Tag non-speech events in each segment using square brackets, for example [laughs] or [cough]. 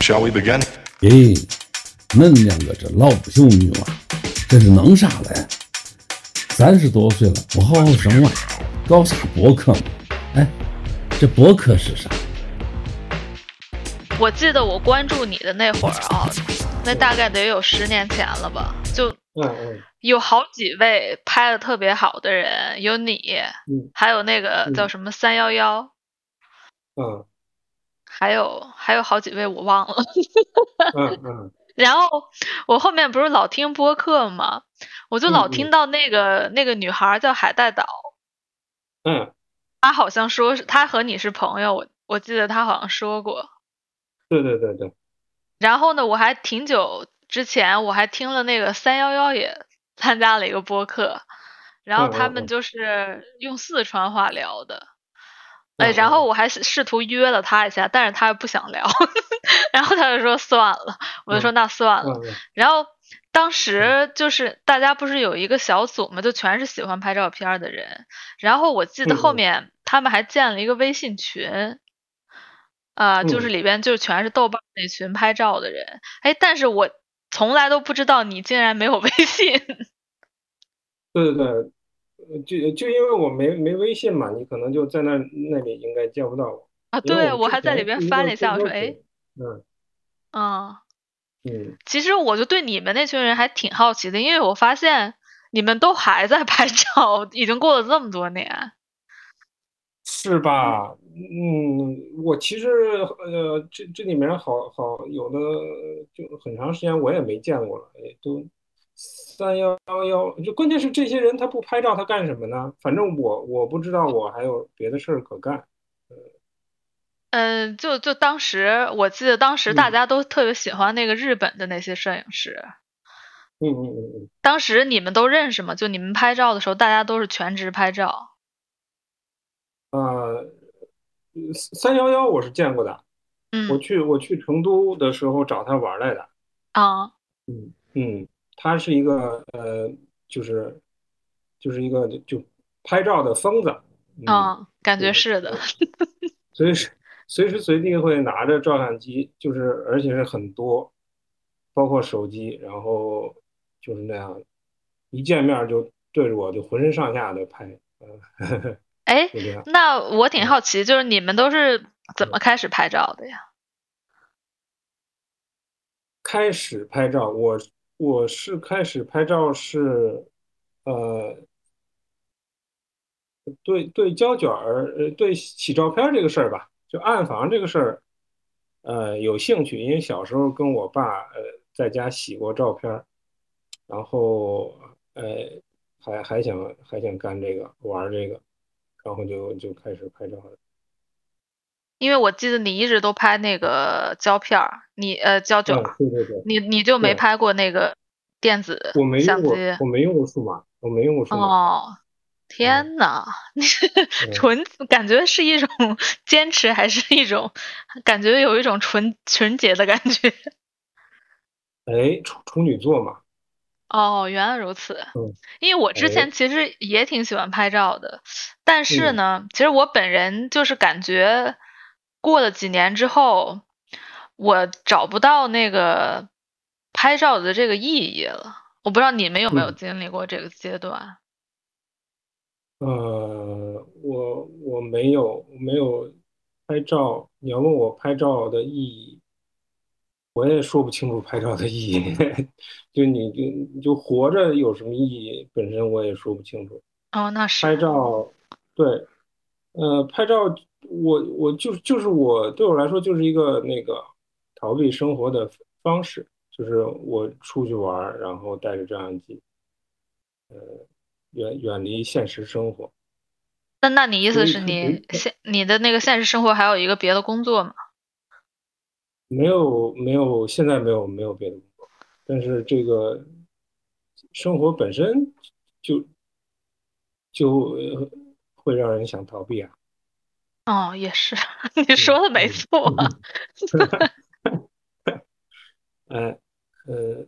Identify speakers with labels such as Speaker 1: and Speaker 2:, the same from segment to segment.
Speaker 1: Shall we begin？
Speaker 2: 咦，恁两个这老不休女娃，这是弄啥嘞？三十多岁了，不好好生娃，搞啥博客呢？哎，这博客是啥？
Speaker 3: 我记得我关注你的那会儿啊，那大概得有十年前了吧，就
Speaker 4: 嗯嗯
Speaker 3: 有好几位拍的特别好的人，有你，
Speaker 4: 嗯
Speaker 3: 还有那个叫什么三幺幺，
Speaker 4: 嗯
Speaker 3: 还有还有好几位我忘了。 [laughs]
Speaker 4: 嗯嗯
Speaker 3: 然后我后面不是老听播客嘛，我就老
Speaker 4: 嗯嗯
Speaker 3: 听到那个那个女孩叫海带岛，
Speaker 4: 嗯，
Speaker 3: 她好像说是她和你是朋友，我我记得她好像说过。
Speaker 4: 对对对对，
Speaker 3: 然后呢，我还挺久之前我还听了那个三幺幺也参加了一个播客，然后
Speaker 4: 嗯
Speaker 3: 他
Speaker 4: 嗯
Speaker 3: 们
Speaker 4: 嗯
Speaker 3: 就是用四川话聊的，哎，
Speaker 4: 嗯
Speaker 3: 然
Speaker 4: 嗯
Speaker 3: 后我还试试图约了他一下，但是他不想聊， [laughs] 然后他就说算了，我就说那算
Speaker 4: 嗯
Speaker 3: 了。
Speaker 4: 嗯
Speaker 3: 然后当时就是大家不是有一个小组嘛，就全是喜欢拍照片儿的人，然后我记得后
Speaker 4: 嗯嗯
Speaker 3: 面他们还建了一个微信群，啊，就是
Speaker 4: 嗯
Speaker 3: 里边就全是豆瓣那群拍照的人。哎，但是我从来都不知道你竟然没有微信。 [laughs]
Speaker 4: 嗯对对对，呃就就因为我没没微信嘛，你可能就在那那里应该见不到我。
Speaker 3: 啊，
Speaker 4: 因为
Speaker 3: 对，
Speaker 4: 我
Speaker 3: 我
Speaker 4: 之
Speaker 3: 还在里
Speaker 4: 前
Speaker 3: 边
Speaker 4: 是一
Speaker 3: 翻
Speaker 4: 个
Speaker 3: 了一下，我
Speaker 4: 公
Speaker 3: 说，
Speaker 4: 交
Speaker 3: 哎，
Speaker 4: 群，嗯
Speaker 3: 嗯，
Speaker 4: 嗯，
Speaker 3: 其实我就对你们那群人还挺好奇的，因为我发现你们都还在拍照，已经过了这么多年。
Speaker 4: 是吧？嗯，我其实呃，这这里面好好有的就很长时间我也没见过了，也都三幺幺幺，就关键是这些人他不拍照他干什么呢？反正我我不知道我还有别的事儿可干。
Speaker 3: 嗯，就就当时我记得当时大
Speaker 4: 嗯
Speaker 3: 家都特别喜欢那个日本的那些摄影师，
Speaker 4: 嗯嗯嗯嗯。
Speaker 3: 当时你们都认识吗？就你们拍照的时候，大家都是全职拍照。
Speaker 4: 呃，三幺幺我是见过的，我
Speaker 3: 嗯
Speaker 4: 去我去成都的时候找他玩儿来的。
Speaker 3: 啊
Speaker 4: 嗯嗯，他是一个呃，就是就是一个就就拍照的疯子，嗯，
Speaker 3: 啊，感觉
Speaker 4: 对
Speaker 3: 是的。
Speaker 4: 随时随时随地会拿着照相机，就是而且是很多，包括手机，然后就是那样，一见面就对着我就浑身上下的拍，嗯，
Speaker 3: 哎，
Speaker 4: 就这样。
Speaker 3: 那我挺
Speaker 4: 嗯
Speaker 3: 好奇，就是你们都是怎么开始拍照的呀？
Speaker 4: 开始拍照，我我是开始拍照是，呃，对对胶卷儿，呃，对洗照片儿这个事儿吧，就暗房这个事儿，呃，有兴趣，因为小时候跟我爸呃在家洗过照片儿，然后呃还还想还想干这个玩儿这个，然后就就开始拍照了。
Speaker 3: 因为我记得你一直都拍那个胶片儿，你呃胶卷
Speaker 4: 嗯，
Speaker 3: 儿，
Speaker 4: 对对对，
Speaker 3: 你你就没
Speaker 4: 对
Speaker 3: 拍过那个电子
Speaker 4: 我没
Speaker 3: 相
Speaker 4: 用过，
Speaker 3: 机。
Speaker 4: 我没用过数码，我没用过数码。
Speaker 3: 哦，天呐，纯感觉是一种 [laughs] 坚持，还是一种感觉有一种纯纯洁的感觉。
Speaker 4: 哎，处处女座嘛，
Speaker 3: 哦，原来如此
Speaker 4: 嗯。
Speaker 3: 因为我之
Speaker 4: 哎
Speaker 3: 前其实也挺喜欢拍照的，但是
Speaker 4: 嗯
Speaker 3: 呢，其实我本人就是感觉过了几年之后，我找不到那个拍照的这个意义了。我不知道你们有没有
Speaker 4: 嗯
Speaker 3: 经历过这个阶段？
Speaker 4: 呃，我我没有没有拍照，你要问我拍照的意义，我也说不清楚拍照的意义， [laughs] 就你就你就活着有什么意义，本身我也说不清楚。
Speaker 3: 哦，那是
Speaker 4: 拍照，对，呃，拍照，我我就是就是我对我来说就是一个那个逃避生活的方式，就是我出去玩儿，然后带着照相机，呃，远远离现实生活。
Speaker 3: 那那你意思
Speaker 4: 所以
Speaker 3: 是
Speaker 4: 就
Speaker 3: 你
Speaker 4: 是
Speaker 3: 现你的那个现实生活还有一个别的工作吗？
Speaker 4: 没有没有，现在没有没有别的工作，但是这个生活本身就就呃会让人想逃避啊。
Speaker 3: 哦，也是， [laughs] 你说的没
Speaker 4: 嗯
Speaker 3: 错。
Speaker 4: 哎呃，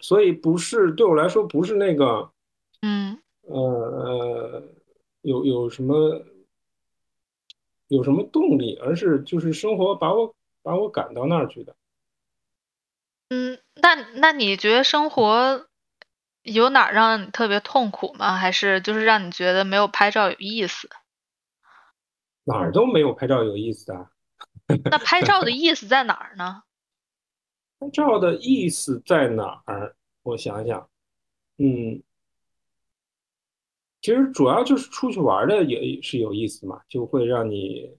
Speaker 4: 所以不是对我来说不是那个
Speaker 3: [laughs] 嗯
Speaker 4: 呃呃有有什么有什么动力，而是就是生活把我把我赶到那儿去的。
Speaker 3: 嗯，那那你觉得生活有哪儿让你特别痛苦吗？还是就是让你觉得没有拍照有意思？
Speaker 4: 哪儿都没有拍照有意思的啊，
Speaker 3: 那拍照的意思在哪儿呢？
Speaker 4: 拍照的意思在哪儿？我想想，嗯，其实主要就是出去玩儿的也是有意思嘛，就会让你，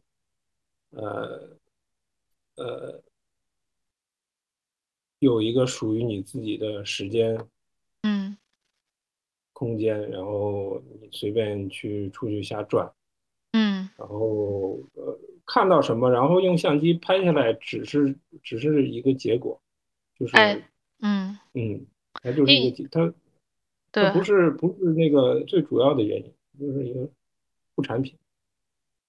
Speaker 4: 呃，呃，有一个属于你自己的时间
Speaker 3: 嗯
Speaker 4: 空间，然后你随便去出去瞎转，
Speaker 3: 嗯
Speaker 4: 然后呃看到什么，然后用相机拍下来，只是只是一个结果，就是
Speaker 3: 哎嗯，
Speaker 4: 嗯，它就是一个结它。它
Speaker 3: 对
Speaker 4: 不是不是那个最主要的原因，就是一个副产品。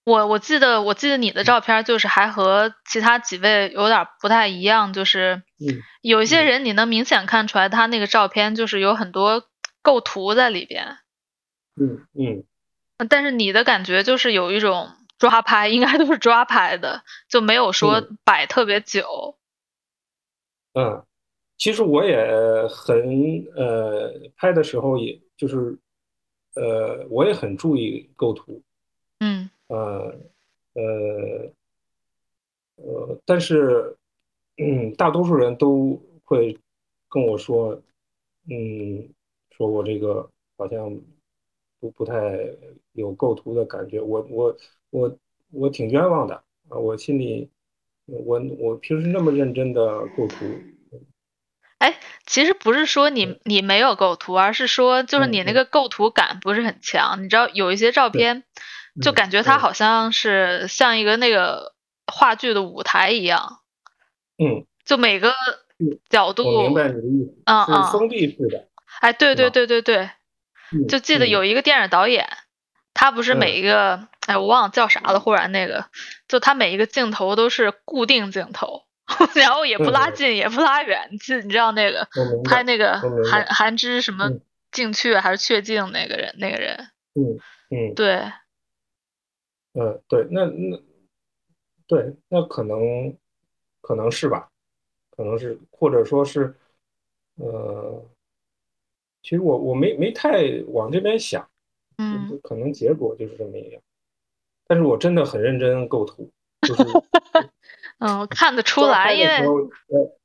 Speaker 3: 我我记得我记得你的照片就是还和其他几位有点不太一样，就是
Speaker 4: 嗯
Speaker 3: 有一些
Speaker 4: 嗯
Speaker 3: 人你能明显看出来他那个照片就是有很多构图在里边。呃
Speaker 4: 嗯嗯，
Speaker 3: 但是你的感觉就是有一种 [laughs] 抓拍，应该都是抓拍的，就没有说
Speaker 4: 嗯
Speaker 3: 摆特别久。
Speaker 4: 嗯，其实我也很呃，拍的时候也就是呃，我也很注意构图，
Speaker 3: 嗯
Speaker 4: 呃呃呃，但是嗯，大多数人都会跟我说，嗯，说我这个好像不不太有构图的感觉，我我我我挺冤枉的啊，我心里我我平时那么认真的构图，
Speaker 3: 其实不是说你你没有构图，而是说就是
Speaker 4: 嗯
Speaker 3: 你那
Speaker 4: 嗯
Speaker 3: 个构图感不是很强。你知道有一些照片，就
Speaker 4: 嗯
Speaker 3: 感觉它
Speaker 4: 对
Speaker 3: 好像是像一个那个话剧的舞台一样，
Speaker 4: 嗯，
Speaker 3: 就每个
Speaker 4: 嗯
Speaker 3: 角度，
Speaker 4: 我明白你的意思，
Speaker 3: 嗯嗯
Speaker 4: 是封闭式的，
Speaker 3: 哎，对对
Speaker 4: 吧
Speaker 3: 对对对，
Speaker 4: 嗯
Speaker 3: 就记得
Speaker 4: 嗯
Speaker 3: 有一个电影导演，他不是每
Speaker 4: 嗯
Speaker 3: 一个，哎，我忘了叫啥了，忽然那个，就他每一个镜头都是固定镜头， [laughs] 然后也不拉
Speaker 4: 嗯
Speaker 3: 近，也不拉远，你记你知道那个
Speaker 4: 我明
Speaker 3: 拍
Speaker 4: 白，
Speaker 3: 那个
Speaker 4: 我明白
Speaker 3: 韩韩之什么
Speaker 4: 嗯
Speaker 3: 静雀还是雀静那个人那个人，
Speaker 4: 嗯嗯。
Speaker 3: 对，
Speaker 4: 嗯，对，那那对，那可能可能是吧，可能是，或者说是，呃，其实我我没没太往这边想，
Speaker 3: 嗯，
Speaker 4: 可能结果就是这么一样，但是我真的很认真构图，就是
Speaker 3: 嗯，看得 [laughs] 出
Speaker 4: 抓
Speaker 3: 来，
Speaker 4: 拍
Speaker 3: 因
Speaker 4: 的
Speaker 3: 为
Speaker 4: 时候，呃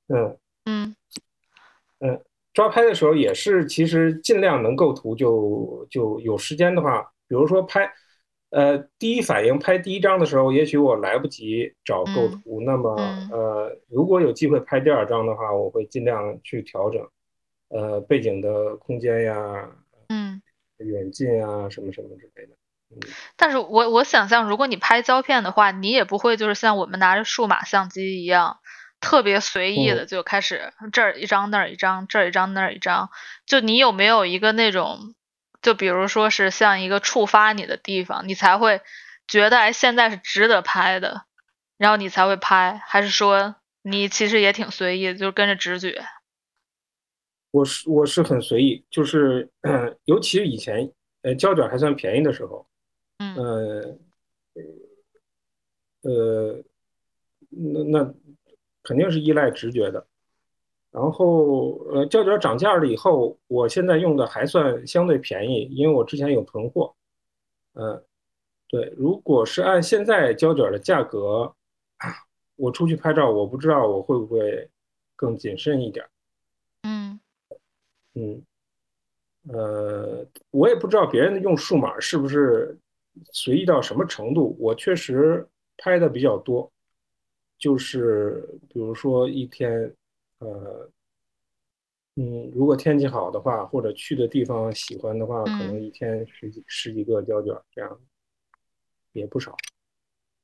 Speaker 4: 嗯，
Speaker 3: 嗯
Speaker 4: 抓拍的时候也是，其实尽量能构图就就有时间的话，比如说拍，呃，第一反应拍第一张的时候，也许我来不及找构图，那么
Speaker 3: 嗯
Speaker 4: 呃，如果有机会拍第二张的话，我会尽量去调整，呃，背景的空间呀、
Speaker 3: 嗯，
Speaker 4: 远近啊什么什么之类的。
Speaker 3: 但是我我想象，如果你拍胶片的话，你也不会就是像我们拿着数码相机一样，特别随意的就开始这儿一张那儿一张，这儿一张那儿一张。就你有没有一个那种，就比如说是像一个触发你的地方，你才会觉得哎现在是值得拍的，然后你才会拍，还是说你其实也挺随意的，就是跟着直觉？
Speaker 4: 我是我是很随意，就是、 [coughs] 呃尤其是以前呃胶卷还算便宜的时候，
Speaker 3: 嗯
Speaker 4: 呃，呃，那那肯定是依赖直觉的。然后，呃，胶卷涨价了以后，我现在用的还算相对便宜，因为我之前有囤货。呃，对，如果是按现在胶卷的价格， [coughs] 我出去拍照，我不知道我会不会更谨慎一点儿。
Speaker 3: 嗯
Speaker 4: 嗯，呃，我也不知道别人用数码是不是随意到什么程度。我确实拍的比较多，就是比如说一天，呃，嗯，如果天气好的话，或者去的地方喜欢的话，可
Speaker 3: 嗯
Speaker 4: 能一天十几十几个胶卷这样，也不少。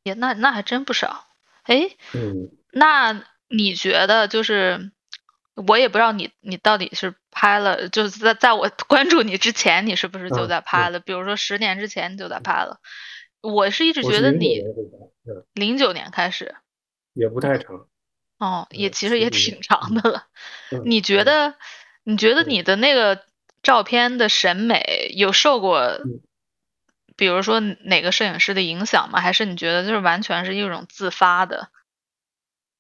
Speaker 3: 也那那还真不少。哎，
Speaker 4: 嗯
Speaker 3: 那你觉得就是，我也不知道你你到底是拍了，就是在在我 [laughs] 关注你之前，你是不是就
Speaker 4: 嗯
Speaker 3: 在拍了？比如说十年之前你就在拍了。我是一直
Speaker 4: 我
Speaker 3: 觉
Speaker 4: 是
Speaker 3: 得你
Speaker 4: 零九年这边，嗯，
Speaker 3: 零九年开始，
Speaker 4: 也不太长。
Speaker 3: 哦，也
Speaker 4: 嗯
Speaker 3: 其实也
Speaker 4: 15年
Speaker 3: 挺长的了。
Speaker 4: 嗯
Speaker 3: 你觉得你觉得
Speaker 4: 嗯
Speaker 3: 你的那个照片的审美有受过，
Speaker 4: 嗯
Speaker 3: 比如说哪个摄影师的影响吗？还是你觉得就是完全是一种自发的？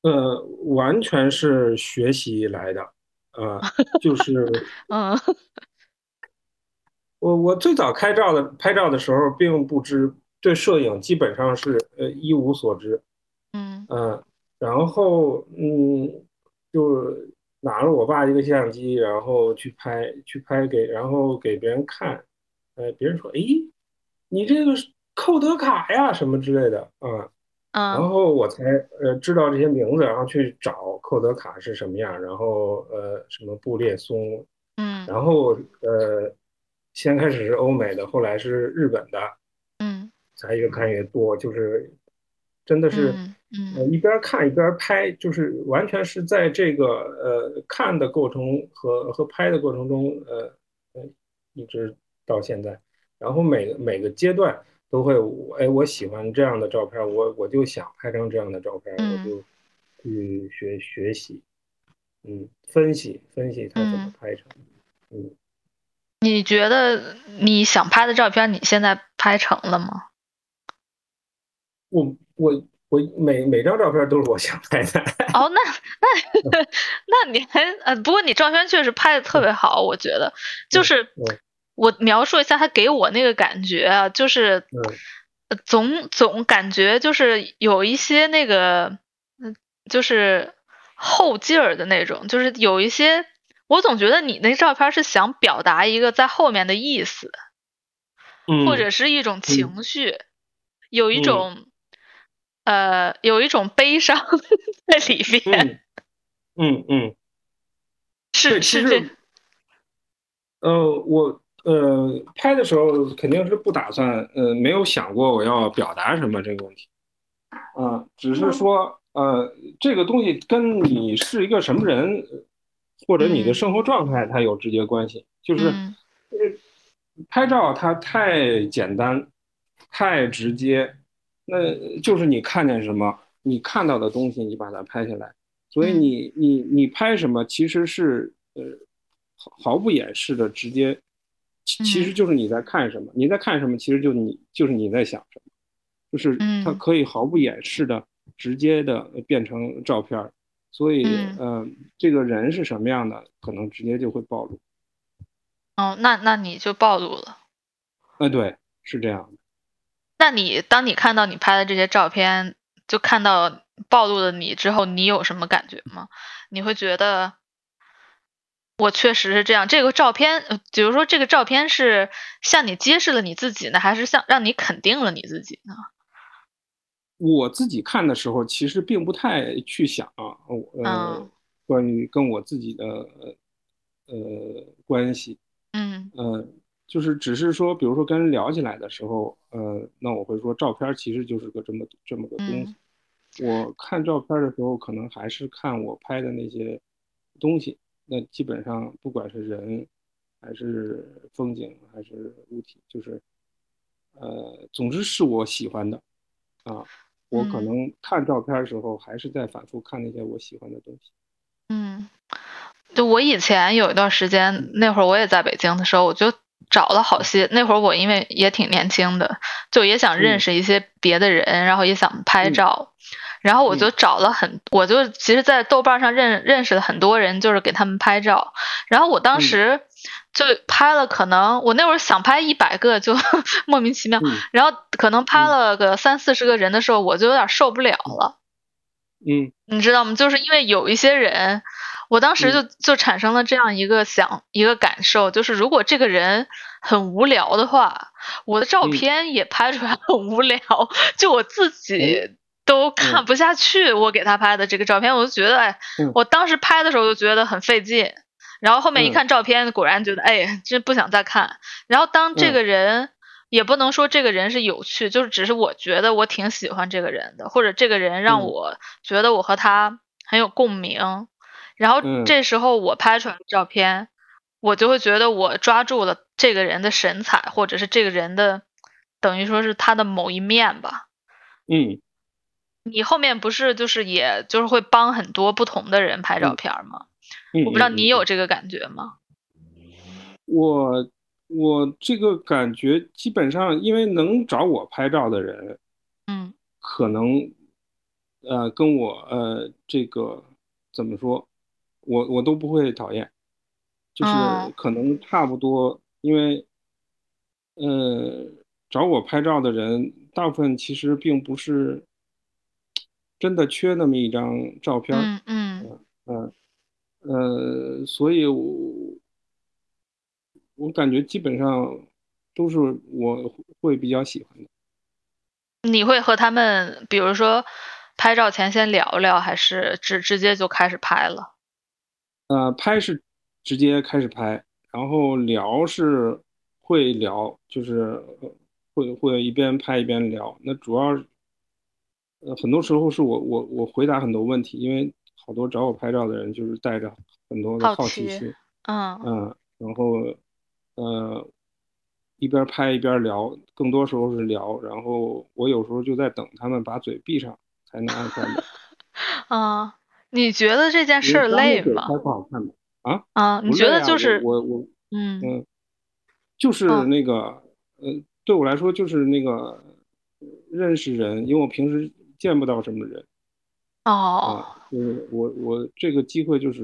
Speaker 4: 呃，完全是学习来的，
Speaker 3: [laughs]
Speaker 4: 呃，就是
Speaker 3: 嗯， [laughs]
Speaker 4: 我我最早开照的拍照的时候，并不知对摄影基本上是呃一无所知，
Speaker 3: 嗯
Speaker 4: 嗯，然后嗯，就是拿了我爸一个相机，然后去拍，去拍给，然后给别人看，呃，别人说，诶，你这个是寇德卡呀什么之类的啊，然
Speaker 3: 嗯
Speaker 4: 后我才呃知道这些名字，然后去找寇德卡是什么样，然后呃什么布列松，
Speaker 3: 嗯
Speaker 4: 然后呃先开始是欧美的，后来是日本的，
Speaker 3: 嗯
Speaker 4: 才越看越多，就是真的是。
Speaker 3: 嗯
Speaker 4: 呃，
Speaker 3: 嗯
Speaker 4: 一边看一边拍，就是完全是在这个呃看的过程和和拍的过程中，呃呃，一直到现在。然后每个每个阶段都会，我哎，我喜欢这样的照片，我我就想拍张这样的照片，
Speaker 3: 嗯
Speaker 4: 我就去学学习，嗯，分析分析它怎
Speaker 3: 嗯
Speaker 4: 么拍成。
Speaker 3: 你觉得你想拍的照片，你现在拍成了吗？
Speaker 4: 我我我每每张照片都是我想拍
Speaker 3: [laughs]
Speaker 4: 的，
Speaker 3: 哦，那那 [laughs] 那你还呃，不过你照片确实拍的特别好，我觉得就是
Speaker 4: 嗯
Speaker 3: 我描述一下他给我那个感觉啊，就是
Speaker 4: 嗯
Speaker 3: 呃总总感觉就是有一些那个嗯，就是后劲儿的那种，就是有一些我总觉得你那照片是想表达一个在后面的意思，
Speaker 4: 嗯
Speaker 3: 或者是一种情绪，有一种、呃，有一种悲伤 [laughs] 在里边，
Speaker 4: 嗯嗯嗯。
Speaker 3: 是
Speaker 4: 对
Speaker 3: 是
Speaker 4: 其实
Speaker 3: 这，
Speaker 4: 呃，我呃拍的时候肯定是不打算，呃，没有想过我要表达什么这个问题，嗯、只是说，呃，这个东西跟你是一个什么人，或者你的
Speaker 3: 嗯
Speaker 4: 生活状态，它有直接关系。就是
Speaker 3: 嗯
Speaker 4: 拍照它太简单，太直接，那就是你看见什么，你看到的东西，你把它拍下来。所
Speaker 3: 嗯
Speaker 4: 以你你你拍什么，其实是呃毫毫不掩饰的直接，
Speaker 3: 嗯
Speaker 4: 其其实就是你在看什么，你在看什么，其实就你就是你在想什么，就是
Speaker 3: 嗯
Speaker 4: 它可以毫不掩饰的直接的变成照片儿。所以
Speaker 3: 嗯
Speaker 4: 呃，这个人是什么样的，可能直接就会暴露。
Speaker 3: 哦，那那你就暴露了。
Speaker 4: 哎、对，是这样的。
Speaker 3: 那你当你看到你拍的这些照片，就看到暴露的你之后，你有什么感觉吗？你会觉得我确实是这样。这个照片，呃比如说这个照片是向你揭示了你自己呢，还是向让你肯定了你自己呢？
Speaker 4: 我自己看的时候，其实并不太去想啊，呃，
Speaker 3: 嗯
Speaker 4: 关于跟我自己的呃呃关系，
Speaker 3: 嗯
Speaker 4: 呃，就是只是说，比如说跟人聊起来的时候，呃，那我会说，照片其实就是个这么这么个东
Speaker 3: 嗯
Speaker 4: 西。我看照片的时候，可能还是看我拍的那些东西。那基本上不管是人，还是风景，还是物体，就是呃，总之是我喜欢的啊。我可
Speaker 3: 嗯
Speaker 4: 能看照片的时候，还是在反复看那些我喜欢的东西。
Speaker 3: 嗯，就我以前有一段时间，那会儿我也在北京的时候，我就找了好些。那会儿我因为也挺年轻的，就也想认
Speaker 4: 嗯
Speaker 3: 识一些别的人，然后也想拍
Speaker 4: 嗯
Speaker 3: 照，然后我
Speaker 4: 嗯
Speaker 3: 就找了很，我就其实，在豆瓣上认认识了很多人，就是给他们拍照。然后我当
Speaker 4: 嗯
Speaker 3: 时就拍了，可能我那会儿想拍一百个，就 [laughs] 莫名其妙。
Speaker 4: 嗯
Speaker 3: 然后可能拍
Speaker 4: 嗯
Speaker 3: 了个三四十个人的时候，我就有点受不了了。
Speaker 4: 嗯
Speaker 3: 你知道吗？就是因为有一些人，我当时就
Speaker 4: 嗯
Speaker 3: 就产生了这样一个想一个感受，就是如果这个人很无聊的话，我的照
Speaker 4: 嗯
Speaker 3: 片也拍出来很无聊，就我自己都看不下去。我给他拍的这个照片，我就觉得，哎
Speaker 4: 嗯，
Speaker 3: 我当时拍的时候就觉得很费劲，然后后面一
Speaker 4: 嗯
Speaker 3: 看照片，果然觉得，哎，真不想再看。然后当这
Speaker 4: 嗯
Speaker 3: 个人。也不能说这个人是有趣，就是只是我觉得我挺喜欢这个人的，或者这个人让
Speaker 4: 嗯
Speaker 3: 我觉得我和他很有共鸣。然后
Speaker 4: 嗯
Speaker 3: 这时候我拍出来的照片，我就会觉得我抓住了这个人的神采，或者是这个人的，等于说是他的某一面吧。
Speaker 4: 嗯
Speaker 3: 你后面不是就是也就是会帮很多不同的人拍照
Speaker 4: 嗯
Speaker 3: 片吗？
Speaker 4: 嗯，
Speaker 3: 我不知道
Speaker 4: 嗯
Speaker 3: 你
Speaker 4: 嗯
Speaker 3: 有这个感觉吗？
Speaker 4: 我我这个感觉基本上，因为能找我拍照的人，
Speaker 3: 嗯
Speaker 4: 可能呃，跟我呃这个怎么说，我我都不会讨厌，就是
Speaker 3: 嗯
Speaker 4: 可能差不多，因为呃找我拍照的人大部分其实并不是真的缺那么一张照片儿，
Speaker 3: 嗯嗯
Speaker 4: 呃，所以我我感觉基本上都是我会比较喜欢的。
Speaker 3: 你会和他们，比如说拍照前先聊聊，还是直直接就开始拍了？
Speaker 4: 呃，拍是直接开始拍，然后聊是会聊，就是呃会会一边拍一边聊。那主要是呃，很多时候是我我我回答很多问题，因为好多找我拍照的人就是带着很多的
Speaker 3: 好
Speaker 4: 好奇
Speaker 3: 奇
Speaker 4: 心，
Speaker 3: 嗯
Speaker 4: 嗯，然后呃一边拍一边聊，更多时候是聊。然后我有时候就在等他们把嘴闭上，才能按
Speaker 3: [laughs]
Speaker 4: 下聊。
Speaker 3: 嗯，你觉得这件
Speaker 4: 因
Speaker 3: 事
Speaker 4: 为
Speaker 3: 儿
Speaker 4: 张着
Speaker 3: 累
Speaker 4: 嘴
Speaker 3: 吗
Speaker 4: 拍？不好看的啊，
Speaker 3: 啊，你
Speaker 4: 不
Speaker 3: 觉
Speaker 4: 累
Speaker 3: 得
Speaker 4: 啊
Speaker 3: 就
Speaker 4: 我
Speaker 3: 是
Speaker 4: 我我
Speaker 3: 嗯
Speaker 4: 嗯，就是
Speaker 3: 嗯
Speaker 4: 那个，呃，对我来说就是那个呃认识人，因为我平时见不到什么人啊，
Speaker 3: 哦
Speaker 4: 就是我我这个机会就是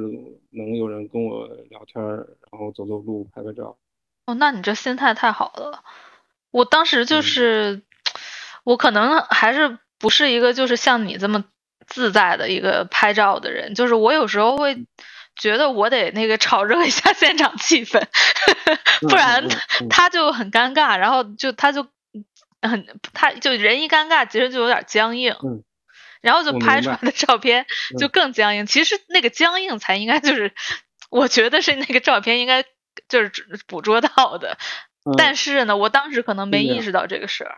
Speaker 4: 能有人跟我聊天儿，然后走走路、拍拍照，
Speaker 3: 哦，那你这心态太好了。我当时就
Speaker 4: 嗯
Speaker 3: 是，我可能还是不是一个就是像你这么自在的一个拍照的人，就是我有时候会
Speaker 4: 嗯
Speaker 3: 觉得我得那个炒热一下现场气氛，[laughs]
Speaker 4: 嗯
Speaker 3: 不然
Speaker 4: 嗯嗯
Speaker 3: 他就很尴尬，然后就他就很他就人一尴尬，其实就有点僵硬。
Speaker 4: 嗯
Speaker 3: 然后就
Speaker 4: 我
Speaker 3: 拍
Speaker 4: 明
Speaker 3: 出来的
Speaker 4: 白
Speaker 3: 照片
Speaker 4: 嗯
Speaker 3: 就更僵硬。其实那个僵硬才应该就是，我觉得是那个照片应该就是捕捉到的。
Speaker 4: 嗯，嗯
Speaker 3: 但是呢，我当时可能没
Speaker 4: 这
Speaker 3: 意
Speaker 4: 样
Speaker 3: 识到这个事儿。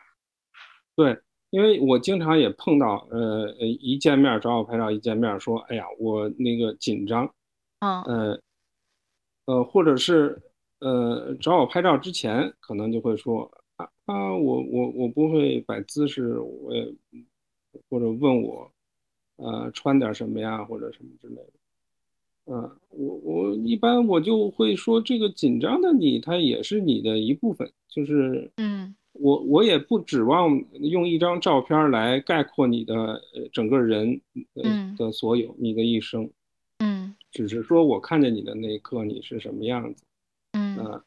Speaker 4: 对，因为我经常也碰到，呃呃，一见面找我拍照，一见面说，哎呀，我那个紧张，
Speaker 3: 嗯
Speaker 4: 呃呃，或者是呃找我拍照之前，可能就会说啊啊，我我我不会摆姿势，我也或者问我呃穿点什么呀，或者什么之类的。嗯、我我一般我就会说，这个紧张的你，它也是你的一部分，就是
Speaker 3: 嗯
Speaker 4: 我我也不指望用一张照片儿来概括你的呃整个人呃
Speaker 3: 嗯
Speaker 4: 的所有，你的一生。
Speaker 3: 嗯
Speaker 4: 只是说我看见你的那一刻你是什么样子，
Speaker 3: 嗯
Speaker 4: 啊，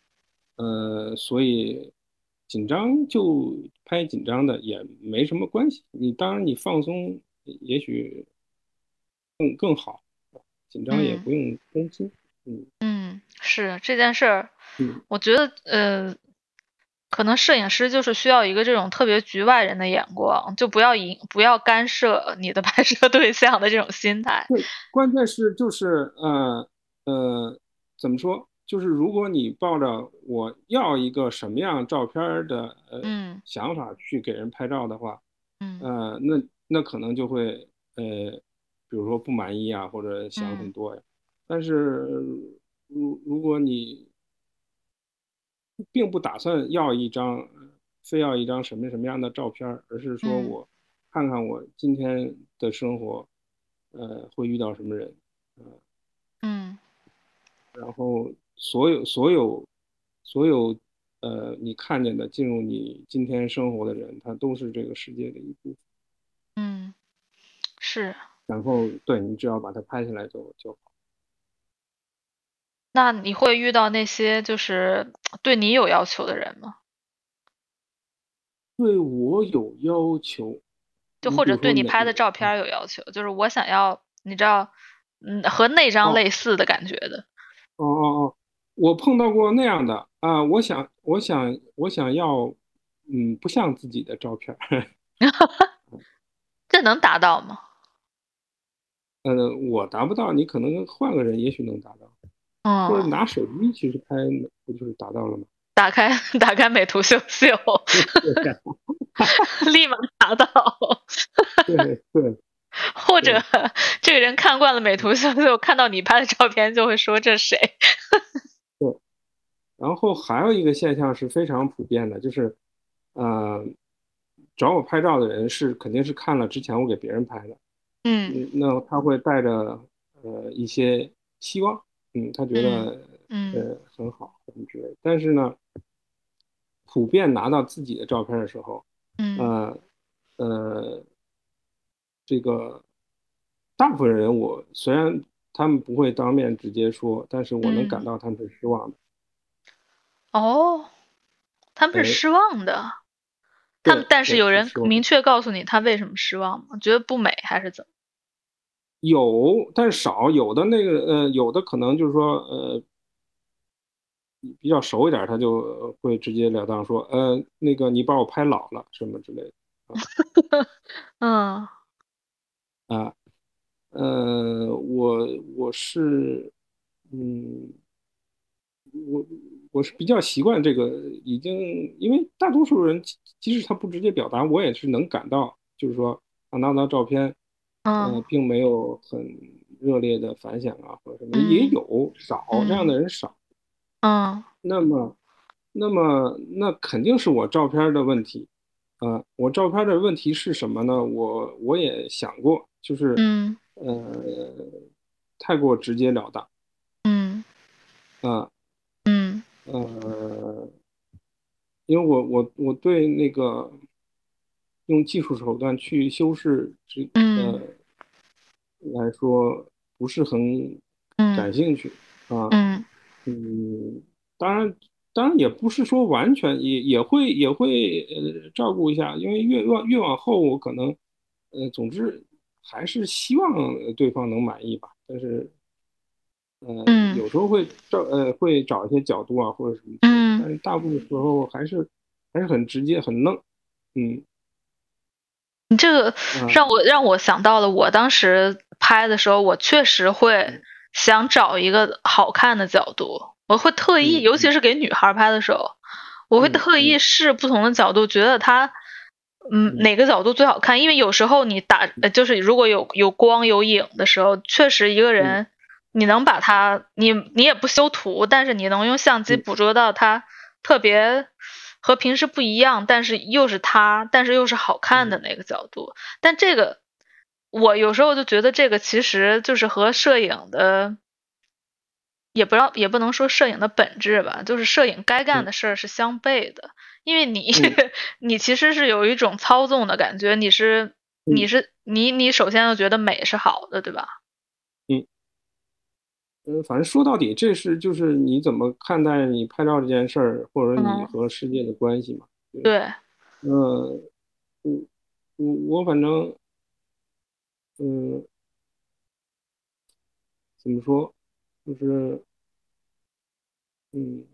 Speaker 4: 呃，所以紧张就拍紧张的也没什么关系。你当然你放松，也许更更好，紧张也
Speaker 3: 嗯
Speaker 4: 不用担心。嗯
Speaker 3: 嗯，是这件事儿，
Speaker 4: 嗯
Speaker 3: 我觉得呃，可能摄影师就是需要一个这种特别局外人的眼光，就不要影不要干涉你的拍摄对象的这种心态。
Speaker 4: 对，关键是就是呃呃，怎么说？就是如果你抱着我要一个什么样照片儿的呃
Speaker 3: 嗯
Speaker 4: 想法去给人拍照的话，
Speaker 3: 嗯
Speaker 4: 呃，那那可能就会呃，比如说不满意啊，或者想很
Speaker 3: 嗯
Speaker 4: 多呀。但是如如果你并不打算要一张，非要一张什么什么样的照片儿，而是说
Speaker 3: 嗯
Speaker 4: 我看看我今天的生活，呃，会遇到什么人，
Speaker 3: 嗯
Speaker 4: 然后所有所有所有呃，你看见的进入你今天生活的人，他都是这个世界的一部分。
Speaker 3: 嗯，是。
Speaker 4: 然后对你只要把它拍下来就就好。
Speaker 3: 那你会遇到那些就是对你有要求的人吗？
Speaker 4: 对我有要求，
Speaker 3: 就
Speaker 4: 你
Speaker 3: 或
Speaker 4: 比
Speaker 3: 者
Speaker 4: 如
Speaker 3: 对
Speaker 4: 说
Speaker 3: 你
Speaker 4: 哪
Speaker 3: 拍
Speaker 4: 个
Speaker 3: 的照片
Speaker 4: 啊？
Speaker 3: 儿有要求，就是我想要，你知道，嗯，和那张
Speaker 4: 哦
Speaker 3: 类似的感觉的。
Speaker 4: 哦哦哦，我碰到过那样的啊，我想我想我想要，嗯，不像自己的照片儿，
Speaker 3: 这能达到吗？
Speaker 4: 呃，我达不到，你可能换个人也许能达到，或者
Speaker 3: 嗯，
Speaker 4: 拿手机其实拍不就是达到了吗？ [laughs]
Speaker 3: 打开 [laughs] 打开美图秀秀， [laughs] 立马达到。
Speaker 4: 对对，
Speaker 3: 或
Speaker 4: 对
Speaker 3: 者 [laughs] 这个人看惯了美图秀秀，看到你拍的照片就会说这谁？
Speaker 4: 然后还有一个现象是非常普遍的，就是，呃，找我拍照的人是肯定是看了之前我给别人拍的。
Speaker 3: 嗯
Speaker 4: 嗯，那他会带着呃一些希望，嗯，他
Speaker 3: 嗯
Speaker 4: 觉得
Speaker 3: 嗯
Speaker 4: 呃很好什么之类的。但是呢，普遍拿到嗯自己的照片的时候，
Speaker 3: 嗯
Speaker 4: 呃呃呃，这个大部分人我虽然他们不会当面直接说，但是我能
Speaker 3: 嗯
Speaker 4: 感到他们是失望的。
Speaker 3: 哦，他们
Speaker 4: 哎
Speaker 3: 是失望的，他们
Speaker 4: 对
Speaker 3: 但是
Speaker 4: 对
Speaker 3: 有
Speaker 4: 是
Speaker 3: 人
Speaker 4: 失望
Speaker 3: 明确告诉你他为什么失望吗？觉得不美还是怎么？
Speaker 4: 有，但是少，有的那个呃，有的可能就是说呃，比较熟一点儿，他就呃会直截了当说，呃，那个你把我拍老了什么之类的。
Speaker 3: 嗯
Speaker 4: 啊，呃，我我是，嗯，我我是比较习惯这个，已经因为大多数人，即即使他不直接表达，我也是能感到，就是说啊，拿到照片，呃
Speaker 3: 嗯，
Speaker 4: 并没有很热烈的反响啊，或者什么，也
Speaker 3: 嗯
Speaker 4: 有少这样的人少，
Speaker 3: 嗯
Speaker 4: 那么，那么那肯定是我照片儿的问题，啊，我照片儿的问题是什么呢？我我也想过，就是。
Speaker 3: 嗯
Speaker 4: 呃，太过直截了当
Speaker 3: 嗯
Speaker 4: 啊，
Speaker 3: 嗯
Speaker 4: 呃，因为我我我对那个用技术手段去修饰这
Speaker 3: 嗯
Speaker 4: 呃来说不是很感
Speaker 3: 嗯
Speaker 4: 兴趣啊，
Speaker 3: 嗯
Speaker 4: 嗯，当然当然也不是说完全也也会也会呃照顾一下，因为越往越往后我可能呃，总之还是希望呃对方能满意吧，但是。呃，
Speaker 3: 嗯
Speaker 4: 有时候会找呃会找一些角度啊或者什么，但
Speaker 3: 嗯，
Speaker 4: 是大部分时候还是还是很直接很愣，嗯
Speaker 3: 你这个
Speaker 4: 啊
Speaker 3: 让我让我想到了，我当时拍的时候，我确实
Speaker 4: 嗯
Speaker 3: 会想找一个好看的角度，我会特意，
Speaker 4: 嗯
Speaker 3: 尤其是给女孩拍的时候，我会
Speaker 4: 嗯
Speaker 3: 特意
Speaker 4: 嗯
Speaker 3: 试不同的角度，觉得她。嗯，哪个角度最好看？因为有时候你打，
Speaker 4: 嗯
Speaker 3: 呃就是如果有有光有影的时候，确实
Speaker 4: 嗯
Speaker 3: 一个人，你能把它，你你也不修图，但是你能用相机
Speaker 4: 嗯
Speaker 3: 捕捉到它特别和平时不一样，但是又是它，但是又是好看
Speaker 4: 嗯
Speaker 3: 的那个角度。但这个，我有时候就觉得这个其实就是和摄影的，也不让也不能说摄影的本质吧，就是摄影该干
Speaker 4: 嗯
Speaker 3: 的事儿是相悖的，因为你、
Speaker 4: 嗯
Speaker 3: [laughs] 你其实是有一种操纵的感觉，你是
Speaker 4: 嗯
Speaker 3: 你是你你首先要觉得美是好的，对吧？
Speaker 4: 呃，反正说到底，这是就是你怎么看待你拍照这件事儿，或者你
Speaker 3: 嗯
Speaker 4: 和世界的关系嘛。
Speaker 3: 对，
Speaker 4: 呃，我我我反正，嗯、怎么说，就是，嗯，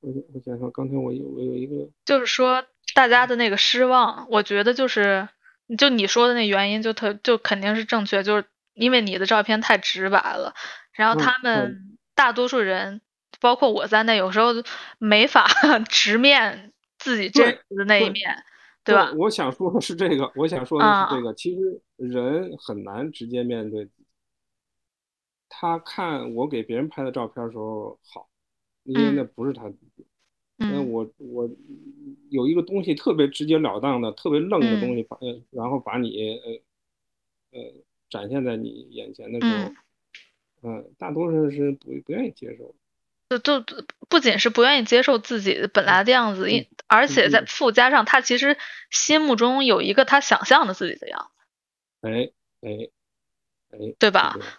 Speaker 4: 我想我想想，刚才我有我有一个，
Speaker 3: 就是说大家的那个失望，我觉得就是就你说的那原因就特就肯定是正确，就是因为你的照片太直白了，然后
Speaker 4: 嗯
Speaker 3: 他们大多数人，包括我在内，有时候没法 [laughs] 直面自己真
Speaker 4: 对
Speaker 3: 实的那一
Speaker 4: 对
Speaker 3: 面，对吧？嗯
Speaker 4: 我想说的是这个，我想说的是这个。其实人很难直接面对自己。他看我给别人拍的照片的时候好，因为那不是他自己。那
Speaker 3: 嗯
Speaker 4: 哎我我有一个东西特别直截了当的、特别愣的东西，把、呃，然后把你呃呃展现在你眼前的时候，
Speaker 3: 嗯，
Speaker 4: 嗯、大多数人是不不愿意接受的。
Speaker 3: 就就不仅是不愿意接受自己本来的样子，因而且再
Speaker 4: 嗯
Speaker 3: 附加上他其实心目中有一个他想象的自己的样子，
Speaker 4: 哎哎哎，是
Speaker 3: 对吧？
Speaker 4: 这样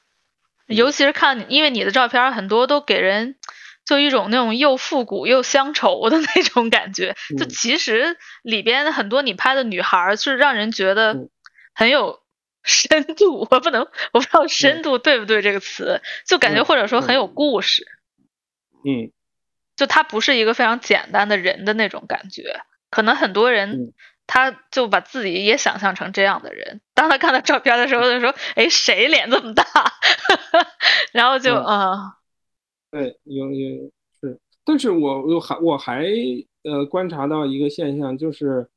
Speaker 3: 尤其是看你，因为你的照片儿很多都给人就一种那种又复古又乡愁的 [laughs] 那种感觉。就
Speaker 4: 嗯
Speaker 3: 其实里边很多你拍的女孩儿是让人觉得
Speaker 4: 嗯
Speaker 3: 很有深度，我不能我不知道深度对不对这个词，就感觉
Speaker 4: 嗯
Speaker 3: 或者说很有
Speaker 4: 嗯
Speaker 3: 故事，
Speaker 4: 嗯
Speaker 3: 就它不是一个非常简单的人的那种感觉。可能很多人
Speaker 4: 嗯
Speaker 3: 他就把自己也想象成这样的人，当他看到照片儿的时候，就说：“哎，谁脸这么大？” [laughs] 然后就
Speaker 4: 嗯
Speaker 3: 嗯
Speaker 4: 对，哎有有是，但是我我还我还呃观察到一个现象，就是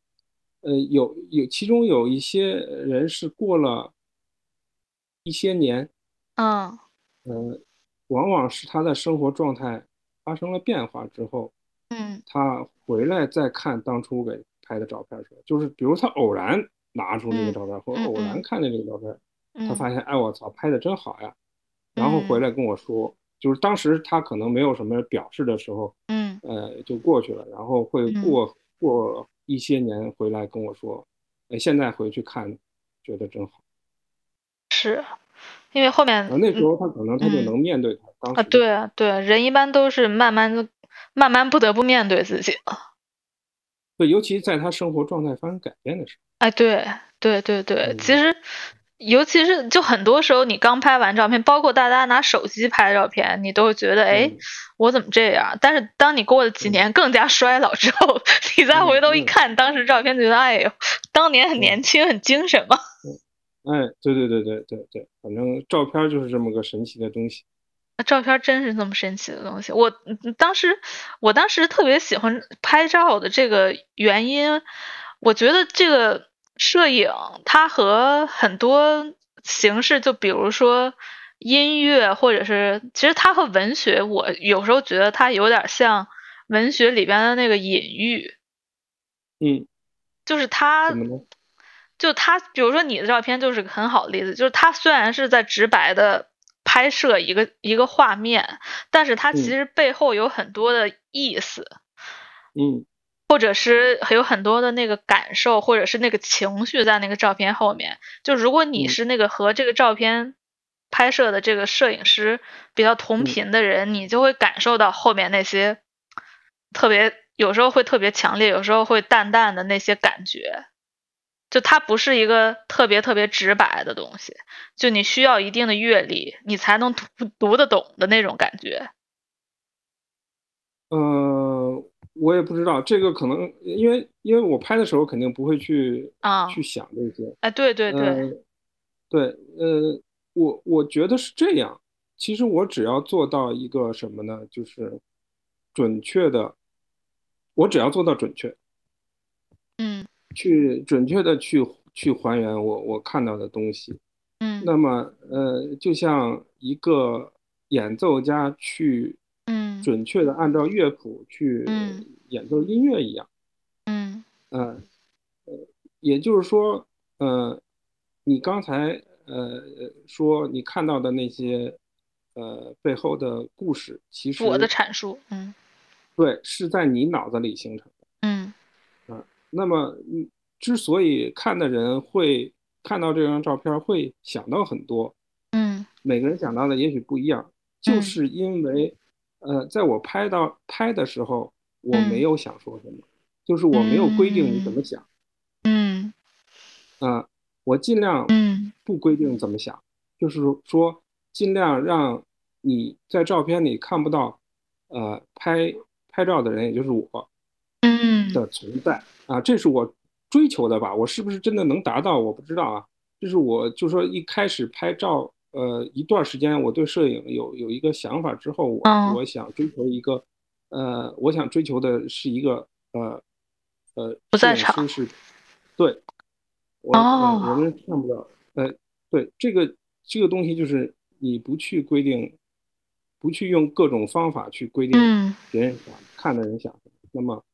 Speaker 4: 呃有有其中有一些人是过了一些年，
Speaker 3: 嗯
Speaker 4: 呃，往往是他的生活状态发生了变化之后，
Speaker 3: 嗯
Speaker 4: 他回来再看当初给拍的照片的时候，就是比如他偶然拿出那个照片，或者
Speaker 3: 嗯
Speaker 4: 偶然
Speaker 3: 嗯
Speaker 4: 看见这个照片，
Speaker 3: 嗯
Speaker 4: 他发现，哎，我操，拍的真好呀，然后回来跟我说，就是当时他可能没有什么表示的时候，
Speaker 3: 嗯
Speaker 4: 呃，就过去了，然后会
Speaker 3: 嗯
Speaker 4: 过过一些年回来跟我说，哎，现在回去看，觉得真好，
Speaker 3: 是，因为后面
Speaker 4: 啊那时候他可能他就
Speaker 3: 嗯
Speaker 4: 能面对他当时
Speaker 3: 啊，对啊对，人一般都是慢慢的，慢慢不得不面对自己。
Speaker 4: 对，尤其在他生活状态发生改变的时
Speaker 3: 哎，对对对对，其
Speaker 4: 嗯
Speaker 3: 实尤其是就很多时候，你刚拍完照片，包括大家拿手机拍照片，你都会觉得，
Speaker 4: 候，
Speaker 3: 哎
Speaker 4: 嗯，
Speaker 3: 我怎么这样？但是当你过了几
Speaker 4: 嗯
Speaker 3: 年更加衰老之后， [laughs] 你再回头一
Speaker 4: 嗯嗯嗯
Speaker 3: 看当时照片，觉得，哎呦，当年很年轻，很精神嘛。
Speaker 4: 哎，对对对对对对，反正照片就是这么个神奇的东西。
Speaker 3: 照片真是这么神奇的东西。我嗯当时，我当时特别喜欢拍照的这个原因，我觉得这个摄影它和很多形式，就比如说音乐，或者是其实它和文学，我有时候觉得它有点像文学里边的那个隐喻，
Speaker 4: 嗯，
Speaker 3: 就是它
Speaker 4: 怎么呢？
Speaker 3: 就他，比如说你的照片就是个很好的例子，就是他虽然是在直白的拍摄一个一个画面，但是它其
Speaker 4: 嗯
Speaker 3: 实背后有很多的意思，
Speaker 4: 嗯
Speaker 3: 或者是有很多的那个感受，或者是那个情绪在那个照片后面。就如果你
Speaker 4: 嗯
Speaker 3: 是那个和这个照片拍摄的这个摄影师比较同
Speaker 4: 嗯
Speaker 3: 频的人，你就会感受到后面那些特别，有时候会特别强烈，有时候会淡淡的那些感觉。就它不是一个特别特别直白的东西，就你需要一定的阅历，你才能读读得懂的那种感觉。
Speaker 4: 呃，我也不知道这个可能，因为因为我拍的时候肯定不会去
Speaker 3: 啊
Speaker 4: 去想这些。
Speaker 3: 哎，对对对，
Speaker 4: 呃，对，呃，我我觉得是这样。其实我只要做到一个什么呢？就是准确的，我只要做到准确，
Speaker 3: 嗯
Speaker 4: 去准确的去去还原我我看到的东西。
Speaker 3: 嗯
Speaker 4: 那么，呃，就像一个演奏家去
Speaker 3: 嗯
Speaker 4: 准确的按照乐谱去
Speaker 3: 嗯
Speaker 4: 演奏音乐一样，
Speaker 3: 嗯
Speaker 4: 嗯、呃，也就是说，呃，你刚才呃说你看到的那些呃背后的故事，其实
Speaker 3: 我的阐述，嗯
Speaker 4: 对是在你脑子里形成的。
Speaker 3: 嗯
Speaker 4: 那么，嗯，之所以看的人会看到这张照片会想到很多，
Speaker 3: 嗯
Speaker 4: 每个人想到的也许不一样，
Speaker 3: 嗯
Speaker 4: 就是因为，呃，在我拍到拍的时候，我
Speaker 3: 嗯
Speaker 4: 没有想说什么，就是我没有规定你怎么想
Speaker 3: 嗯
Speaker 4: 啊、呃我尽量
Speaker 3: 嗯
Speaker 4: 不规定怎么想，就是说尽量让你在照片里看不到，呃，拍拍照的人，也就是我
Speaker 3: 嗯
Speaker 4: 的存在啊、这是我追求的吧？我是不是真的能达到？我不知道啊。这是我就说一开始拍照，呃，一段时间我对摄影有有一个想法之后，我、
Speaker 3: 嗯
Speaker 4: 我想追求一个，呃，我想追求的是一个呃呃
Speaker 3: 不在
Speaker 4: 摄影
Speaker 3: 场
Speaker 4: 师是，对，我、
Speaker 3: 哦
Speaker 4: 呃、我们看不到，呃，对这个这个东西就是你不去规定，不去用各种方法去规定
Speaker 3: 嗯
Speaker 4: 别人想、看的人想什么，那么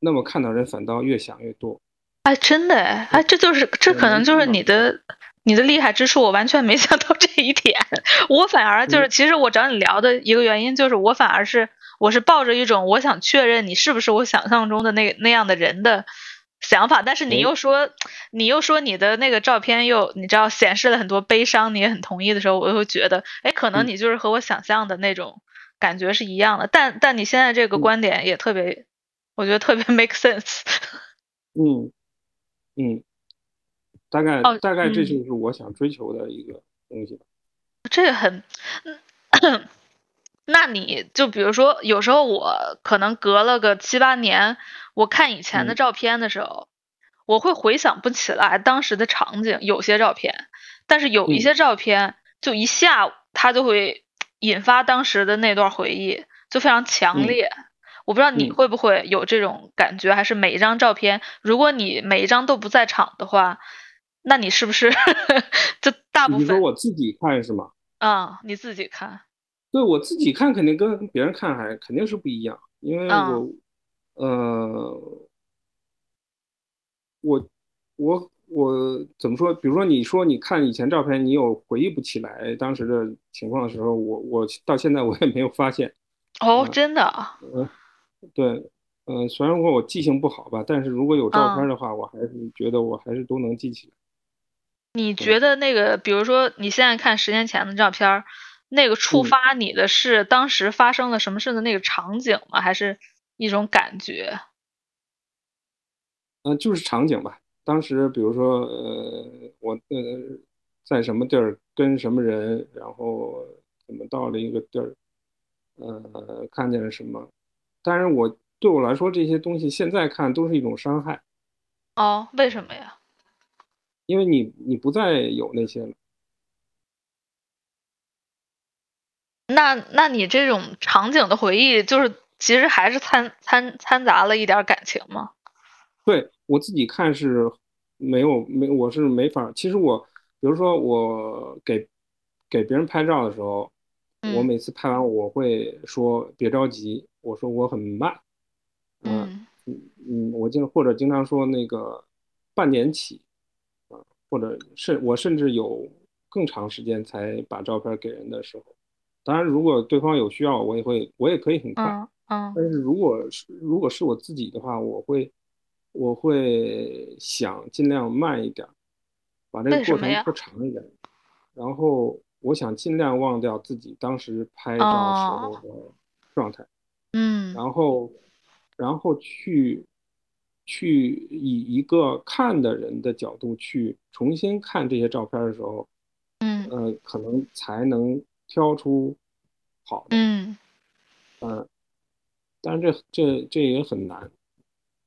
Speaker 4: 那么看到人反倒越想越多，
Speaker 3: 哎，真的哎，哎，这就是这
Speaker 4: 我
Speaker 3: 可能
Speaker 4: 能
Speaker 3: 就是
Speaker 4: 看到
Speaker 3: 你的你的厉害之处，我完全没想到这一点。 [laughs] 我反而
Speaker 4: 嗯
Speaker 3: 就是，其实我找你聊的一个原因就是，我反而是我是抱着一种我想确认你是不是我想象中的那那样的人的想法，但是你
Speaker 4: 哎
Speaker 3: 又说你又说你的那个照片又你知道显示了很多悲伤，你也很同意的时候，我又会觉得，哎，可能
Speaker 4: 嗯
Speaker 3: 你就是和我想象的那种感觉是一样的。但但你现在这个
Speaker 4: 嗯
Speaker 3: 观点也特别，我觉得特别 [laughs] make sense。
Speaker 4: 嗯嗯，大概
Speaker 3: 哦
Speaker 4: 大概这
Speaker 3: 嗯
Speaker 4: 就是我想追求的一个东西吧。
Speaker 3: 这个很， [coughs] 嗯那你就比如说，有时候我可能隔了个七八年，我看以前的
Speaker 4: 嗯
Speaker 3: 照片的时候，我会回想不起来当时的场景，有些照片，但是有一
Speaker 4: 嗯
Speaker 3: 些照片，就一下它就会引发当时的那段回忆，就非常强
Speaker 4: 嗯
Speaker 3: 烈。我不知道你
Speaker 4: 嗯
Speaker 3: 会不会有这种感觉，还是每一张照片，如果你每一张都不在场的话，那你是不 [laughs] 是就大部
Speaker 4: 你说
Speaker 3: 分
Speaker 4: 我自己看是吗？
Speaker 3: 啊、你自己看？
Speaker 4: 对我自己看肯定跟别人看还肯定是不一样，因为我
Speaker 3: 嗯，
Speaker 4: 呃，我我我怎么说？比如说，你说你看以前照片，你有回忆不起来当时的情况的时候，我我到现在我也没有发现。
Speaker 3: 哦，
Speaker 4: 嗯
Speaker 3: 真的啊，
Speaker 4: 对，呃，虽然说我记性不好吧，但是如果有照片的话，我还是觉得我还是都能记起来。
Speaker 3: 你觉得那个，比如说你现在看十年前的照片儿，那个触
Speaker 4: 嗯
Speaker 3: 发你的是当时发生了什么事的那个场景吗？还是一种感觉？
Speaker 4: 嗯、就是场景吧。当时比如说，呃，我呃在什么地儿跟什么人，然后怎么到了一个地儿，呃，看见了什么。但是我对我来说，这些东西现在看都是一种伤害，
Speaker 3: 哦，为什么呀？
Speaker 4: 因为你你不再有那些了。
Speaker 3: 那那你这种场景的回忆，就是其实还是掺掺掺杂了一点儿感情吗？
Speaker 4: 对，我自己看是没有没，我是没法儿。其实我，比如说我给给别人拍照的时候，我
Speaker 3: 嗯
Speaker 4: 每次拍完我会说别着急，我说我很慢，嗯
Speaker 3: 嗯
Speaker 4: 嗯嗯，我经或者经常说那个半年起，啊，或者甚我甚至有更长时间才把照片给人的时候，当然如果对方有需要，我也会我也可以很快。
Speaker 3: 嗯嗯
Speaker 4: 但是如果是如果是我自己的话，我会我会想尽量慢一点儿，把这
Speaker 3: 为
Speaker 4: 个
Speaker 3: 什
Speaker 4: 过
Speaker 3: 么
Speaker 4: 程
Speaker 3: 呀
Speaker 4: 拖长一点儿，然后我想尽量忘掉自己当时拍照时候的
Speaker 3: 哦
Speaker 4: 状态，
Speaker 3: 嗯
Speaker 4: 然后然后去去以一个看的人的角度去重新看这些照片儿的时候，
Speaker 3: 嗯
Speaker 4: 呃，可能才能挑出好的。
Speaker 3: 嗯，
Speaker 4: 但是这这这也很难，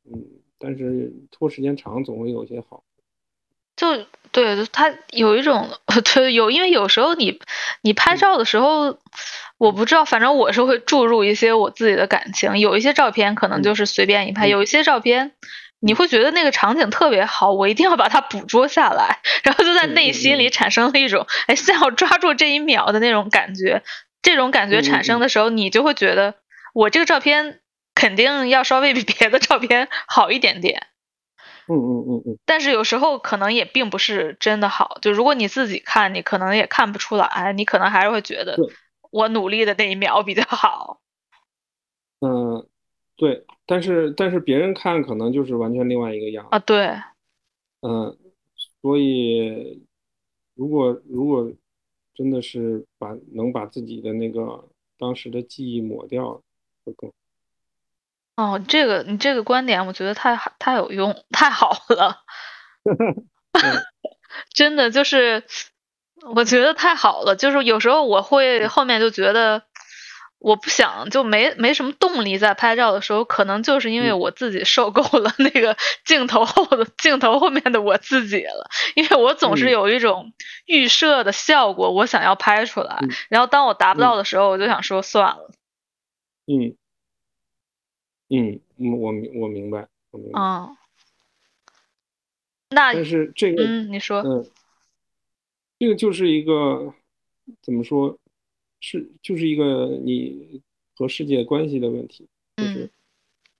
Speaker 4: 嗯，但是拖时间长总会有些好，
Speaker 3: 就对它有一种 [laughs] 对有，因为有时候你你拍
Speaker 4: 嗯
Speaker 3: 照的时候，我不知道，反正我是会注入一些我自己的感情，有一些照片可能
Speaker 4: 嗯
Speaker 3: 就是随便一拍，
Speaker 4: 嗯
Speaker 3: 有一些照片。你
Speaker 4: 嗯
Speaker 3: 会觉得那个场景特别好，我一定要把它捕捉下来，然后就在
Speaker 4: 嗯
Speaker 3: 内
Speaker 4: 嗯
Speaker 3: 心里
Speaker 4: 嗯
Speaker 3: 产生了一种，哎，现在要抓住这一秒的那种感觉。这种感觉
Speaker 4: 嗯嗯
Speaker 3: 产生
Speaker 4: 嗯
Speaker 3: 的时候，你就会觉得我这个照片肯定要稍微比别的照片好一点点。
Speaker 4: 嗯嗯嗯嗯，
Speaker 3: 但是有时候可能也并不是真的好，就如果你自己看，你可能也看不出来，你可能还是会觉得
Speaker 4: 对
Speaker 3: 我努力的那一秒比较好。
Speaker 4: 呃对，但是但是别人看可能就是完全另外一个样
Speaker 3: 啊，
Speaker 4: 子，
Speaker 3: 对，
Speaker 4: 嗯、所以如果如果真的是把能把自己的那个当时的记忆抹掉，会更
Speaker 3: 哦，这个你这个观点，我觉得太好太有用，太好
Speaker 4: [laughs]
Speaker 3: 了，
Speaker 4: 嗯
Speaker 3: [laughs] 真的就是我觉得太好了，就是有时候我会后面就觉得。我不想就没没什么动力在拍照的时候，可能就是因为
Speaker 4: 嗯
Speaker 3: 我自己受够了那个 [laughs] 镜头后的镜头后面的我自己了。因为我总是
Speaker 4: 嗯
Speaker 3: 有一种预设的效果，我想要拍出来
Speaker 4: 嗯，
Speaker 3: 然后当我达不到的时候，我就想说算了，
Speaker 4: 嗯嗯嗯，我明我明白我明白，
Speaker 3: 嗯，那
Speaker 4: 但是这个
Speaker 3: 嗯，你说，
Speaker 4: 嗯，这个就是一个怎么说，是就是一个你和世界关系的问题，就是
Speaker 3: 嗯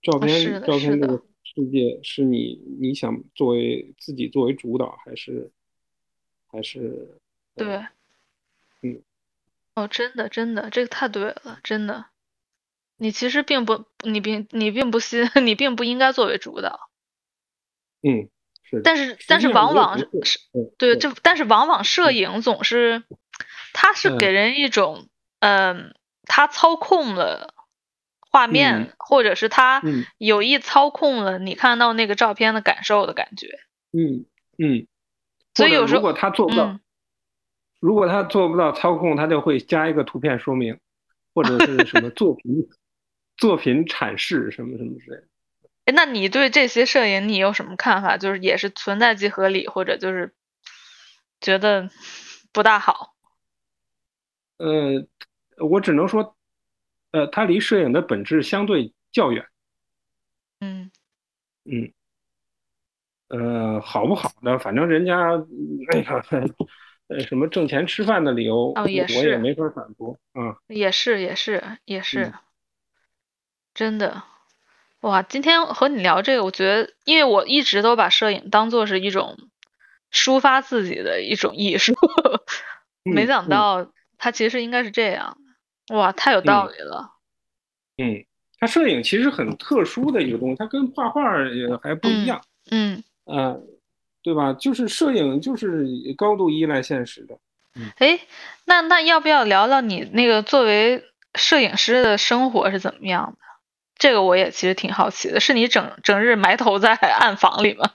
Speaker 4: 照片、
Speaker 3: 是的
Speaker 4: 照
Speaker 3: 是
Speaker 4: 片这
Speaker 3: 的
Speaker 4: 个世界是你你想作为自己作为主导，还是还是呃
Speaker 3: 对，
Speaker 4: 嗯，
Speaker 3: 哦，真的真的，这个太对了，真的，你其实并不，你并你并不心， [laughs] 你并不应该作为主导，
Speaker 4: 嗯是的，
Speaker 3: 但是
Speaker 4: 实
Speaker 3: 但是
Speaker 4: 际上
Speaker 3: 往往
Speaker 4: 又不
Speaker 3: 是
Speaker 4: 是嗯
Speaker 3: 对，
Speaker 4: 对
Speaker 3: 这但是往往摄影总是，它是
Speaker 4: 嗯
Speaker 3: 给人一种，嗯，它操控了画面，
Speaker 4: 嗯
Speaker 3: 或者是它
Speaker 4: 嗯
Speaker 3: 有意操控了你看到那个照片的感受的感觉。
Speaker 4: 嗯嗯，
Speaker 3: 所以
Speaker 4: 或者
Speaker 3: 有时候
Speaker 4: 如果他做不到
Speaker 3: 嗯，，
Speaker 4: 如果他做不到操控，他就会加一个图片说明，或者是什么作品 [laughs] 作品阐释什么什么之类的。
Speaker 3: 诶那你对这些摄影你有什么看法？就是也是存在即合理，或者就是觉得不大好。
Speaker 4: 呃，我只能说，呃，它离摄影的本质相对较远。
Speaker 3: 嗯
Speaker 4: 嗯，呃，好不好呢？反正人家那个呃什么挣钱吃饭的理由，
Speaker 3: 哦也
Speaker 4: 我
Speaker 3: 是
Speaker 4: 也没法反驳啊。
Speaker 3: 也是，也是，也是，
Speaker 4: 嗯
Speaker 3: 真的，哇！今天和你聊这个，我觉得，因为我一直都把摄影当做是一种抒发自己的一种艺术， [laughs] 没
Speaker 4: 嗯
Speaker 3: 想
Speaker 4: 嗯
Speaker 3: 到它其实应该是这样，哇，太有道
Speaker 4: 嗯
Speaker 3: 理了，
Speaker 4: 嗯，它摄影其实很特殊的一个东西，它跟画画也还不一样。
Speaker 3: 嗯
Speaker 4: 呃，对吧？就是摄影就是高度依赖现实的。
Speaker 3: 哎，那那要不要聊聊你那个作为摄影师的生活是怎么样的？这个我也其实挺好奇的，是你整整日埋头在 [laughs] 暗房里吗？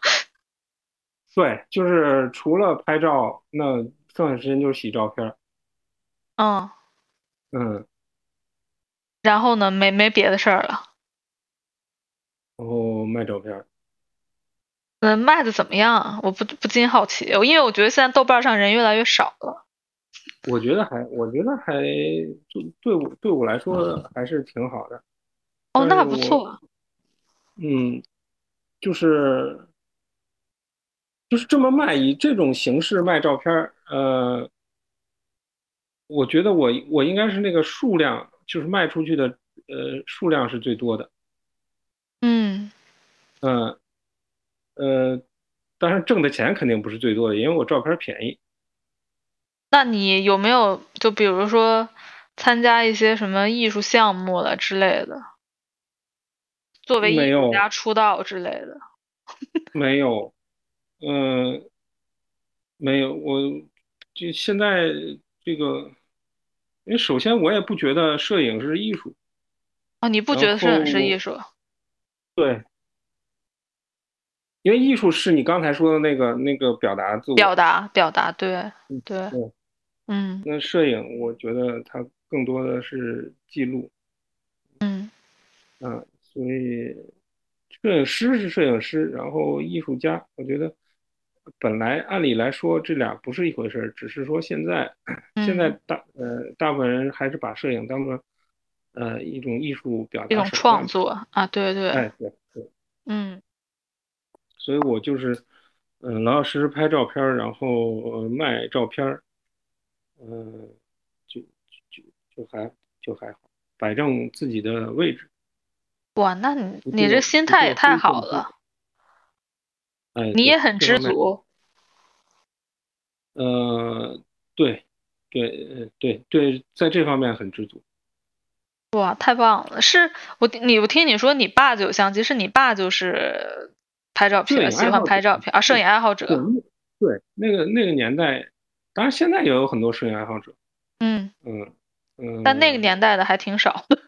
Speaker 4: 对，就是除了拍照，那剩下时间就是洗照片儿。
Speaker 3: 嗯，
Speaker 4: 嗯，
Speaker 3: 然后呢，没没别的事儿了。
Speaker 4: 然后卖照片儿。
Speaker 3: 嗯，卖的怎么样啊？我不不禁好奇，因为我觉得现在豆瓣上人越来越少了。
Speaker 4: 我觉得还，我觉得还就对我对我来说还是挺好的。
Speaker 3: 哦，
Speaker 4: 但
Speaker 3: 那
Speaker 4: 是
Speaker 3: 不
Speaker 4: 我
Speaker 3: 错。
Speaker 4: 嗯，就是就是这么卖，以这种形式卖照片儿，呃，我觉得我我应该是那个数量，就是卖出去的，呃，数量是最多的，
Speaker 3: 嗯
Speaker 4: 嗯、呃，当然挣的钱肯定不是最多的，因为我照片儿便宜，
Speaker 3: 那你有没有就比如说参加一些什么艺术项目了之类的，作为
Speaker 4: 没
Speaker 3: 艺术
Speaker 4: 有
Speaker 3: 家出道之类的？
Speaker 4: 没有，嗯、没有，我就现在这个，因为首先我也不觉得摄影是艺术。
Speaker 3: 哦，你不觉
Speaker 4: 然
Speaker 3: 得摄影是艺
Speaker 4: 后
Speaker 3: 术？
Speaker 4: 对，因为艺术是你刚才说的那个那个表达自我，
Speaker 3: 表达，表达，对
Speaker 4: 嗯
Speaker 3: 对
Speaker 4: 对，
Speaker 3: 嗯
Speaker 4: 那摄影我觉得它更多的是记录，
Speaker 3: 嗯
Speaker 4: 啊，所以摄影师是摄影师，然后艺术家，我觉得本来按理来说这俩不是一回事儿，只是说现在现在
Speaker 3: 嗯
Speaker 4: 大呃大部分人还是把摄影当做呃一种艺术表
Speaker 3: 一
Speaker 4: 达
Speaker 3: 种
Speaker 4: 手
Speaker 3: 创
Speaker 4: 段，
Speaker 3: 作啊，对对，
Speaker 4: 哎，对对。
Speaker 3: 嗯
Speaker 4: 所以我就是，嗯、老老实实拍照片儿，然后呃卖照片儿，嗯、就就就还就还好，摆正自己的位置。
Speaker 3: 哇，那你
Speaker 4: 不
Speaker 3: 你这
Speaker 4: 做
Speaker 3: 心
Speaker 4: 不
Speaker 3: 态也
Speaker 4: 做
Speaker 3: 太
Speaker 4: 灰色
Speaker 3: 好
Speaker 4: 地
Speaker 3: 了，
Speaker 4: 哎，
Speaker 3: 你
Speaker 4: 对
Speaker 3: 也很
Speaker 4: 这
Speaker 3: 知
Speaker 4: 方面
Speaker 3: 足。
Speaker 4: 呃，对，对，呃对对，在这方面很知足。
Speaker 3: 哇，太棒了！是我你我听你说你爸就有相机，是你爸就是拍照
Speaker 4: 摄
Speaker 3: 片，
Speaker 4: 影
Speaker 3: 喜
Speaker 4: 爱
Speaker 3: 欢
Speaker 4: 好
Speaker 3: 拍
Speaker 4: 者
Speaker 3: 照片啊，摄
Speaker 4: 对
Speaker 3: 影爱好
Speaker 4: 对
Speaker 3: 者。，
Speaker 4: 嗯对，那个那个年代，当然现在也有很多摄影爱好者，
Speaker 3: 嗯，
Speaker 4: 嗯嗯，
Speaker 3: 但那个年代的还挺少的。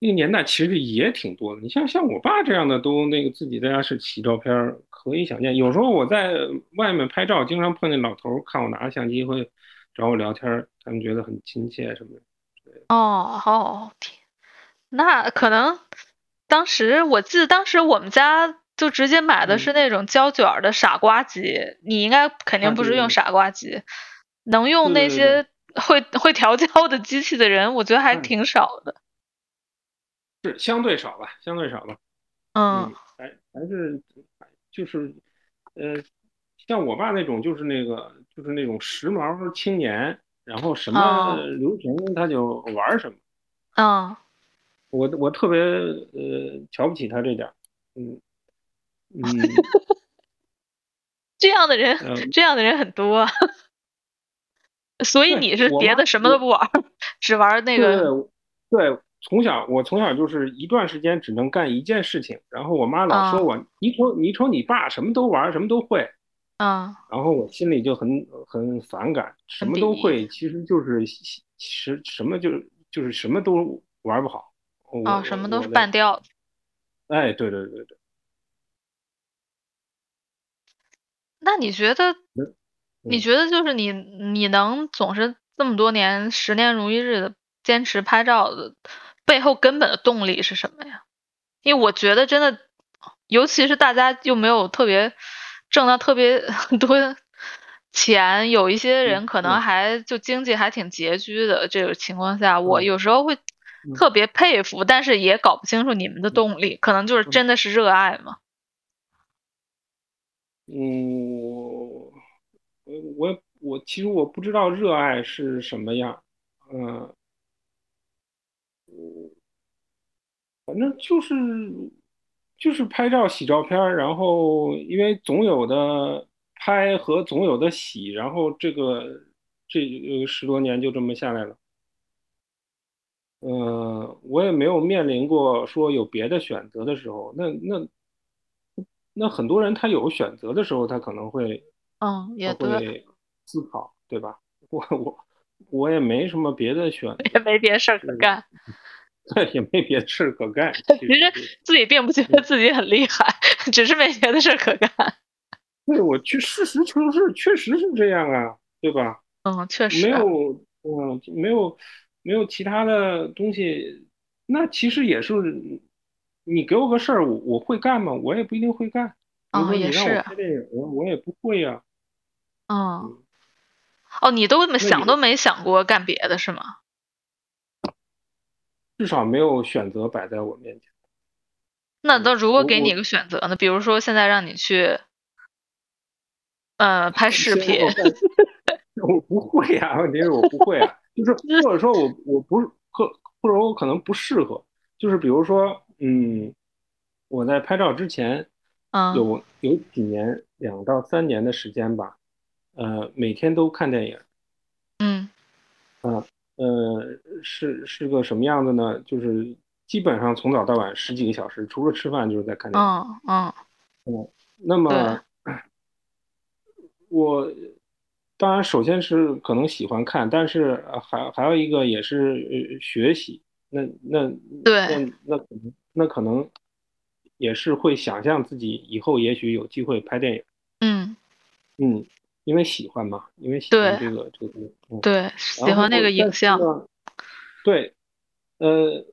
Speaker 4: 那个年代其实也挺多的。你像像我爸这样的，都那个自己在家是洗照片儿，可以想见。有时候我在外面拍照，经常碰见老头儿看我拿着相机，会找我聊天儿，他们觉得很亲切什么的。
Speaker 3: 哦哦天，那可能当时我记得当时我们家就直接买的
Speaker 4: 嗯
Speaker 3: 是那种胶卷儿的傻瓜机，你应该肯定
Speaker 4: 啊
Speaker 3: 不
Speaker 4: 对
Speaker 3: 是
Speaker 4: 对
Speaker 3: 用
Speaker 4: 对
Speaker 3: 傻瓜机，能用
Speaker 4: 对
Speaker 3: 那
Speaker 4: 对对
Speaker 3: 些会会调教的机器的人，我觉得还
Speaker 4: 嗯
Speaker 3: 挺少的。
Speaker 4: 是相对少吧，相对少吧。
Speaker 3: 嗯，
Speaker 4: 还还是就是，呃，像我爸那种，就是那个就是那种时髦青年，然后什么
Speaker 3: 哦
Speaker 4: 流行他就玩儿什么。
Speaker 3: 嗯，
Speaker 4: 我我特别呃瞧不起他这点儿，嗯嗯
Speaker 3: 这样的人 [laughs]
Speaker 4: 呃。
Speaker 3: 这样的人很多啊， [laughs] 所以
Speaker 4: 对
Speaker 3: 你是
Speaker 4: 我
Speaker 3: 别
Speaker 4: 妈
Speaker 3: 的什么都
Speaker 4: 我
Speaker 3: 不玩儿，只玩儿那
Speaker 4: 对
Speaker 3: 个
Speaker 4: 对，从小我从小就是一段时间只能干一件事情，然后我妈老
Speaker 3: 哦
Speaker 4: 说我，你瞅你瞅你爸什么都玩，什么都会，
Speaker 3: 嗯
Speaker 4: 然后我心里就很很反感，什么都会，其实就是什什么就是就是什么都玩不好，我
Speaker 3: 哦，什么都是
Speaker 4: 我的
Speaker 3: 半吊子。
Speaker 4: 哎，对对对对，
Speaker 3: 那你觉得，你
Speaker 4: 嗯
Speaker 3: 觉得就是你你能总是这么多年十年如一日的坚持拍照的背后根本的动力是什么呀？因为我觉得真的，尤其是大家又没有特别挣到特别 [laughs] 多钱，有一些人可能
Speaker 4: 嗯
Speaker 3: 还就经济还挺拮据的这个情况下，我
Speaker 4: 嗯
Speaker 3: 有时候会
Speaker 4: 嗯
Speaker 3: 特别佩服，但是也搞不清楚你们的动力，可能就是
Speaker 4: 嗯
Speaker 3: 真的是热爱嘛。
Speaker 4: 嗯，我我我其实我不知道热爱是什么样，嗯。反正就是就是拍照、洗照片儿，然后因为总有的拍和总有的洗，然后这个这呃十多年就这么下来了。呃，我也没有面临过说有别的选择的时候，那那那很多人他有选择的时候，他可能会
Speaker 3: 嗯，也
Speaker 4: 他
Speaker 3: 对，
Speaker 4: 啊会思考，对吧？我我我也没什么别的选， [laughs]
Speaker 3: 也没别事儿可
Speaker 4: 是
Speaker 3: 干，
Speaker 4: 对，也没别的事
Speaker 3: [laughs]
Speaker 4: 可干。其
Speaker 3: 实自己并不觉得自己很厉害， [laughs] 只是没别的事儿可干。
Speaker 4: 对我去，事实就是确实是这样啊，对吧？
Speaker 3: 嗯，确
Speaker 4: 没
Speaker 3: 实，
Speaker 4: 有，嗯，没有，没有其他的东西，那其实也是，你给我个事儿，我我会干吗？我也不一定会干。比如
Speaker 3: 哦
Speaker 4: 说
Speaker 3: 也
Speaker 4: 你让
Speaker 3: 是
Speaker 4: 我拍电影，我我也不会啊呀、
Speaker 3: 嗯，哦，你都没想
Speaker 4: 也
Speaker 3: 都没想过干别的是吗？
Speaker 4: 至少没有选择摆在我面前。
Speaker 3: 那
Speaker 4: 嗯
Speaker 3: 那如果
Speaker 4: 我
Speaker 3: 给你
Speaker 4: 我
Speaker 3: 一个选择呢？比如说现在让你去，呃，拍 [laughs] 视
Speaker 4: 先让
Speaker 3: 频
Speaker 4: 我，干 [laughs] 我不会呀、问题是我不会啊，
Speaker 3: [laughs]
Speaker 4: 就是
Speaker 3: 嗯
Speaker 4: 或者说我我不是或或者我可能不适合，就是比如说，嗯，我在拍照之前
Speaker 3: 嗯，
Speaker 4: 有有几年两到三年的时间吧，呃，每天都看电影，
Speaker 3: 嗯，
Speaker 4: 呃，是是个什么样子呢？就是基本上从早到晚十几个小时，除了吃饭就是在看电影。
Speaker 3: 嗯，嗯，
Speaker 4: 那么，我当然首先是可能喜欢看，但是呃还还有一个也是呃学习。那那
Speaker 3: 对
Speaker 4: 那那可能那可能也是会想象自己以后也许有机会拍电影，
Speaker 3: 嗯，
Speaker 4: 嗯，因为喜欢嘛，因为喜欢
Speaker 3: 对
Speaker 4: 这个这个东西，嗯，
Speaker 3: 对，
Speaker 4: 然
Speaker 3: 喜欢那个
Speaker 4: 后但
Speaker 3: 影
Speaker 4: 是
Speaker 3: 像，
Speaker 4: 呢对，呃，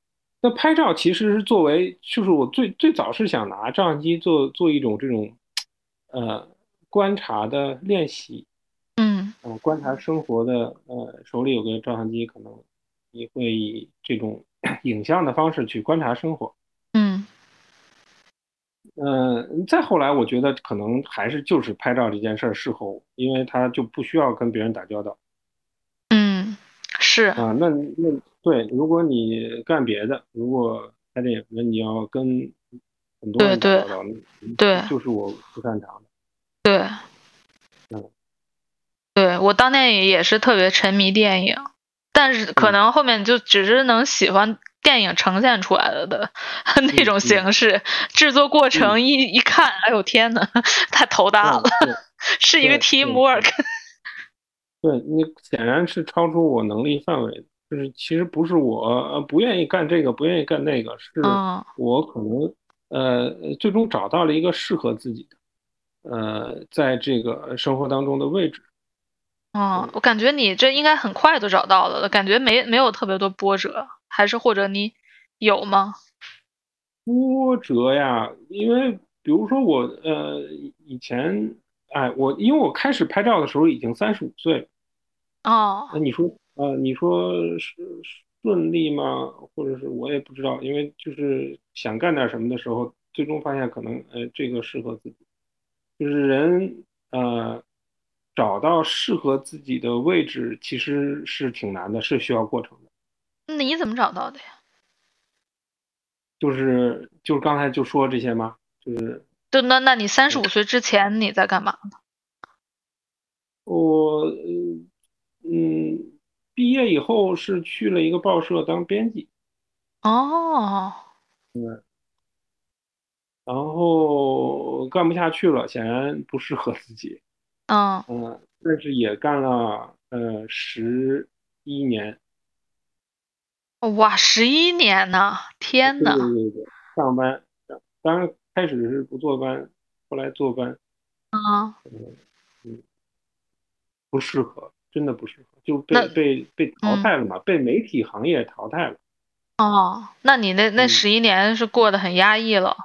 Speaker 4: 那拍照其实是作为，就是我最最早是想拿照相机做做一种这种，呃，观察的练习，
Speaker 3: 嗯，
Speaker 4: 呃，观察生活的，呃，手里有个照相机，可能你会以这种影像的方式去观察生活。
Speaker 3: 嗯，
Speaker 4: 嗯、再后来，我觉得可能还是就是拍照这件事儿适合我，因为它就不需要跟别人打交道。
Speaker 3: 嗯，是，
Speaker 4: 啊，那那对，如果你干别的，如果拍电影，那你要跟很多
Speaker 3: 对
Speaker 4: 人打
Speaker 3: 对
Speaker 4: 交道，那
Speaker 3: 对
Speaker 4: 就是我不擅长的。
Speaker 3: 对
Speaker 4: 嗯，
Speaker 3: 对，我当年也也是特别沉迷电影，但是可
Speaker 4: 嗯
Speaker 3: 能后面就只是能喜欢电影呈现出来了的 [laughs] 那
Speaker 4: 嗯
Speaker 3: 种
Speaker 4: 嗯
Speaker 3: 形式，制作过程一一看，哎呦天呐， [laughs] 太头大了，
Speaker 4: 对
Speaker 3: 是一个
Speaker 4: 嗯对对
Speaker 3: teamwork。
Speaker 4: 对，你显然是超出我能力范围的，就是其实不是我呃不愿意干这个，不愿意干那个，是
Speaker 3: 嗯
Speaker 4: 我可能呃最终找到了一个适合自己的，呃，在这个生活当中的位置。
Speaker 3: 嗯，我感觉你这应该很快就找到了，感觉没没有特别多波折，还是或者你有吗？
Speaker 4: 波折呀，因为比如说我呃以以前，哎，我因为我开始拍照的时候已经三十五岁了，
Speaker 3: 哦，
Speaker 4: 那你说呃你说是顺利吗？或者是我也不知道，因为就是想干点什么的时候，最终发现可能呃这个适合自己，就是人呃找到适合自己的位置其实是挺难的，是需要过程的。
Speaker 3: 那你怎么找到的呀？
Speaker 4: 就是就是刚才就说这些吗？就是。
Speaker 3: 就那那你三
Speaker 4: 嗯
Speaker 3: 十五岁之前你在干嘛？
Speaker 4: 我嗯嗯，毕业以后是去了一个报社当编辑，
Speaker 3: 哦，
Speaker 4: 然后干不下去了，显然不适合自己，
Speaker 3: 嗯
Speaker 4: 嗯，但是也干了呃十一年，
Speaker 3: 哦哇，十一年呢！
Speaker 4: 对
Speaker 3: 天
Speaker 4: 对
Speaker 3: 呐，
Speaker 4: 对对，上班，当然开始是不坐班，后来坐班
Speaker 3: 嗯，
Speaker 4: 不适合，真的不适合，就被
Speaker 3: 那
Speaker 4: 被被淘
Speaker 3: 嗯
Speaker 4: 汰了嘛，被媒体行业淘汰了。
Speaker 3: 哦，那你那那
Speaker 4: 嗯
Speaker 3: 十一年是过得很压抑了，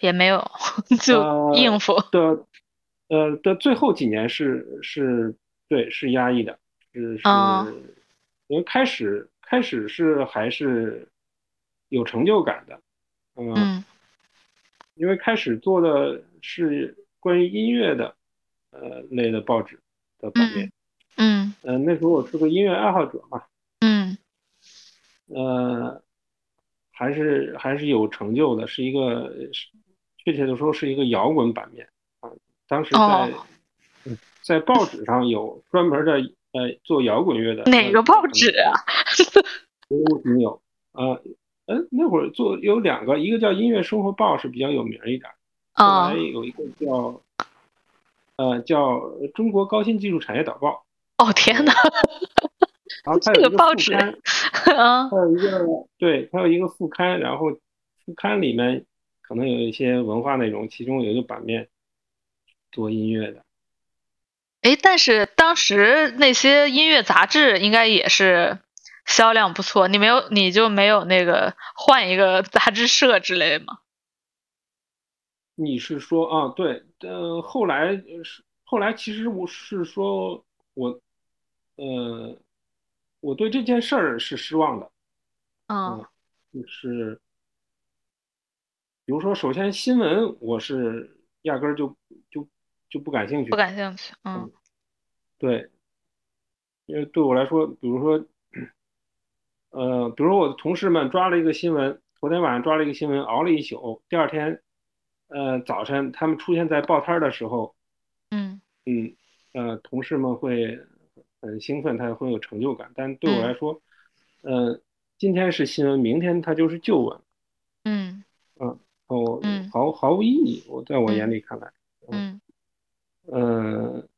Speaker 3: 也没有 [laughs] 就
Speaker 4: 呃
Speaker 3: 应付。
Speaker 4: 的，呃的最后几年是是，对，是压抑的，是是
Speaker 3: 啊，
Speaker 4: 因为开始开始是还是有成就感的，嗯，
Speaker 3: 嗯
Speaker 4: 因为开始做的是关于音乐的，呃类的报纸的版面，
Speaker 3: 嗯
Speaker 4: 嗯、呃，那时候我是个音乐爱好者嘛，
Speaker 3: 嗯
Speaker 4: 呃，还是还是有成就的，是一个，是确切的说是一个摇滚版面啊。当时在
Speaker 3: 哦
Speaker 4: 嗯在报纸上有专门的呃做摇滚乐的，
Speaker 3: 哪
Speaker 4: 那
Speaker 3: 个报纸啊？
Speaker 4: 我可能有呃啊，呃，那会儿做有两个，一个叫《音乐生活报》是比较有名一点儿，后
Speaker 3: 啊
Speaker 4: 来有一个叫呃叫《中国高新技术产业导报》，
Speaker 3: 哦天哪，
Speaker 4: 然后它
Speaker 3: 这
Speaker 4: 有
Speaker 3: 个
Speaker 4: 一个
Speaker 3: 报
Speaker 4: 副
Speaker 3: 纸
Speaker 4: 刊，
Speaker 3: 啊
Speaker 4: 它有一个对，它有一个副刊，然后副刊里面可能有一些文化内容，其中有一个版面做音乐的，
Speaker 3: 诶，但是当时那些音乐杂志应该也是销量不错，你没有你就没有那个换一个杂志社之类吗？
Speaker 4: 你是说啊？对，呃，后来呃是后来，其实我是说我，呃，我对这件事儿是失望的，
Speaker 3: 嗯
Speaker 4: 嗯就是，比如说，首先新闻我是压根儿就就就不感兴趣
Speaker 3: 不，感兴趣。嗯
Speaker 4: 对，因为对我来说，比如说，呃，比如说我的同事们抓了一个新闻，昨天晚上抓了一个新闻，熬了一宿，第二天，呃，早晨他们出现在报摊儿的时候。
Speaker 3: 嗯
Speaker 4: 嗯，呃，同事们会很兴奋，他会有成就感。但对我来说，呃，今天是新闻，明天它就是旧闻，
Speaker 3: 嗯
Speaker 4: 哦
Speaker 3: 嗯，
Speaker 4: 毫毫无意义。我在我眼里看来，
Speaker 3: 嗯
Speaker 4: 呃，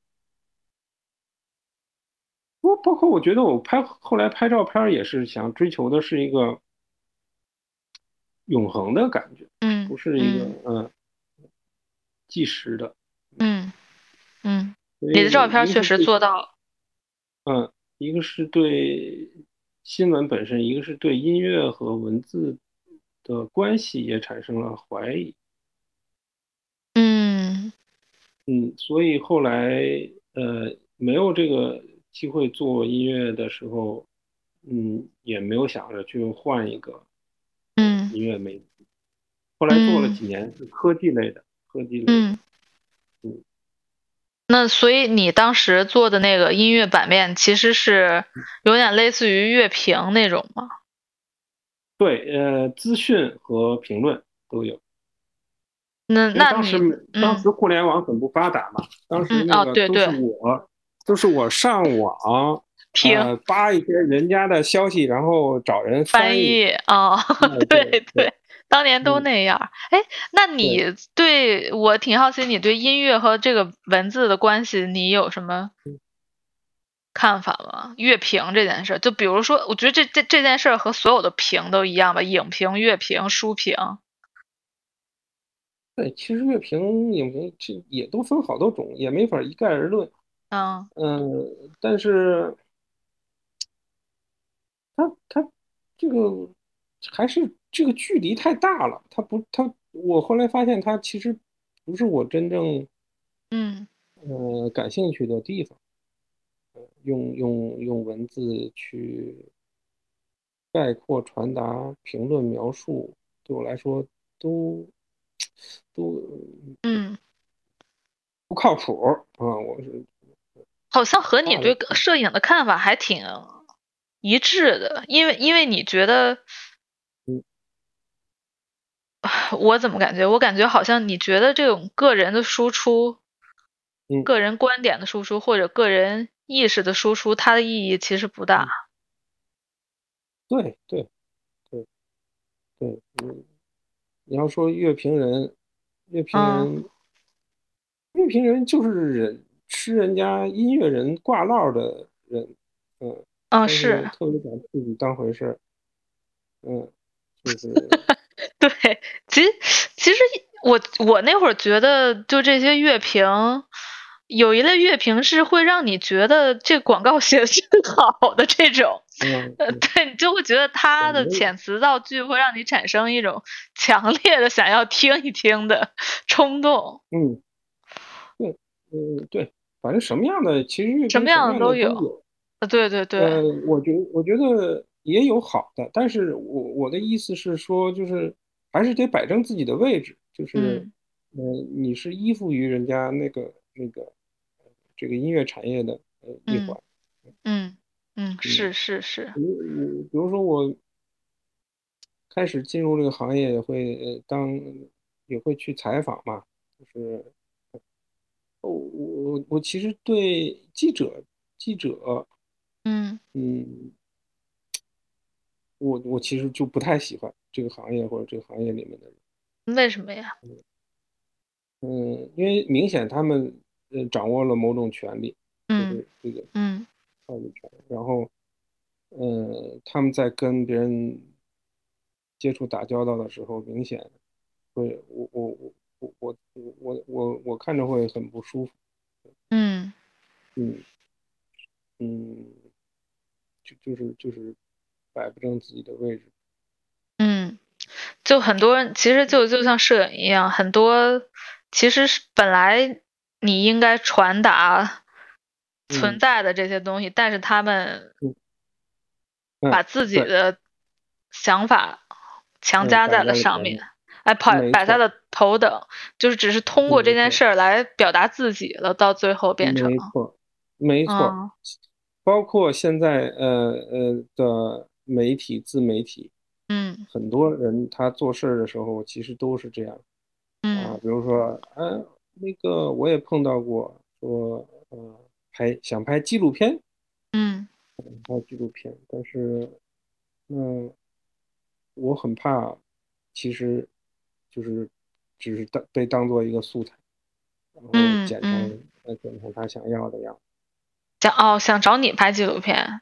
Speaker 4: 我包括我觉得我拍后来拍照片儿也是想追求的是一个永恒的感觉，
Speaker 3: 嗯，
Speaker 4: 不是一个嗯即时的。
Speaker 3: 嗯嗯嗯，
Speaker 4: 所
Speaker 3: 你的
Speaker 4: 以
Speaker 3: 照片
Speaker 4: 一个
Speaker 3: 确
Speaker 4: 是
Speaker 3: 实
Speaker 4: 对
Speaker 3: 做到了。
Speaker 4: 嗯，一个是对新闻本身，一个是对音乐和文字的关系也产生了怀疑。
Speaker 3: 嗯
Speaker 4: 嗯，所以后来呃没有这个机会做音乐的时候，嗯，也没有想着去换一个
Speaker 3: 嗯
Speaker 4: 音乐媒体。后来做了
Speaker 3: 嗯
Speaker 4: 几年是科技类的，科技类的。
Speaker 3: 嗯。
Speaker 4: 嗯
Speaker 3: 那所以你当时做的那个音乐版面其实是有点类似于乐评那种吗？
Speaker 4: 对，呃，资讯和评论都有。
Speaker 3: 那
Speaker 4: 因为
Speaker 3: 那
Speaker 4: 当时
Speaker 3: 你
Speaker 4: 没当
Speaker 3: 嗯
Speaker 4: 时互联网很不发达嘛，当时
Speaker 3: 嗯
Speaker 4: 那
Speaker 3: 哦
Speaker 4: 个
Speaker 3: 对
Speaker 4: 都是
Speaker 3: 对
Speaker 4: 我，都是我上网，
Speaker 3: 评
Speaker 4: 呃，扒一些人家的消息，然后找人
Speaker 3: 翻
Speaker 4: 译。
Speaker 3: 译哦， [laughs]
Speaker 4: 嗯
Speaker 3: 对
Speaker 4: 对
Speaker 3: 对
Speaker 4: 对，
Speaker 3: 当年都
Speaker 4: 嗯
Speaker 3: 那样儿。哎，那你对我挺好奇，你对音乐和这个文字的关系，你有什么
Speaker 4: 嗯
Speaker 3: 看法吗？乐评这件事儿，就比如说，我觉得这这这件事儿和所有的评都一样吧，影评、乐评、书评。
Speaker 4: 对，其实乐评、影评这也都分好多种，也没法一概而论。
Speaker 3: 嗯
Speaker 4: 嗯，但是它它这个还是这个距离太大了，它不它我后来发现它其实不是我真正
Speaker 3: 嗯
Speaker 4: 呃感兴趣的地方。呃用用用文字去概括、传达、评论、描述，对我来说都都
Speaker 3: 嗯，
Speaker 4: 不靠谱儿啊！我是
Speaker 3: 好像和你
Speaker 4: 大
Speaker 3: 对
Speaker 4: 的
Speaker 3: 摄影的看法还挺一致的，因为因为你觉得
Speaker 4: 嗯，
Speaker 3: [sighs] 我怎么感觉？我感觉好像你觉得这种个人的输出、
Speaker 4: 嗯
Speaker 3: 个人观点的输出或者个人意识的输出，它的意义其实不大。
Speaker 4: 对对对对，嗯，你要说乐评人，乐评
Speaker 3: 嗯
Speaker 4: 人，乐评人就是人吃人家音乐人挂烙的人，嗯，
Speaker 3: 嗯，
Speaker 4: 但是
Speaker 3: 是
Speaker 4: 特别把自己当回事儿，嗯，就是。
Speaker 3: [laughs] [laughs] 对。其实其实我我那会儿觉得，就这些乐评。有一类乐评是会让你觉得这广告写的是好的这种，
Speaker 4: 嗯
Speaker 3: 呃，
Speaker 4: 嗯
Speaker 3: 对，你就会觉得他的
Speaker 4: 没有
Speaker 3: 遣词造句会让你产生一种强烈的想要听一听的 [laughs] 冲动，
Speaker 4: 嗯，对，嗯，对，反正什么样的，其实乐
Speaker 3: 什么
Speaker 4: 评什么
Speaker 3: 样的
Speaker 4: 样的
Speaker 3: 都
Speaker 4: 都
Speaker 3: 有。
Speaker 4: 有。
Speaker 3: 呃，对对对，
Speaker 4: 呃，我觉我觉得也有好的，但是我我的意思是说，就是还是得摆正自己的位置，就是，
Speaker 3: 嗯
Speaker 4: 呃，你是依附于人家那个那个呃这个音乐产业的呃一
Speaker 3: 嗯
Speaker 4: 环。
Speaker 3: 嗯嗯，是是是，
Speaker 4: 比如我，比如说我开始进入这个行业，也会呃当也会去采访嘛，就是呃我我我其实对记者记者，
Speaker 3: 嗯
Speaker 4: 嗯，我我其实就不太喜欢这个行业或者这个行业里面的人，
Speaker 3: 为什么呀？
Speaker 4: 嗯，因为明显他们呃掌握了某种权利，就
Speaker 3: 嗯
Speaker 4: 是这个
Speaker 3: 嗯
Speaker 4: 话语权，然后，呃，他们在跟别人接触打交道的时候，明显会，我我我我我我我我看着会很不舒服，
Speaker 3: 嗯
Speaker 4: 嗯嗯，就就是就是摆不正自己的位置，
Speaker 3: 嗯，就很多人其实就就像摄影一样，很多其实是本来你应该传达存
Speaker 4: 嗯
Speaker 3: 在的这些东西，但是他们
Speaker 4: 嗯嗯
Speaker 3: 把自己
Speaker 4: 对
Speaker 3: 的想法强
Speaker 4: 嗯
Speaker 3: 加
Speaker 4: 摆
Speaker 3: 在
Speaker 4: 在
Speaker 3: 了
Speaker 4: 了
Speaker 3: 上
Speaker 4: 前
Speaker 3: 面
Speaker 4: 面。
Speaker 3: 哎，摆
Speaker 4: 没
Speaker 3: 摆在
Speaker 4: 错
Speaker 3: 了头等，就是只是通过
Speaker 4: 嗯
Speaker 3: 这
Speaker 4: 没
Speaker 3: 件
Speaker 4: 错
Speaker 3: 事儿来表达自己了，到最后变成
Speaker 4: 没错，没错，
Speaker 3: 嗯
Speaker 4: 包括现在呃呃的媒体自媒体，
Speaker 3: 嗯
Speaker 4: 很多人他做事儿的时候其实都是这样。啊，
Speaker 3: 嗯
Speaker 4: 比如说，呃，那个我也碰到过，说，呃，拍想拍纪录片，
Speaker 3: 嗯
Speaker 4: 拍纪录片，但是，嗯、我很怕，其实就是只是当被当做一个素材，然后
Speaker 3: 嗯嗯
Speaker 4: 剪成呃剪成他想要的样子。
Speaker 3: 想哦想找你拍纪录片，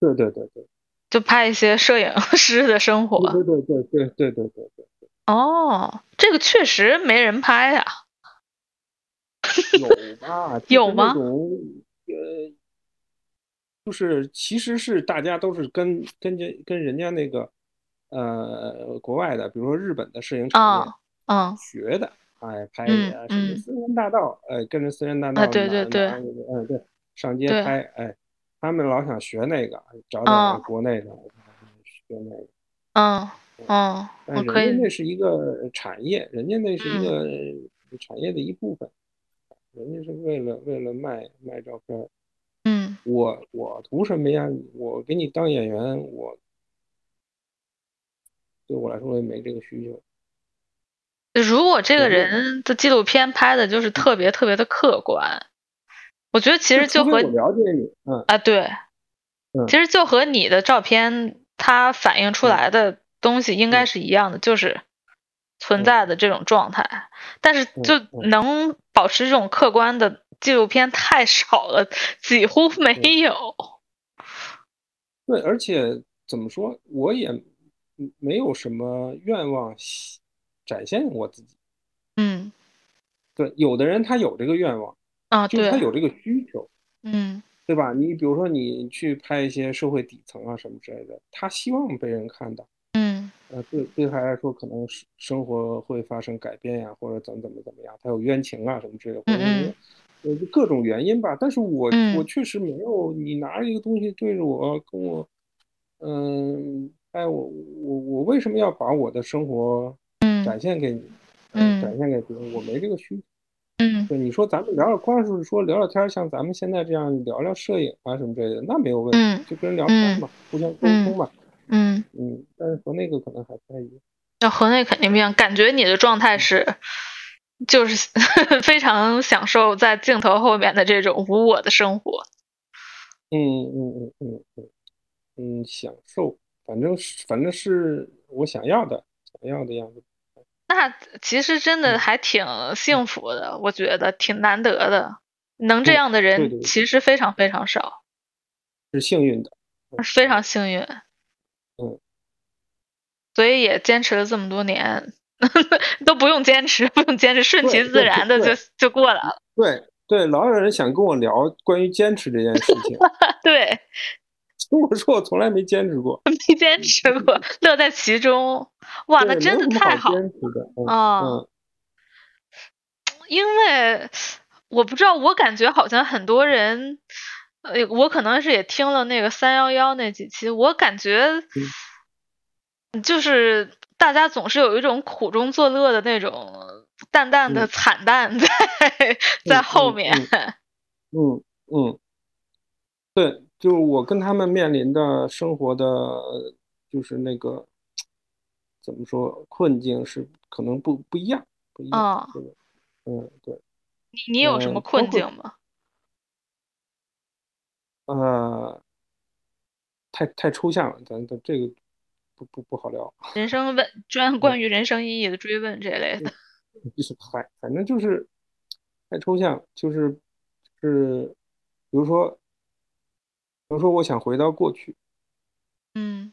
Speaker 4: 对对对对，
Speaker 3: 就拍一些摄影 [laughs] 师的生活。
Speaker 4: 对对对对对对对对
Speaker 3: 哦，这个确实没人拍呀、
Speaker 4: 对，有吧？就是
Speaker 3: 有
Speaker 4: 那
Speaker 3: 吗
Speaker 4: 种呃，就是其实是大家都是跟跟着跟人家那个呃国外的，比如说日本的摄影产业
Speaker 3: 啊。嗯
Speaker 4: 学的，哎，拍
Speaker 3: 嗯
Speaker 4: 啊什么
Speaker 3: 嗯
Speaker 4: 私人大道，哎，跟着私人大道
Speaker 3: 啊对
Speaker 4: 哪
Speaker 3: 对
Speaker 4: 哪
Speaker 3: 对
Speaker 4: 哪里嗯对，上街
Speaker 3: 对
Speaker 4: 拍，哎，他们老想学那个，找
Speaker 3: 啊
Speaker 4: 找国内的学那个，
Speaker 3: 嗯嗯，
Speaker 4: 但
Speaker 3: 我
Speaker 4: 人
Speaker 3: 可
Speaker 4: 家那
Speaker 3: 以，
Speaker 4: 是一个产业，人家那是一
Speaker 3: 嗯
Speaker 4: 个呃产业的一部分，人家是为了为了卖卖照片儿。
Speaker 3: 嗯
Speaker 4: 我我图什么呀？我给你当演员，我对我来说也没这个需求。
Speaker 3: 如果这个
Speaker 4: 有没有
Speaker 3: 人的纪录片拍的就是特别特别的客观，我觉得其实
Speaker 4: 除
Speaker 3: 就
Speaker 4: 非
Speaker 3: 和
Speaker 4: 我了解你，嗯，
Speaker 3: 啊，对，
Speaker 4: 嗯
Speaker 3: 其实就和你的照片它反映出
Speaker 4: 嗯
Speaker 3: 来的东西应该
Speaker 4: 嗯
Speaker 3: 是一样的，就是存
Speaker 4: 嗯
Speaker 3: 在的这种状态。但是
Speaker 4: 嗯
Speaker 3: 就
Speaker 4: 嗯
Speaker 3: 能保持这种客观的纪录片太少了，几乎没有。
Speaker 4: 对，而且怎么说，我也嗯没有什么愿望希展现我自己。
Speaker 3: 嗯
Speaker 4: 对，有的人他有这个愿望，
Speaker 3: 啊，
Speaker 4: 就是他
Speaker 3: 对，
Speaker 4: 有这个需求，
Speaker 3: 嗯
Speaker 4: 对吧？你比如说你去拍一些社会底层啊什么之类的，他希望被人看到。
Speaker 3: 嗯
Speaker 4: 呃，对对他来说，可能是生活会发生改变呀、或者怎么怎么怎么样，他有冤情啊什么之类的，或者
Speaker 3: 嗯嗯
Speaker 4: 呃各种原因吧。但是我
Speaker 3: 嗯
Speaker 4: 我确实没有，你拿着一个东西对着我跟我，嗯，哎，我我我为什么要把我的生活
Speaker 3: 嗯
Speaker 4: 展现给你，呃，
Speaker 3: 嗯
Speaker 4: 展现给别人？我没这个需求。
Speaker 3: 嗯
Speaker 4: 对，你说咱们聊聊，光是说聊聊天儿，像咱们现在这样聊聊摄影啊什么之类的，那没有问题，
Speaker 3: 嗯
Speaker 4: 就跟人聊天
Speaker 3: 嗯
Speaker 4: 嘛，互相沟
Speaker 3: 嗯
Speaker 4: 通嘛，
Speaker 3: 嗯，
Speaker 4: 嗯，但是和那个可能还不太一样。
Speaker 3: 那和那肯定不一样。感觉你的状态是。就是 [laughs] 非常享受在镜头后面的这种无我的生活，
Speaker 4: 嗯嗯嗯嗯嗯嗯，享受，反正是反正是我想要的，想要的样子。
Speaker 3: 那其实真的
Speaker 4: 嗯
Speaker 3: 还挺幸福的，我觉得挺难得的，能这
Speaker 4: 对
Speaker 3: 样的
Speaker 4: 对
Speaker 3: 人
Speaker 4: 对，
Speaker 3: 其实非常非常少，
Speaker 4: 是幸运的。
Speaker 3: 啊非常幸运，
Speaker 4: 嗯，
Speaker 3: 所以也坚持了这么多年， [laughs] 都不用坚持，不用坚持，顺其
Speaker 4: 对
Speaker 3: 自
Speaker 4: 对
Speaker 3: 然的就
Speaker 4: 对
Speaker 3: 就过来了。 [laughs]
Speaker 4: 对对，老有人想跟我聊关于坚持这件事
Speaker 3: [laughs]
Speaker 4: 情，
Speaker 3: 对，
Speaker 4: 我说我从来没坚持过，
Speaker 3: 没 [laughs] 坚持过，乐在其中，哇，那
Speaker 4: 对，没
Speaker 3: 真
Speaker 4: 有
Speaker 3: 的
Speaker 4: 什么
Speaker 3: 太
Speaker 4: 好
Speaker 3: 好
Speaker 4: 坚持嗯的。嗯
Speaker 3: 啊！
Speaker 4: 嗯
Speaker 3: 因为我不知道，我感觉好像很多人，呃，我可能是也听了那个三幺幺那几期，我感觉
Speaker 4: 嗯
Speaker 3: 就是大家总是有一种苦中作乐的那种淡淡的
Speaker 4: 嗯
Speaker 3: 惨淡在 [laughs] 在
Speaker 4: 嗯
Speaker 3: 后
Speaker 4: 嗯
Speaker 3: 面。
Speaker 4: [laughs] 嗯嗯，对，就是我跟他们面临的生活的，就是那个怎么说困境是可能不不一样，不一样。
Speaker 3: 嗯，
Speaker 4: 这个嗯，对。
Speaker 3: 你你有什
Speaker 4: 嗯
Speaker 3: 么
Speaker 4: 包
Speaker 3: 困
Speaker 4: 括
Speaker 3: 境吗？
Speaker 4: 呃，太太抽象了，咱咱这个不不不好聊。 [laughs]
Speaker 3: 人生问专关于人生意义的追问这类的。
Speaker 4: 一起拍，反正就是太抽象，就是就是，比如说，比如说我想回到过去，
Speaker 3: 嗯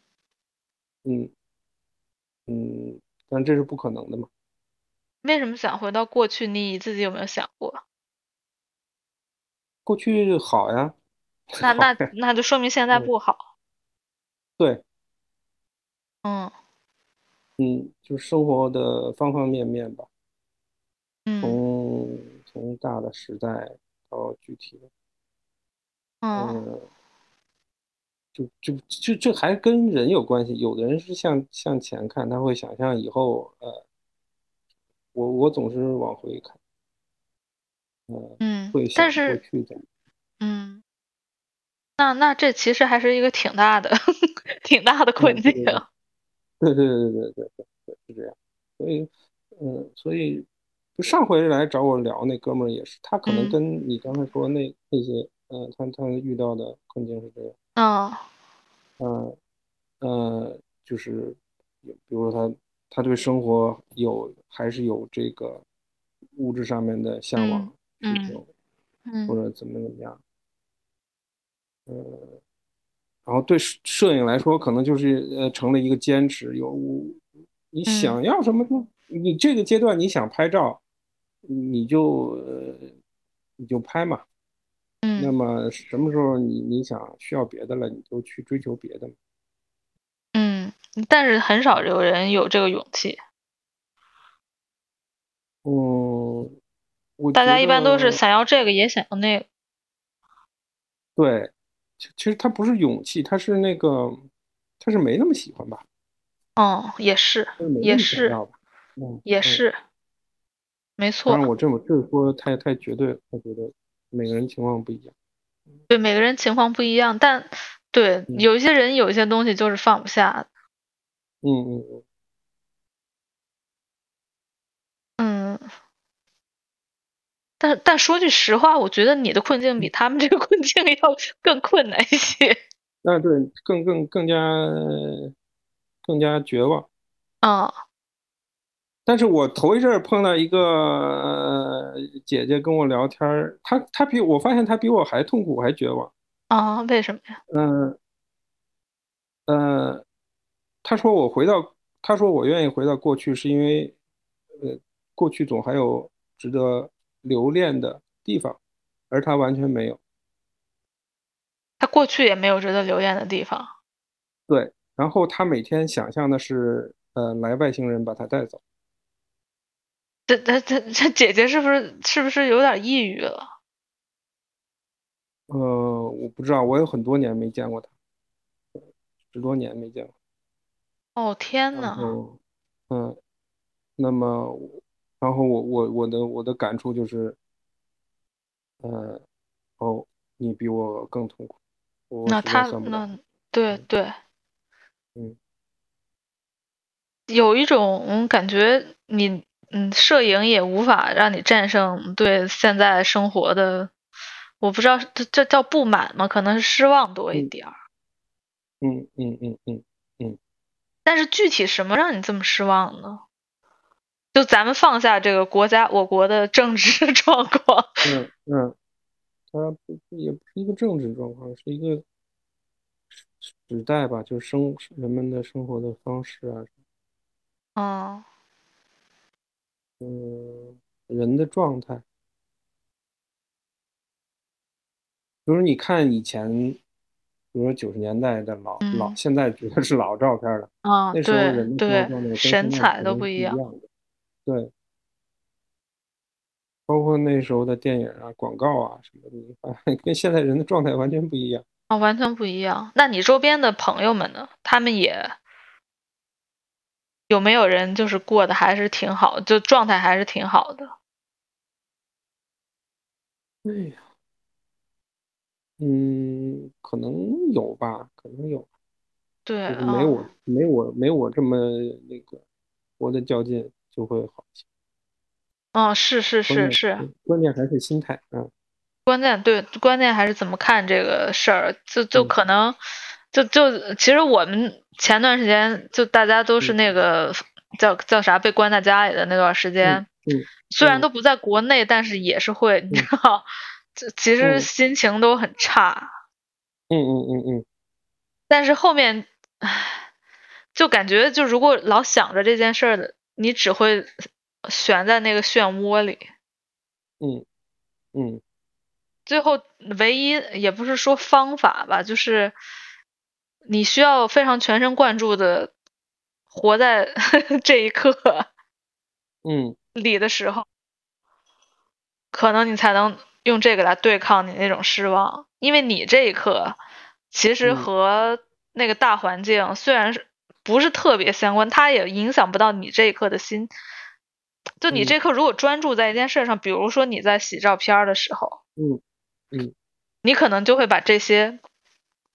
Speaker 4: 嗯嗯，但这是不可能的嘛。
Speaker 3: 为什么想回到过去？你自己有没有想
Speaker 4: [laughs]
Speaker 3: 过？
Speaker 4: 过去好呀，
Speaker 3: 那那
Speaker 4: 好呀
Speaker 3: 那就说明现在
Speaker 4: 嗯
Speaker 3: 不好。
Speaker 4: 对，
Speaker 3: 嗯
Speaker 4: 嗯，就是生活的方方面面吧，
Speaker 3: 嗯
Speaker 4: 哦从从大的时代到具体的，
Speaker 3: 嗯
Speaker 4: 嗯，就就就这还跟人有关系，有的人是向向前看，他会想象以后，呃，我我总是往回看，嗯，
Speaker 3: 嗯
Speaker 4: 会，
Speaker 3: 但
Speaker 4: 想过
Speaker 3: 是
Speaker 4: 去的，
Speaker 3: 嗯，那那这其实还是一个挺大的、 [laughs] 挺大的困
Speaker 4: 嗯对
Speaker 3: 境。
Speaker 4: 对对对对对对对对，是这样。所以，嗯，所以就上回来找我聊那哥们儿也是，他可
Speaker 3: 嗯
Speaker 4: 能跟你刚才说那那些，呃，他他遇到的困境是这样，
Speaker 3: 嗯
Speaker 4: 嗯呃，就是有比如说他他对生活有还是有这个物质上面的向往
Speaker 3: 嗯
Speaker 4: 需求，或
Speaker 3: 嗯
Speaker 4: 者怎么怎么样，嗯然后对摄摄影来说，可能就是呃成了一个坚持。有
Speaker 3: 嗯
Speaker 4: 你想要什么就你这个阶段你想拍照，你就呃你就拍嘛。那
Speaker 3: 嗯
Speaker 4: 么什么时候你你想需要别的了，你就去追求别的嘛。
Speaker 3: 嗯，但是很少有人有这个勇气，
Speaker 4: 嗯，我
Speaker 3: 大家
Speaker 4: 觉
Speaker 3: 一般都
Speaker 4: 得
Speaker 3: 是想要这个也想要那个。
Speaker 4: 对，其其实他不是勇气，他是那个他是没那么喜欢吧，
Speaker 3: 嗯，也是
Speaker 4: 他是没那
Speaker 3: 也
Speaker 4: 么想
Speaker 3: 是
Speaker 4: 要吧。嗯，
Speaker 3: 也
Speaker 4: 嗯
Speaker 3: 是，没错
Speaker 4: 当。然我这么这么说太太绝对了，太绝对了，每个人情况不一样。
Speaker 3: 对，每个人情况不一样，但对
Speaker 4: 嗯
Speaker 3: 有一些人有一些东西就是放不下。
Speaker 4: 嗯嗯嗯。
Speaker 3: 嗯，但但说句实话，我觉得你的困境比他们这个困境要更困难一些。 [laughs]
Speaker 4: 那对，更更更加更加绝望。
Speaker 3: 嗯
Speaker 4: 但是我头一阵儿碰到一个、呃姐姐跟我聊天儿，她她比我发现她比我还痛苦，还绝望。
Speaker 3: 啊，为什么呀？
Speaker 4: 嗯呃她说我回到，她说我愿意回到过去，是因为呃，过去总还有值得留恋的地方，而她完全没有。
Speaker 3: 他过去也没有值得留恋的地方。
Speaker 4: 对，然后她每天想象的是，呃，来外星人把她带走。
Speaker 3: 这这这这姐姐是不是是不是有点抑郁了？
Speaker 4: 呃，我不知道，我有很多年没见过他，十多年没见过。
Speaker 3: 哦天
Speaker 4: 然
Speaker 3: 呐，
Speaker 4: 后，嗯，那么我，然后我我我的我的感触就是，呃，哦，你比我更痛苦，我
Speaker 3: 那
Speaker 4: 实在
Speaker 3: 他
Speaker 4: 算不了。
Speaker 3: 那对
Speaker 4: 嗯
Speaker 3: 对，
Speaker 4: 嗯，
Speaker 3: 有一种嗯感觉你，嗯，摄影也无法让你战胜对现在生活的，我不知道这这叫不满吗？可能是失望多一
Speaker 4: 嗯
Speaker 3: 点儿。
Speaker 4: 嗯嗯嗯嗯，
Speaker 3: 但是具体什么让你这么失望呢？就咱们放下这个国家，我国的政治 [laughs] 状况，
Speaker 4: 嗯嗯，他不也不是一个政治状况，是一个时时代吧，就是生人们的生活的方式
Speaker 3: 嗯
Speaker 4: 啊，嗯，人的状态。比如你看以前，比如说九十年代的老
Speaker 3: 嗯
Speaker 4: 老，现在觉得是老照片了，
Speaker 3: 啊，
Speaker 4: 那时候
Speaker 3: 对
Speaker 4: 人的
Speaker 3: 对，
Speaker 4: 生活状态跟现
Speaker 3: 神
Speaker 4: 在
Speaker 3: 采
Speaker 4: 肯
Speaker 3: 都
Speaker 4: 定
Speaker 3: 不
Speaker 4: 是
Speaker 3: 一
Speaker 4: 一
Speaker 3: 样。
Speaker 4: 样的。对，包括那时候的电影啊、广告啊什么的，你发现跟现在人的状态完全不一样。
Speaker 3: 啊、完全不一样。那你周边的朋友们呢？他们也有没有人就是过得还是挺好，就状态还是挺好的？
Speaker 4: 哎呀，嗯，可能有吧，可能有，
Speaker 3: 对，
Speaker 4: 就是没
Speaker 3: 嗯
Speaker 4: 我没我没我这么那个活得较劲，就会好一些。
Speaker 3: 嗯，是是
Speaker 4: 关
Speaker 3: 是
Speaker 4: 键
Speaker 3: 是，啊
Speaker 4: 关键还是心态啊，
Speaker 3: 关键对，关键还是怎么看这个事儿。就就
Speaker 4: 嗯
Speaker 3: 可能，就就其实我们前段时间就大家都是
Speaker 4: 嗯
Speaker 3: 那个叫叫啥被关在家里的那段时间，
Speaker 4: 嗯
Speaker 3: 虽然都不在国内，但是也是会，你知道，这其实
Speaker 4: 嗯
Speaker 3: 心情都很差。
Speaker 4: 嗯嗯嗯
Speaker 3: 但是后面，唉，就感觉就如果老想着这件事儿的，你只会悬在那个漩涡里。
Speaker 4: 嗯
Speaker 3: 最后唯一也不是说方法吧，就是你需要非常全神贯注的活在 [laughs] 这一刻
Speaker 4: 嗯
Speaker 3: 里的时候，可能你才能用这个来对抗你那种失望，因为你这一刻其实
Speaker 4: 嗯
Speaker 3: 和那个大环境虽然是不是特别相关，它也影响不到你这一刻的心。就你
Speaker 4: 嗯
Speaker 3: 这一刻如果专注在一件事上，比如说你在洗照片儿的时候，
Speaker 4: 嗯嗯，
Speaker 3: 你可能就会把这些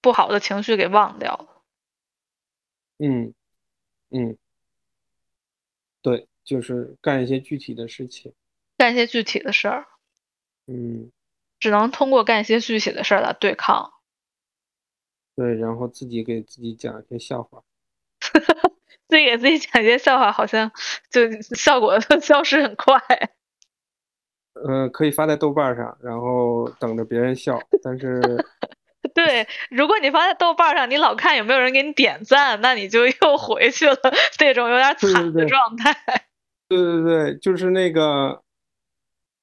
Speaker 3: 不好的情绪给忘掉。
Speaker 4: 嗯嗯，对，就是干一些具体的事情。
Speaker 3: 干一些具体的事儿，
Speaker 4: 嗯，
Speaker 3: 只能通过干一些具体的事儿来对抗。
Speaker 4: 对，然后自己给自己讲一些笑话。
Speaker 3: 自己给自己讲一些笑话，好像就效果 [laughs] 都消失很快。
Speaker 4: 嗯，可以发在豆瓣上，然后等着别人笑。但是
Speaker 3: 对，如果你发在豆瓣上，你老看有没有人给你点赞，那你就又回去了那种有点
Speaker 4: 对
Speaker 3: 惨
Speaker 4: 对
Speaker 3: 的
Speaker 4: 对
Speaker 3: 状态。
Speaker 4: 对对对，就是那个，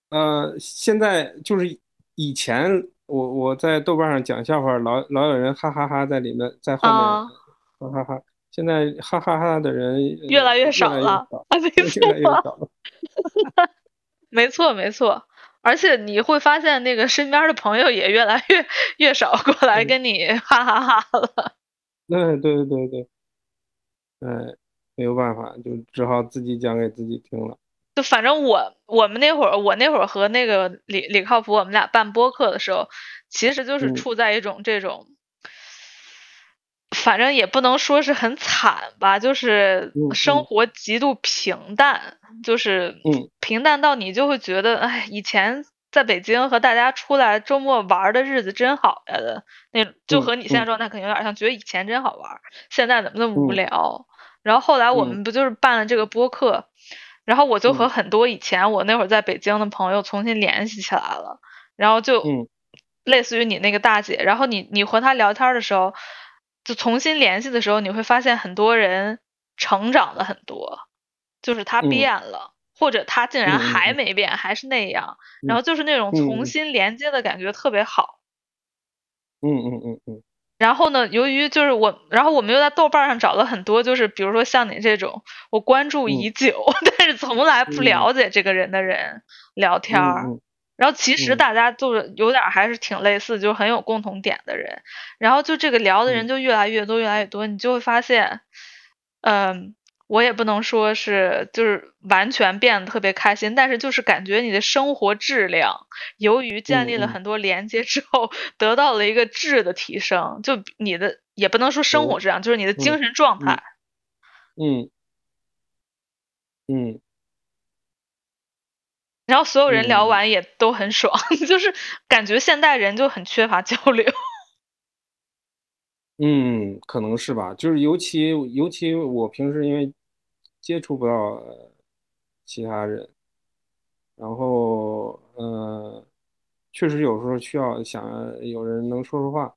Speaker 4: 呃，现在就是以前我我在豆瓣上讲笑话，老老有人哈哈哈在里面，在后面
Speaker 3: 啊
Speaker 4: 哈哈哈。现在哈哈哈的人呃
Speaker 3: 越来越
Speaker 4: 越
Speaker 3: 少
Speaker 4: 来越
Speaker 3: 了
Speaker 4: 少，
Speaker 3: 啊，没
Speaker 4: 越来越
Speaker 3: 错，
Speaker 4: 少了。
Speaker 3: 没错，没错。而且你会发现，那个身边的朋友也越来越越少过来
Speaker 4: 嗯
Speaker 3: 跟你哈哈哈了。
Speaker 4: 对嗯对对对，哎，没有办法，就只好自己讲给自己听了。
Speaker 3: 就反正我我们那会儿，我那会儿和那个李李靠谱，我们俩办播客的时候，其实就是
Speaker 4: 嗯
Speaker 3: 处在一种这种，反正也不能说是很惨吧，就是
Speaker 4: 嗯
Speaker 3: 生
Speaker 4: 嗯
Speaker 3: 活极度平淡，就是
Speaker 4: 嗯
Speaker 3: 平淡到你就会觉得，哎，以前在北京和大家出来周末玩儿的日子真好呀的那种，就
Speaker 4: 嗯
Speaker 3: 和你现在
Speaker 4: 嗯
Speaker 3: 状态可能有点像，觉得以前真好玩儿，现在怎么那么无
Speaker 4: 嗯
Speaker 3: 聊？然后后来我
Speaker 4: 嗯
Speaker 3: 们不就是办了这个播客，然后我就和
Speaker 4: 嗯
Speaker 3: 很多以前我那会儿在北京的朋友重新联系起来了，然后就
Speaker 4: 嗯
Speaker 3: 类似于你那个大姐，然后你你和她聊天儿的时候，就重新联系的时候，你会发现很多人成长了很多，就是她
Speaker 4: 嗯
Speaker 3: 变了，或者她竟然
Speaker 4: 嗯嗯
Speaker 3: 还
Speaker 4: 嗯
Speaker 3: 没变，还是那样，然
Speaker 4: 嗯
Speaker 3: 后就是那种
Speaker 4: 嗯嗯
Speaker 3: 重新连接的感觉特别好。
Speaker 4: 嗯嗯嗯嗯
Speaker 3: 然后呢，由于就是我，然后我们又在豆瓣上找了很多，就是比如说像你这种我关注
Speaker 4: 嗯
Speaker 3: 已久， [laughs] 但是从来不
Speaker 4: 嗯
Speaker 3: 了解这个人的人聊天儿。
Speaker 4: 嗯
Speaker 3: 然后其实
Speaker 4: 嗯
Speaker 3: 大家就是有点儿还是挺类似，就是很有共同点的人。然后就这个聊的
Speaker 4: 嗯
Speaker 3: 人就越来越多，越来越多，你就会发现，嗯，我也不能说是就是完全变得特别开心，但是就是感觉你的生活质量由于建
Speaker 4: 嗯
Speaker 3: 立了
Speaker 4: 嗯
Speaker 3: 很多连接之后， [laughs] 得到了一个质的提升。就你的也不能说生活质量，就是你的精神状
Speaker 4: 哦嗯
Speaker 3: 态。
Speaker 4: 嗯嗯嗯，
Speaker 3: 然后所有人聊
Speaker 4: 嗯
Speaker 3: 完也都很爽， [laughs] 就是感觉现代人就很缺乏交流。
Speaker 4: 嗯，可能是吧，就是尤其尤其我平时因为接触不到呃其他人，然后呃，确实有时候需要想有人能说说话。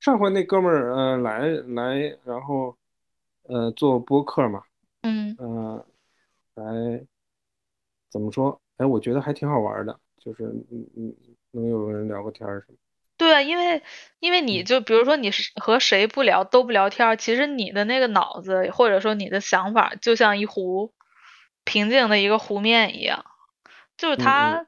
Speaker 4: 上回那哥们儿呃来来，然后呃做播客嘛，
Speaker 3: 嗯
Speaker 4: 嗯、呃，来怎么说？哎，我觉得还挺好玩儿的，就是嗯嗯，能有人聊个天儿什么。
Speaker 3: 对啊，因为因为你
Speaker 4: 嗯
Speaker 3: 就比如说你是和谁不聊都不聊天儿，其实你的那个脑子或者说你的想法就像一湖平静的一个湖面一样，就是
Speaker 4: 嗯嗯
Speaker 3: 它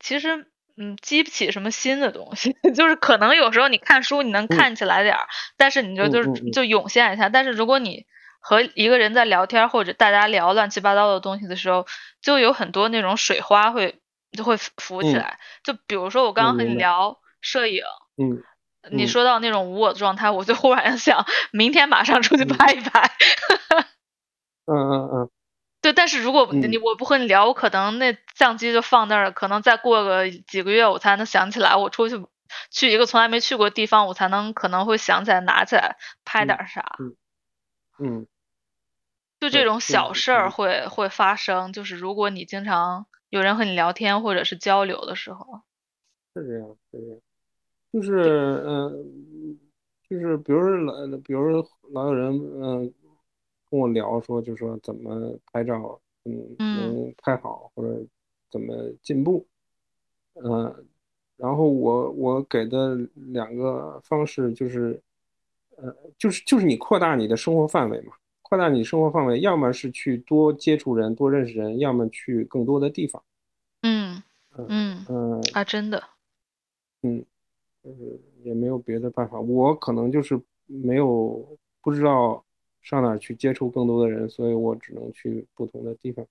Speaker 3: 其实嗯激不起什么新的东西， [laughs] 就是可能有时候你看书你能看起来点儿，但是你就
Speaker 4: 嗯
Speaker 3: 就是
Speaker 4: 嗯嗯
Speaker 3: 就涌现一下，但是如果你和一个人在聊天儿或者大家聊乱七八糟的东西的时候，就有很多那种水花会就会浮浮起
Speaker 4: 嗯
Speaker 3: 来。就比如说我刚刚和你
Speaker 4: 明白
Speaker 3: 聊摄影，
Speaker 4: 嗯
Speaker 3: 你
Speaker 4: 嗯
Speaker 3: 说到那种无我的状态，我就忽然想，明天马上出去
Speaker 4: 嗯
Speaker 3: 拍一拍。
Speaker 4: 嗯嗯嗯，
Speaker 3: 对，但是如果你
Speaker 4: 嗯
Speaker 3: 我不和你聊，我可能那相机就放那儿了，可能再过个几个月我才能想起来，我出去去一个从来没去过的地方，我才能可能会想起来拿起来拍
Speaker 4: 嗯
Speaker 3: 点儿啥。
Speaker 4: 嗯
Speaker 3: 就这种小事儿会会发生，就是如果你经常有人和你聊天或者是交流的时候，
Speaker 4: 是这样，是这样，就是呃，就是比如说老，比如说老有人嗯、呃跟我聊说，就说怎么拍照，嗯，
Speaker 3: 嗯
Speaker 4: 能拍好或者怎么进步，嗯、然后我我给的两个方式就是，呃，就是就是你扩大你的生活范围嘛，扩大你生活范围，要么是去多接触人、多认识人，要么去更多的地方，
Speaker 3: 嗯
Speaker 4: 嗯
Speaker 3: 嗯
Speaker 4: 嗯、
Speaker 3: 啊，真的，
Speaker 4: 就是也没有别的办法。我可能就是没有不知道上哪儿去接触更多的人，所以我只能去不同的地方。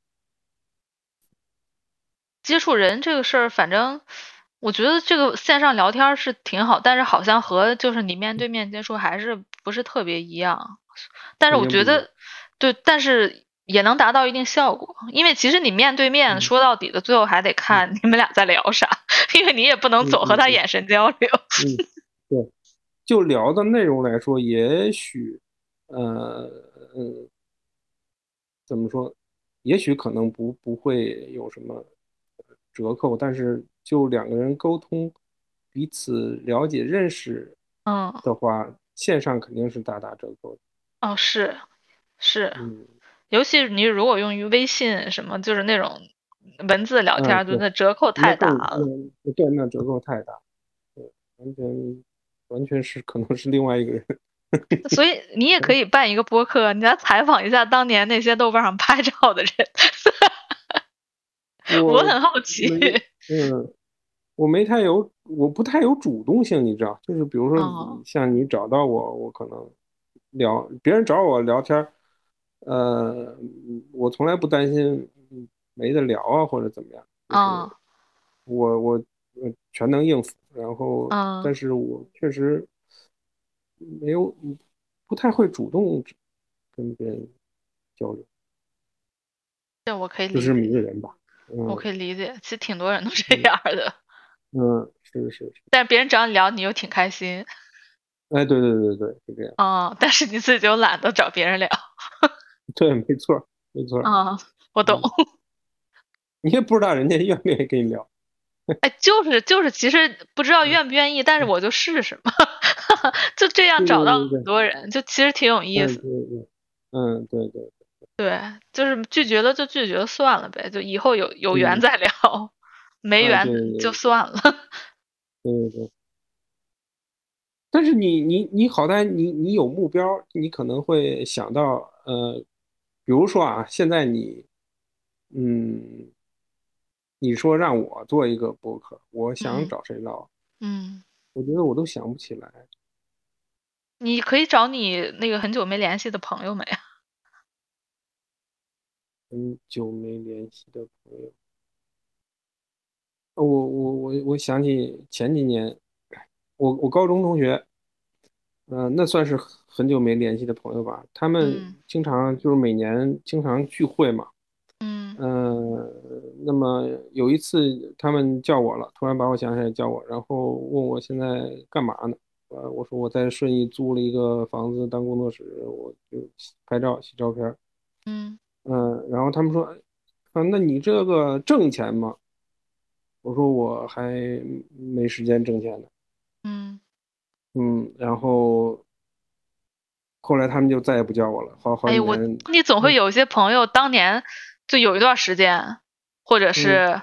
Speaker 3: 接触人这个事儿，反正我觉得这个线上聊天儿是挺好，但是好像和就是你面对面接触还是不是特别一样。但是
Speaker 4: 肯
Speaker 3: 我
Speaker 4: 定
Speaker 3: 觉
Speaker 4: 不一样
Speaker 3: 得，对，但是也能达到一定效果，因为其实你面对面
Speaker 4: 嗯
Speaker 3: 说到底的，最后还得看你们俩在聊啥，因为你也不能
Speaker 4: 嗯
Speaker 3: 总和
Speaker 4: 嗯
Speaker 3: 他
Speaker 4: 嗯
Speaker 3: 眼神交流。
Speaker 4: 嗯，对，就聊的内容来说，也许，呃，嗯，怎么说？也许可能不不会有什么折扣，但是就两个人沟通、彼此了解、认识
Speaker 3: 嗯，
Speaker 4: 的话，线上肯定是大打折扣的。
Speaker 3: 哦，是是，
Speaker 4: 嗯，
Speaker 3: 尤其你如果用于微信什么，就是那种文字聊
Speaker 4: 啊
Speaker 3: 天儿，就
Speaker 4: 对嗯
Speaker 3: 那折扣
Speaker 4: 那
Speaker 3: 太大
Speaker 4: 更
Speaker 3: 了。
Speaker 4: 那对，那折扣太大，对，完全完全是可能是另外一个人。
Speaker 3: 所以你也可以办一个播客，你来采访一下当年那些豆瓣上拍照的人， [laughs] [laughs] 我很好奇。
Speaker 4: 没嗯，我没太有，我不太有主动性，你知道，就是比如
Speaker 3: 哦
Speaker 4: 说像你找到我，我可能聊，别人找我聊天儿，呃，我从来不担心嗯没得聊啊或者怎么样，就是
Speaker 3: 嗯
Speaker 4: 我我呃全能应付，然后
Speaker 3: 嗯
Speaker 4: 但是我确实没有不太会主动跟别人交流，
Speaker 3: 这我可以理
Speaker 4: 就是迷
Speaker 3: 解，
Speaker 4: 人吧，
Speaker 3: 我
Speaker 4: 嗯
Speaker 3: 可以理解。其实挺多人都这
Speaker 4: 嗯
Speaker 3: 样的，
Speaker 4: 嗯，是是是，
Speaker 3: 但别人找你聊，你又挺开心
Speaker 4: 哎，对对对对，是这样。
Speaker 3: 啊、嗯但是你自己就懒得找别人聊
Speaker 4: [laughs] 对，没错儿，没错儿，
Speaker 3: 啊、嗯我懂，
Speaker 4: 你也不知道人家愿不愿意跟你聊。
Speaker 3: 哎，就是就是，其实不知道愿不愿意，但是我就试试嘛， [laughs] 就这样
Speaker 4: 对
Speaker 3: 找
Speaker 4: 对
Speaker 3: 到
Speaker 4: 对对
Speaker 3: 很多人，就其实挺有意
Speaker 4: 嗯，
Speaker 3: 思的
Speaker 4: 对对，嗯，对对，
Speaker 3: 对，就是拒绝了就拒绝了算了呗，就以后有有缘
Speaker 4: 嗯
Speaker 3: 再聊，没
Speaker 4: 啊
Speaker 3: 缘
Speaker 4: 对对
Speaker 3: 就
Speaker 4: 对
Speaker 3: 算了。
Speaker 4: 对对对。但是你你你好歹你你有目标儿，你可能会想到呃，比如说啊，现在你，嗯，你说让我做一个博客，我想
Speaker 3: 嗯
Speaker 4: 找谁唠，
Speaker 3: 嗯，
Speaker 4: 我觉得我都想不起来。
Speaker 3: 你可以找你那个很久没联系的朋友们呀。
Speaker 4: 很久没联系的朋友。呃我我我我想起前几年，我我高中同学，嗯、那算是很久没联系的朋友吧。他
Speaker 3: 嗯
Speaker 4: 们经常就是每年经常聚会嘛，
Speaker 3: 嗯
Speaker 4: 嗯、那么有一次他们叫我了，突然把我想起来叫我，然后问我现在干嘛呢？呃，我说我在顺义租了一个房子当工作室，我就拍照洗照片儿。
Speaker 3: 嗯
Speaker 4: 嗯，然后他们说，啊，那你这个挣钱吗？我说我还没时间挣钱呢。
Speaker 3: 嗯，
Speaker 4: 嗯，然后后来他们就再也不叫我了，好好
Speaker 3: 哎，
Speaker 4: 几
Speaker 3: 我
Speaker 4: 年。
Speaker 3: 你总
Speaker 4: 嗯
Speaker 3: 会有一些朋友，当年就有一段时间，或者是、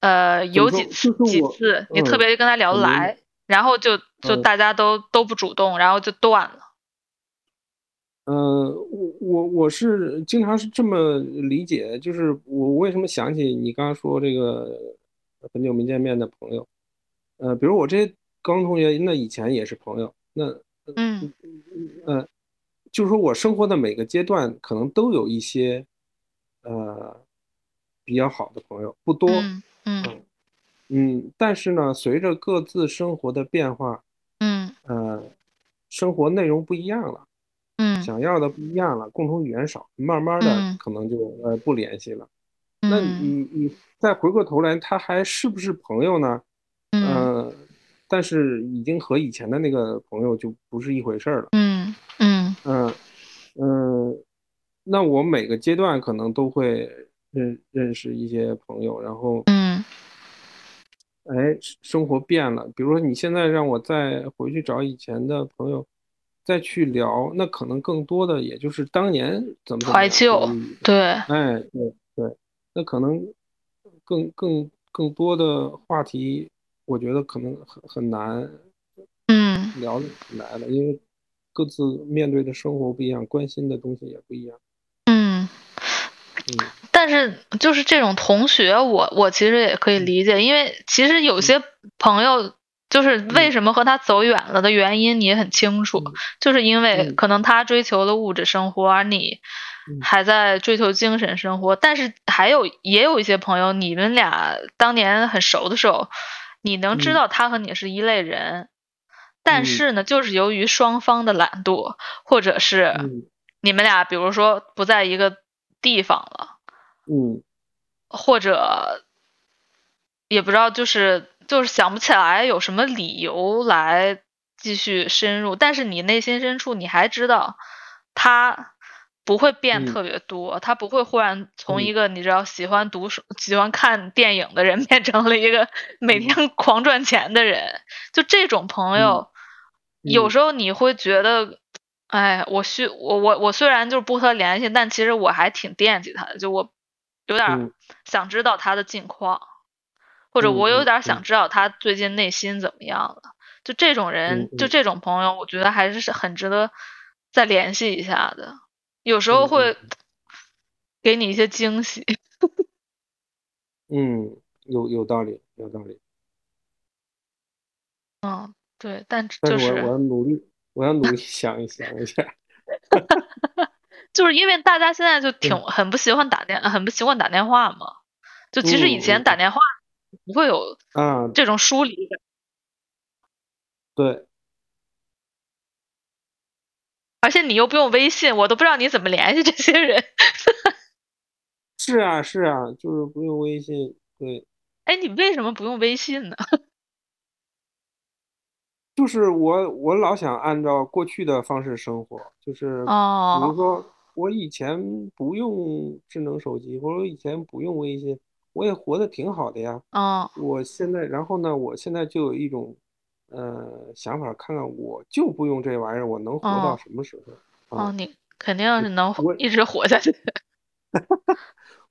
Speaker 3: 呃有
Speaker 4: 嗯说
Speaker 3: 几次
Speaker 4: 就是
Speaker 3: 几
Speaker 4: 我
Speaker 3: 次，你特
Speaker 4: 嗯
Speaker 3: 别跟他聊得
Speaker 4: 我明白
Speaker 3: 来，然后就就
Speaker 4: 嗯
Speaker 3: 大家都、都不主动，然后就断了。
Speaker 4: 呃，我我我是经常是这么理解，就是我为什么想起你刚刚说这个很久没见面的朋友，呃，比如我这些高中同学，那以前也是朋友，那
Speaker 3: 嗯
Speaker 4: 呃，就是说我生活的每个阶段可能都有一些呃比较好的朋友，不多，
Speaker 3: 嗯嗯
Speaker 4: 嗯，但是呢，随着各自生活的变化，
Speaker 3: 嗯
Speaker 4: 呃，生活内容不一样了，
Speaker 3: 嗯
Speaker 4: 想要的不一样了，共同语言少，慢慢的
Speaker 3: 嗯
Speaker 4: 可能就呃不联系了。那
Speaker 3: 嗯
Speaker 4: 你你再回过头来，他还是不是朋友呢？
Speaker 3: 嗯
Speaker 4: 呃，但是已经和以前的嗯那个朋友就不是一回事儿了。
Speaker 3: 嗯嗯
Speaker 4: 嗯嗯，那我每个阶段可能都会认认识一些朋友，然后
Speaker 3: 嗯
Speaker 4: 哎，生活变了。比如说，你现在让我再回去找以前的朋友，再去聊，那可能更多的也就是当年怎么怎么
Speaker 3: 怀
Speaker 4: 样
Speaker 3: 旧
Speaker 4: 的一
Speaker 3: 对，
Speaker 4: 哎，对对，那可能更更更多的话题，我觉得可能很很难
Speaker 3: 嗯
Speaker 4: 聊得起来了，因为各自面对的生活不一样，关心的东西也不一样。
Speaker 3: 嗯。
Speaker 4: 嗯，
Speaker 3: 但是就是这种同学我，我其实也可
Speaker 4: 嗯
Speaker 3: 以理解，因为其实有些朋友就是为什么和他走远了的原因，你也很清楚，
Speaker 4: 嗯
Speaker 3: 就是因为
Speaker 4: 嗯
Speaker 3: 可能他追求了物质生活，而你
Speaker 4: 嗯
Speaker 3: 还在追求精神生活。但是还有也有一些朋友，你们俩当年很熟的时候，你能知
Speaker 4: 嗯
Speaker 3: 道他和你是一类人，但
Speaker 4: 嗯
Speaker 3: 是呢，就是由于双方的懒惰，或者是
Speaker 4: 嗯
Speaker 3: 你们俩比如说不在一个地方了。
Speaker 4: 嗯
Speaker 3: 或者也不知道，就是就是想不起来有什么理由来继续深入，但是你内心深处你还知道他。不会变
Speaker 4: 嗯
Speaker 3: 特别多，他不会忽然从
Speaker 4: 嗯
Speaker 3: 一个你知道喜欢读书、喜欢看电影的人， [laughs] 变成了一个每
Speaker 4: 嗯
Speaker 3: 天狂赚钱的人。就这种朋友，有
Speaker 4: 嗯
Speaker 3: 时候你会觉得，哎，我需我我我虽然就是不和他联系，但其实我还挺惦记他的，就我有点儿
Speaker 4: 嗯
Speaker 3: 想知道他的近况，或者
Speaker 4: 嗯
Speaker 3: 我有
Speaker 4: 嗯
Speaker 3: 点儿
Speaker 4: 嗯
Speaker 3: 想知道他最近内心怎么样了。就这种人
Speaker 4: 嗯，
Speaker 3: 就
Speaker 4: 嗯
Speaker 3: 这种朋友，我觉得还是很值得再联系一下的。有时候
Speaker 4: 嗯
Speaker 3: 会 [sniffs] 给你一些惊喜。
Speaker 4: 嗯，有有道理，有道理。
Speaker 3: 嗯，对，但
Speaker 4: 但
Speaker 3: 就是
Speaker 4: 我我要努力，我要努力想一想一下。 [laughs]
Speaker 3: 就是因为大家现在就挺很不习惯打电，很不习惯打电话嘛。就其实以
Speaker 4: 嗯
Speaker 3: 前
Speaker 4: 嗯
Speaker 3: 打电话不会有
Speaker 4: 啊，
Speaker 3: 这种疏离感，
Speaker 4: 对，
Speaker 3: 而且你又不用微信，我都不知道你怎么联系这些人。
Speaker 4: 是啊是啊，就是不用微信，对。
Speaker 3: 哎，你为什么不用微信呢？
Speaker 4: 就是我，我老想按照过去的方式生活，就是比如
Speaker 3: 哦，
Speaker 4: 说我以前不用智能手机，或者我以前不用微信，我也活得挺好的呀。
Speaker 3: 哦，
Speaker 4: 我现在，然后呢，我现在就有一种呃想法，看看我就不用这玩意儿，我能活到
Speaker 3: 哦
Speaker 4: 什么时
Speaker 3: 哦，
Speaker 4: 候啊？
Speaker 3: 你肯定是能
Speaker 4: 我
Speaker 3: 一直活下去。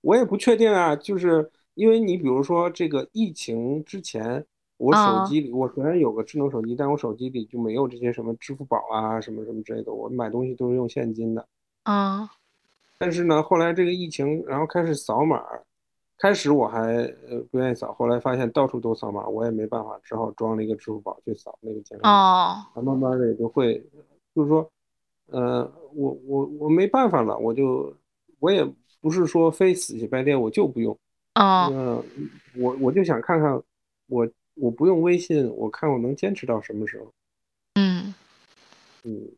Speaker 4: 我也不确定啊，就是因为你比如说这个疫情之前，我手
Speaker 3: 嗯
Speaker 4: 机里我虽然有个智能手机，但我手机里就没有这些什么支付宝啊什么什么之类的，我买东西都是用现金的。
Speaker 3: 嗯
Speaker 4: 但是呢，后来这个疫情，然后开始扫码儿，开始我还呃不愿意扫，后来发现到处都扫码，我也没办法，只好装了一个支付宝去扫那个健康码。
Speaker 3: 哦，
Speaker 4: 啊，慢慢的也就会，就是说，呃，我我我没办法了，我就我也不是说非死乞白赖我就不用，
Speaker 3: 嗯
Speaker 4: 嗯，我我就想看看我我不用微信，我看我能坚持到什么时候。
Speaker 3: 嗯
Speaker 4: 嗯，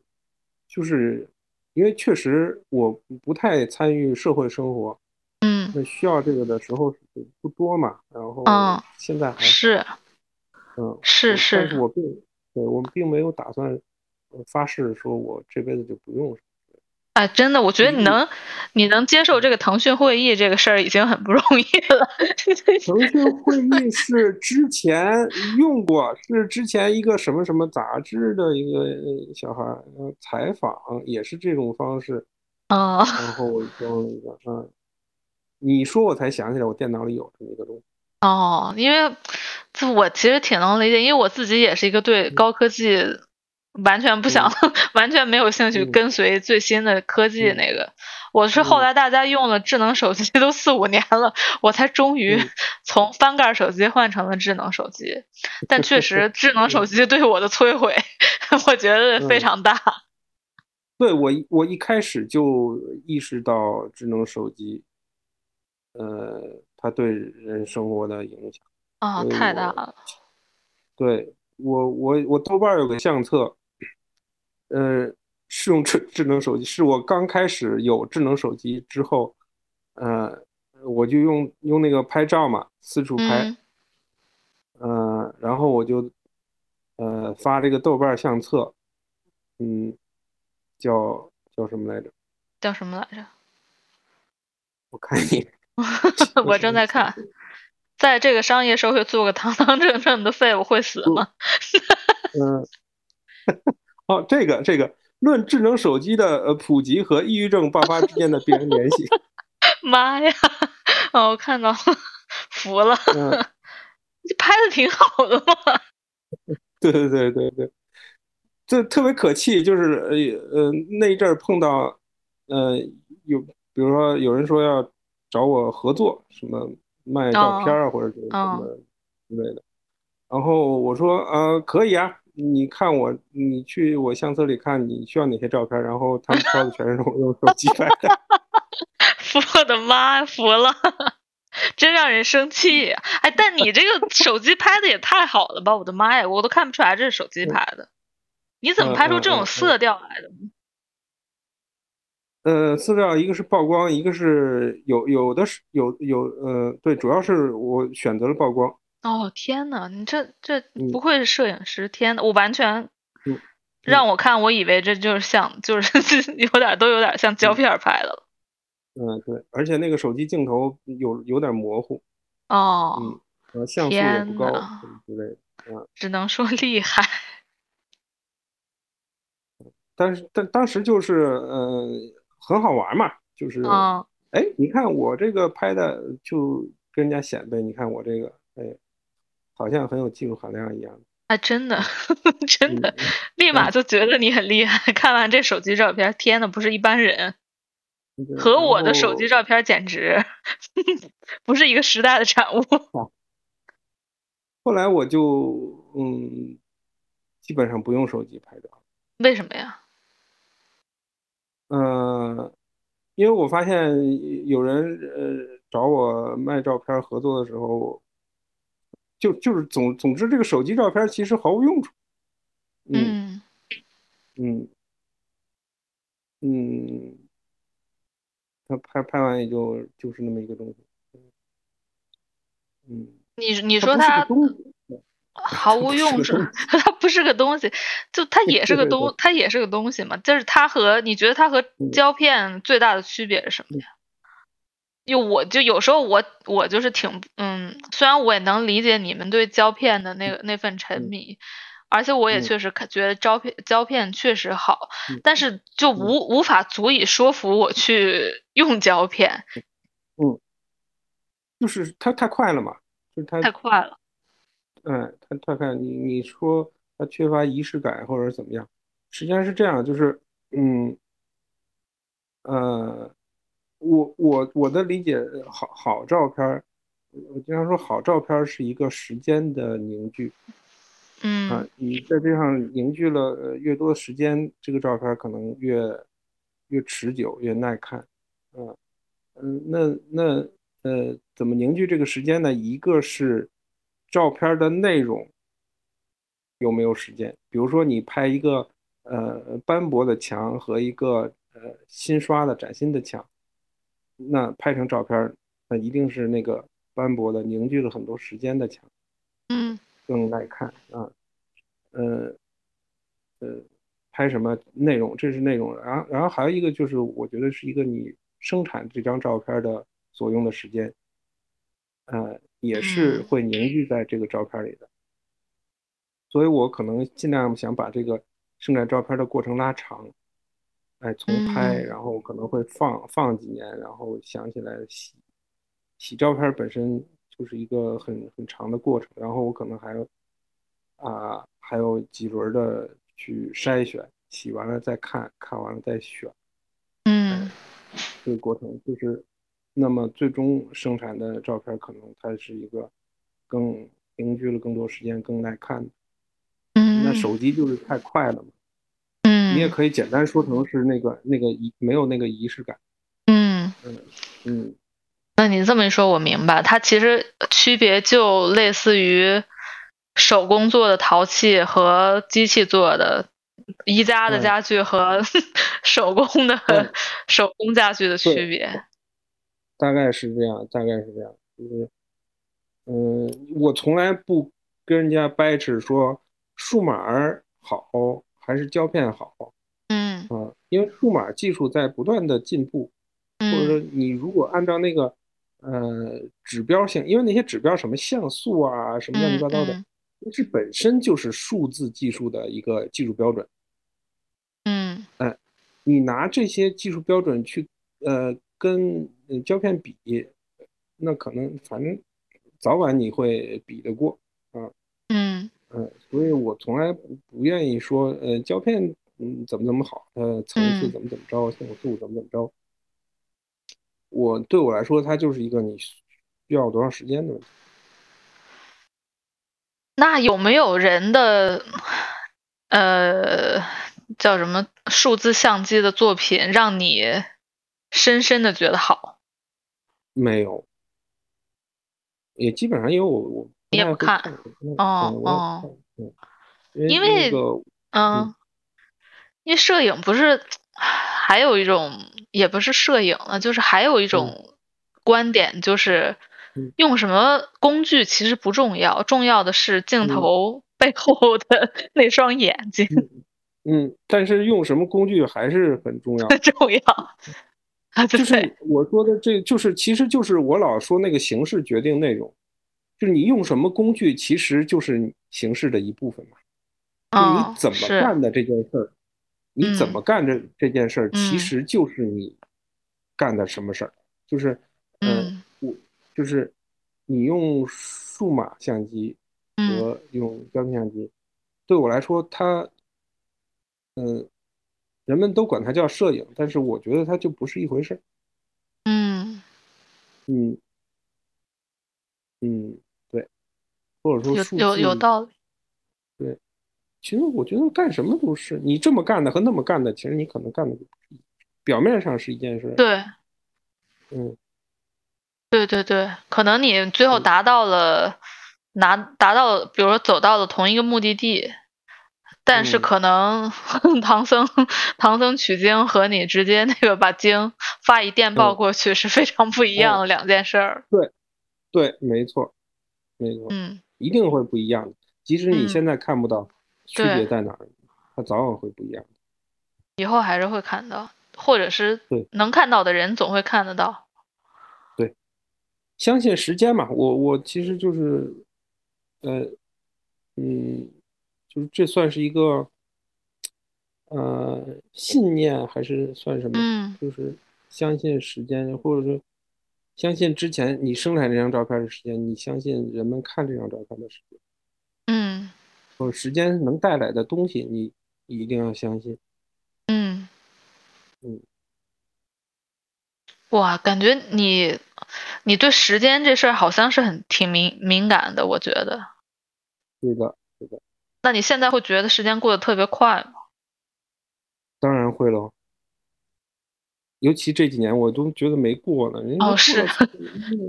Speaker 4: 就是因为确实我不太参与社会生活，
Speaker 3: 嗯
Speaker 4: 那需要这个的时候不多嘛。然后
Speaker 3: 嗯，
Speaker 4: 现在还
Speaker 3: 是
Speaker 4: 嗯，
Speaker 3: 是
Speaker 4: 我但是
Speaker 3: 是，
Speaker 4: 我并对我并没有打算呃发誓说我这辈子就不用。
Speaker 3: 哎，真的，我觉得你
Speaker 4: 嗯
Speaker 3: 能你能接受这个腾讯会议这个事儿已经很不容易了。 [laughs]
Speaker 4: 腾讯会议是之前用过，是之前一个什么什么杂志的一个呃小孩儿呃采访，也是这种方式。
Speaker 3: 嗯
Speaker 4: 然后我装了一个，嗯，你说我才想起来，我电脑里有这么一个东西。
Speaker 3: 哦，因为就我其实挺能理解，因为我自己也是一个
Speaker 4: 嗯
Speaker 3: 对高科技完全不想、 [laughs] 完全没有兴趣
Speaker 4: 嗯
Speaker 3: 跟随最新的科技
Speaker 4: 嗯
Speaker 3: 那个。我是后
Speaker 4: 嗯
Speaker 3: 来大家用了智能手机都四五年了，我才终于
Speaker 4: 嗯
Speaker 3: [laughs] 从翻盖手机换成了智能手
Speaker 4: [laughs]
Speaker 3: 机。但确实，智能手机对我的摧毁， [laughs] 我觉得非
Speaker 4: 嗯
Speaker 3: 常大。
Speaker 4: 对，我一我一开始就意识到智能手机，呃，它对人生活的影响。
Speaker 3: 啊，
Speaker 4: 所以
Speaker 3: 太大
Speaker 4: 嗯我
Speaker 3: 了。
Speaker 4: 对我我我豆瓣儿有个相册，呃，是用智智能手机，是我刚开始有智能手机之后，呃，我就用用那个拍照嘛，四处拍
Speaker 3: 嗯，
Speaker 4: 呃，然后我就呃发这个豆瓣儿相册，嗯，叫叫什么来着？
Speaker 3: 叫什么来着？
Speaker 4: 我看你
Speaker 3: [laughs] 我正在看，在这个商业社会做个堂堂正正的废物会死吗？
Speaker 4: [laughs] 嗯，哦，这个这个论智能手机的呃普及和抑郁症爆发之间的必然联系。
Speaker 3: 妈呀！哦，我看到了，服了， [laughs]
Speaker 4: 嗯，
Speaker 3: 这拍的挺好的嘛。 [laughs]
Speaker 4: [laughs] 对对对对对，这特别可气，就是呃呃那一阵儿碰到呃有比如说有人说要找我合作，什么卖照片儿啊或者是什么之类的，然后我说呃可以啊，你看我你去我相册里看你需要哪些照片儿，然后他们挑的全是我用手机拍的， [laughs]
Speaker 3: 服我的妈呀，服了， [laughs] 真让人生气。哎，但你这个手机拍的也太好了吧，我的妈呀，我都看不出来这是手机拍的。你怎么拍出这
Speaker 4: 嗯嗯嗯嗯
Speaker 3: 种
Speaker 4: 嗯
Speaker 3: 色调来的？
Speaker 4: 呃，资料一个是曝光，一个是有有的是有有呃对，主要是我选择了曝光。
Speaker 3: 哦天呐，你这这
Speaker 4: 嗯
Speaker 3: 不愧是摄影师！天呐，我完全
Speaker 4: 嗯
Speaker 3: 让我看，我以为这就是像，就是 [laughs] 有点都有点像胶片拍的了。
Speaker 4: 嗯，对，而且那个手机镜头有有点模糊，
Speaker 3: 哦，
Speaker 4: 嗯，呃，像素也不
Speaker 3: 天
Speaker 4: 高
Speaker 3: 哪
Speaker 4: 什么之类的。
Speaker 3: 只能说厉害。
Speaker 4: 但是但当时就是呃很好玩嘛，就是
Speaker 3: 嗯，
Speaker 4: 哎，你看我这个拍的就跟人家显摆，你看我这个哎，好像很有技术含量一样。
Speaker 3: 哎，真的， [laughs] 真的
Speaker 4: 嗯，
Speaker 3: 立马就觉得你很厉害。看完这手机照片，天呐，不是一般人，
Speaker 4: 嗯对
Speaker 3: 和
Speaker 4: 然
Speaker 3: 我的手机
Speaker 4: 后
Speaker 3: 照片简直 [laughs] 不是一个时代的产物。 [laughs]
Speaker 4: 后来我就嗯，基本上不用手机拍照。
Speaker 3: 为什么呀？
Speaker 4: 嗯，因为我发现有人呃找我卖照片合作的时候，就就是总总之这个手机照片其实毫无用处。嗯
Speaker 3: 嗯，
Speaker 4: 嗯嗯，他拍拍完也就就是那么一个东西。嗯，
Speaker 3: 你你
Speaker 4: 它
Speaker 3: 说
Speaker 4: 不是个
Speaker 3: 他
Speaker 4: 东西
Speaker 3: 毫无
Speaker 4: 不是
Speaker 3: 用
Speaker 4: 个
Speaker 3: 处
Speaker 4: 东，
Speaker 3: [laughs] 它不是个东西，就
Speaker 4: [laughs]
Speaker 3: 它也是个
Speaker 4: 对对
Speaker 3: 东，它也是个东西嘛。就是它和你觉得它和
Speaker 4: 嗯
Speaker 3: 胶片最大的区别是什么呀？
Speaker 4: 嗯
Speaker 3: 就我就有时候我我就是挺嗯，虽然我也能理解你们对胶片的那个那份沉
Speaker 4: 嗯
Speaker 3: 迷，而且我也
Speaker 4: 嗯
Speaker 3: 确实看觉得胶片胶片确实好
Speaker 4: 嗯，
Speaker 3: 但是就无无法足以说服我
Speaker 4: [laughs]
Speaker 3: 去用胶片，
Speaker 4: 就是它太快了嘛，就是它
Speaker 3: 太快了。
Speaker 4: 嗯，他他看你你说他缺乏仪式感或者怎么样，实际上是这样，就是嗯，呃，我我我的理解，好好照片儿，我经常说好照片儿是一个时间的凝聚啊
Speaker 3: 嗯，
Speaker 4: 你在这上凝聚了呃越多的时间，这个照片儿可能越越持久，越耐看，嗯嗯，那那呃，怎么凝聚这个时间呢？一个是照片儿的内容有没有时间，比如说你拍一个呃斑驳的墙和一个呃新刷的崭新的墙，那拍成照片儿，那一定是那个斑驳的凝聚了很多时间的墙。
Speaker 3: 嗯
Speaker 4: 更耐看啊，呃，呃，拍什么内容，这是内容。然后，然后还有一个就是，我觉得是一个你生产这张照片的所用的时间，呃，也是
Speaker 3: 嗯
Speaker 4: 会凝聚在这个照片里的。所以我可能尽量想把这个生产照片的过程拉长，哎，从拍，
Speaker 3: 嗯
Speaker 4: 然后可能会放放几年，然后想起来洗洗照片本身就是一个很很长的过程，然后我可能还有啊、还有几轮的去筛选，洗完了再看，看完了再选，呃
Speaker 3: 嗯
Speaker 4: 这个过程就是，那么最终生产的照片可能它是一个更凝聚了更多时间、更耐看的。
Speaker 3: 嗯，
Speaker 4: 那手机就是太快了嘛，
Speaker 3: 嗯
Speaker 4: 你也可以简单说成是那个那个仪没有那个仪式感，
Speaker 3: 嗯。
Speaker 4: 嗯。
Speaker 3: 那你这么一说，我明白，它其实区别就类似于手工做的陶器和机器做的，宜家的
Speaker 4: 对
Speaker 3: 家具和 [laughs] 手工
Speaker 4: 对
Speaker 3: 的 [laughs] 手工家具的区
Speaker 4: 对
Speaker 3: 别。
Speaker 4: 大概是这样，大概是这样，就是，嗯，我从来不跟人家掰扯说数码儿好还是胶片好
Speaker 3: 嗯
Speaker 4: 啊，因为数码技术在不断的进步，
Speaker 3: 嗯
Speaker 4: 或者说你如果按照那个呃指标性，因为那些指标什么像素啊，什么乱七八糟的，
Speaker 3: 嗯
Speaker 4: 那是本身就是数字技术的一个技术标准。
Speaker 3: 嗯
Speaker 4: 你拿这些技术标准去呃跟呃胶片比，那可能反正早晚你会比得过。
Speaker 3: 嗯
Speaker 4: 嗯，所以我从来不不愿意说，呃，胶片，嗯，怎么怎么好，呃，层次
Speaker 3: 嗯
Speaker 4: 怎么怎么着，像素怎么怎么着。我对我来说，它就是一个你需要多长时间的问题。
Speaker 3: 那有没有人的呃叫什么数字相机的作品让你深深的觉得好？
Speaker 4: 没有，也基本上因为我我不
Speaker 3: 你也
Speaker 4: 太
Speaker 3: 不
Speaker 4: 会
Speaker 3: 看
Speaker 4: 看，嗯
Speaker 3: 哦
Speaker 4: 嗯我也不
Speaker 3: 哦
Speaker 4: 看嗯，因为
Speaker 3: 因
Speaker 4: 那
Speaker 3: 为
Speaker 4: 个
Speaker 3: 嗯，因为摄影不是还有一种，也不是摄影了，就是还有一种观点，就是
Speaker 4: 嗯
Speaker 3: 用什么工具其实不重要，重要的是镜
Speaker 4: 嗯
Speaker 3: 头背后的 [laughs] 那双眼睛
Speaker 4: 嗯，但是用什么工具还是很重要的。
Speaker 3: 重要。 [laughs] 啊，对
Speaker 4: 就是我说的这，就是其实就是我老说那个形式决定内容，就是你用什么工具，其实就是形式的一部分嘛。就
Speaker 3: 嗯
Speaker 4: 你怎么
Speaker 3: 是
Speaker 4: 干的这件事儿，你怎么干这这件事儿，其
Speaker 3: 嗯
Speaker 4: 实就是你干的什么事儿。就是，嗯，
Speaker 3: 嗯
Speaker 4: 我就是你用数码相机
Speaker 3: 嗯
Speaker 4: 和用胶片相机，对我来说，它，嗯，人们都管它叫摄影，但是我觉得它就不是一回事儿。
Speaker 3: 嗯，
Speaker 4: 嗯，嗯，对，或者说
Speaker 3: 有
Speaker 4: 数
Speaker 3: 有有
Speaker 4: 字，
Speaker 3: 道理。
Speaker 4: 其实我觉得干什么都是，你这么干的和那么干的，其实你可能干的就不是一表面上是一件事，
Speaker 3: 对
Speaker 4: 嗯
Speaker 3: 对对对，可能你最后
Speaker 4: 嗯
Speaker 3: 达到了拿达到，比如说走到了同一个目的地，但是
Speaker 4: 嗯
Speaker 3: 可能 [laughs] 唐僧唐僧取经和你直接那个把经发一电报
Speaker 4: 嗯
Speaker 3: 过去是非常不一
Speaker 4: 哎
Speaker 3: 样的两件事儿。
Speaker 4: 对，没错，没错，
Speaker 3: 嗯
Speaker 4: 一定会不一样的，即使你
Speaker 3: 嗯
Speaker 4: 现在看不到区
Speaker 3: 对
Speaker 4: 别在哪儿，它早晚会不一样。
Speaker 3: 以后还是会看到，或者是
Speaker 4: 对
Speaker 3: 能看到的人总会看得到。
Speaker 4: 相信时间嘛，我我其实就是，呃，嗯，就是这算是一个，呃，信念还是算什么？
Speaker 3: 嗯
Speaker 4: 就是相信时间，或者说相信之前你生产这张照片的时间，你相信人们看这张照片的时间，
Speaker 3: 嗯
Speaker 4: 或者时间能带来的东西，你你一定要相信。
Speaker 3: 嗯
Speaker 4: 嗯，
Speaker 3: 哇，感觉你你对时间这事儿好像是很挺敏敏感的，我觉得。
Speaker 4: 对的，
Speaker 3: 那你现在会觉得时间过得特别快吗？ [laughs]
Speaker 4: 当然会喽。尤其这几年，我都觉得没过呢。人家
Speaker 3: 哦
Speaker 4: 都
Speaker 3: 是？
Speaker 4: 过了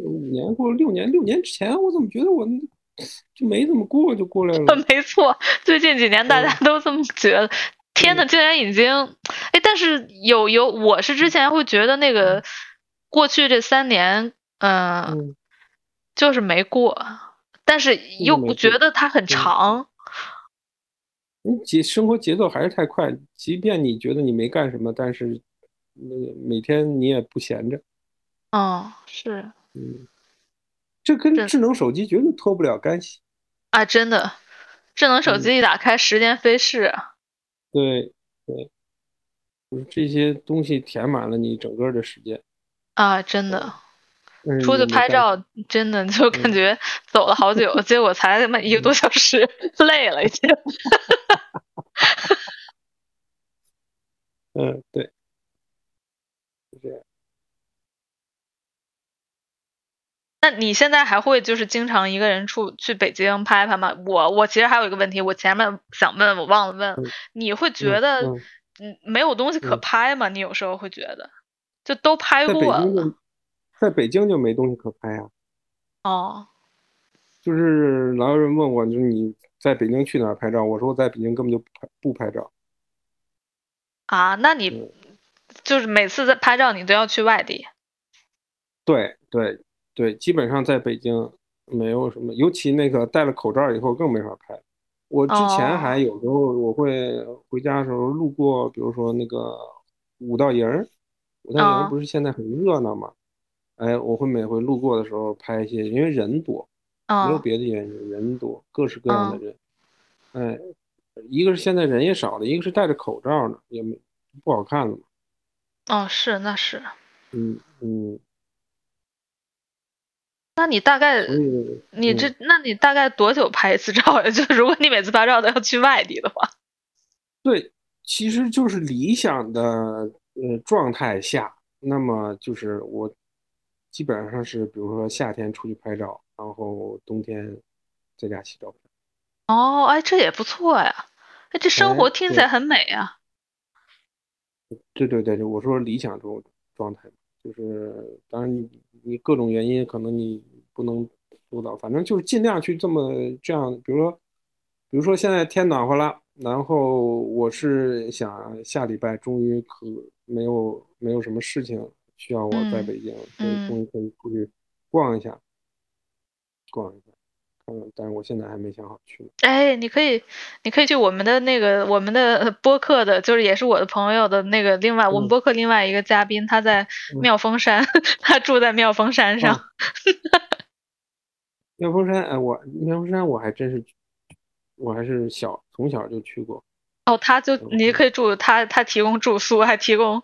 Speaker 4: 五年或者六年，六年之前，我怎么觉得我就没怎么过就过来了
Speaker 3: [laughs] 没错，最近几年大
Speaker 4: 嗯
Speaker 3: 家都这么觉得。天呐，竟然已经，哎，但是有有，我是之前会觉得那个过去这三年，嗯、
Speaker 4: 嗯，
Speaker 3: 就是没过，但是又
Speaker 4: 没
Speaker 3: 不觉
Speaker 4: 过嗯
Speaker 3: 得它很长。
Speaker 4: 你节生活节奏还是太快，即便你觉得你没干什么，但是那个每天你也不闲着。
Speaker 3: 嗯，是
Speaker 4: 嗯，这跟
Speaker 3: 这
Speaker 4: 智能手机绝对脱不了干系。
Speaker 3: 啊，真的，智能手
Speaker 4: 嗯
Speaker 3: 机一打开，时间飞逝。
Speaker 4: 对对，就是这些东西填满了你整个的时间。
Speaker 3: 啊，真的，
Speaker 4: 但是
Speaker 3: 出
Speaker 4: 你
Speaker 3: 去
Speaker 4: 没
Speaker 3: 拍
Speaker 4: 干什么
Speaker 3: 照真的就
Speaker 4: 嗯
Speaker 3: 感觉走了好久，结果才他妈一个多小时， [laughs] 累了已经。
Speaker 4: 嗯，对。
Speaker 3: 那你现在还会就是经常一个人出去北京拍拍吗？我我其实还有一个问题，我前面想问，我忘了问
Speaker 4: 嗯，
Speaker 3: 你会觉得
Speaker 4: 嗯
Speaker 3: 嗯没有东西可
Speaker 4: 嗯
Speaker 3: 拍吗？你有时候会觉得就都拍
Speaker 4: 在北
Speaker 3: 过
Speaker 4: 京啊
Speaker 3: 了
Speaker 4: 就，在北京就没东西可拍啊。
Speaker 3: 哦，
Speaker 4: 就是老有人问我，就是你在北京去哪儿拍照？我说我在北京根本就不拍不拍照。
Speaker 3: 啊，那你
Speaker 4: 嗯
Speaker 3: 就是每次在拍照你都要去外地，
Speaker 4: 对对对，基本上在北京没有什么，尤其那个戴了口罩以后更没法拍。我之前还有时候我会回家的时候路过，比如说那个五道营儿，五太阳不是现在很热闹嘛？哎，我会每回路过的时候拍一些，因为人多，没有
Speaker 3: 嗯
Speaker 4: 别的原因，人多，各式各样的人。哎，一个是现在人也少了，一个是戴着口罩呢，也没不好看了嘛。
Speaker 3: 哦，是那是，
Speaker 4: 嗯嗯，
Speaker 3: 那你大概
Speaker 4: 所以
Speaker 3: 你这，那你大概多久拍一次照呀？就 [laughs] 如果你每次拍照都要去外地的话，
Speaker 4: 对，其实就是理想的呃状态下，那么就是我基本上是，比如说夏天出去拍照，然后冬天在家洗照片。
Speaker 3: 哦，哎，这也不错呀，哎，这生
Speaker 4: 哎
Speaker 3: 活听起
Speaker 4: 对
Speaker 3: 来很美啊。
Speaker 4: 对对对，我说理想中状态，就是当然你你各种原因可能你不能做到，反正就是尽量去这么这样，比如说，比如说现在天暖和了，然后我是想下礼拜终于可没有没有什么事情需要我在
Speaker 3: 嗯
Speaker 4: 北京，所以
Speaker 3: 嗯
Speaker 4: 终于可以出去逛一下，逛一下，看看，但是我现在还没想好去哪。
Speaker 3: 哎，你可以，你可以去我们的那个我们的呃播客的，就是也是我的朋友的那个另外我
Speaker 4: 嗯
Speaker 3: 们播客另外一个嘉宾，他在
Speaker 4: 嗯
Speaker 3: 妙峰山， [laughs] 他住在妙峰山上。
Speaker 4: 妙峰山，哎，我妙峰山我还真是，我还是小从小就去过。
Speaker 3: 哦，他就
Speaker 4: 嗯
Speaker 3: 你可以住他，他提供住宿，还提供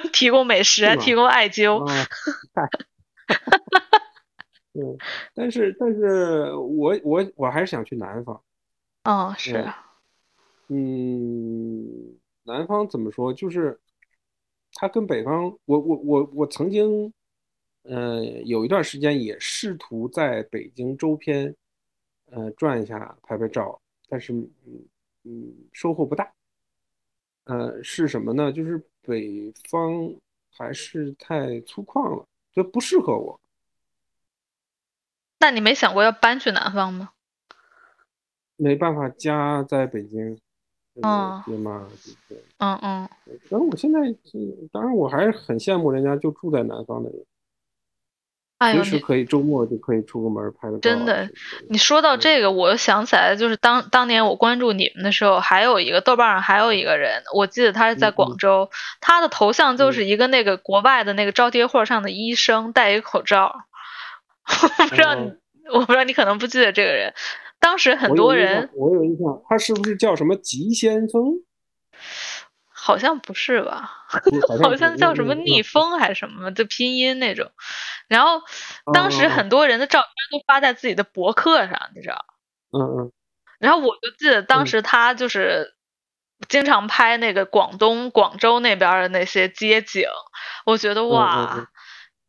Speaker 3: [laughs] 提供美食，
Speaker 4: 是
Speaker 3: 还
Speaker 4: 吗
Speaker 3: 提供艾灸。
Speaker 4: 啊，嗨嗯，但是但是我我我还是想去南方，
Speaker 3: 嗯，是
Speaker 4: 嗯嗯，南方怎么说？就是它跟北方，我我我我曾经，呃，有一段时间也试图在北京周边，呃，转一下拍拍照，但是嗯嗯，收获不大。呃，是什么呢？就是北方还是太粗犷了，就不适合我。
Speaker 3: 那你没想过要搬去南方吗？
Speaker 4: 没办法，家在北京，这个
Speaker 3: 哦
Speaker 4: 爹妈这些。
Speaker 3: 嗯嗯，
Speaker 4: 反正我现在是，当然我还是很羡慕人家就住在南方的人，
Speaker 3: 哎
Speaker 4: 随
Speaker 3: 呦，
Speaker 4: 时
Speaker 3: 你
Speaker 4: 可以周末就可以出个门儿拍个照啊
Speaker 3: 真
Speaker 4: 什么
Speaker 3: 的
Speaker 4: 的。
Speaker 3: 你说到
Speaker 4: 嗯
Speaker 3: 这个，我又想起来，就是当当年我关注你们的时候，还有一个豆瓣上还有一个人，我记得他是在
Speaker 4: 嗯嗯
Speaker 3: 广州，他的头像
Speaker 4: 嗯
Speaker 3: 就是一个那个国外的那个招贴画上的医生，戴一个口罩。 [laughs] 我不
Speaker 4: 哦
Speaker 3: 知道你，我不知道你可能不记得这个人。当时很
Speaker 4: 我有
Speaker 3: 多
Speaker 4: 印象
Speaker 3: 人
Speaker 4: 我有印象，他是不是叫什么急先
Speaker 3: [laughs]
Speaker 4: 锋？
Speaker 3: 好像不是吧？
Speaker 4: 不好
Speaker 3: 好
Speaker 4: 不
Speaker 3: 像
Speaker 4: 是
Speaker 3: 叫
Speaker 4: 那
Speaker 3: 什么
Speaker 4: 那
Speaker 3: 逆风还是什么，就拼音那种。然后当
Speaker 4: 哦哦
Speaker 3: 时
Speaker 4: 哦
Speaker 3: 很多人的照片都发在自己的博客上，你知道。
Speaker 4: 嗯嗯
Speaker 3: 然后我就记得
Speaker 4: 嗯
Speaker 3: 当时他就是经常拍那个广东、广州那边儿的那些街景，我觉得
Speaker 4: 嗯
Speaker 3: 哇，
Speaker 4: 嗯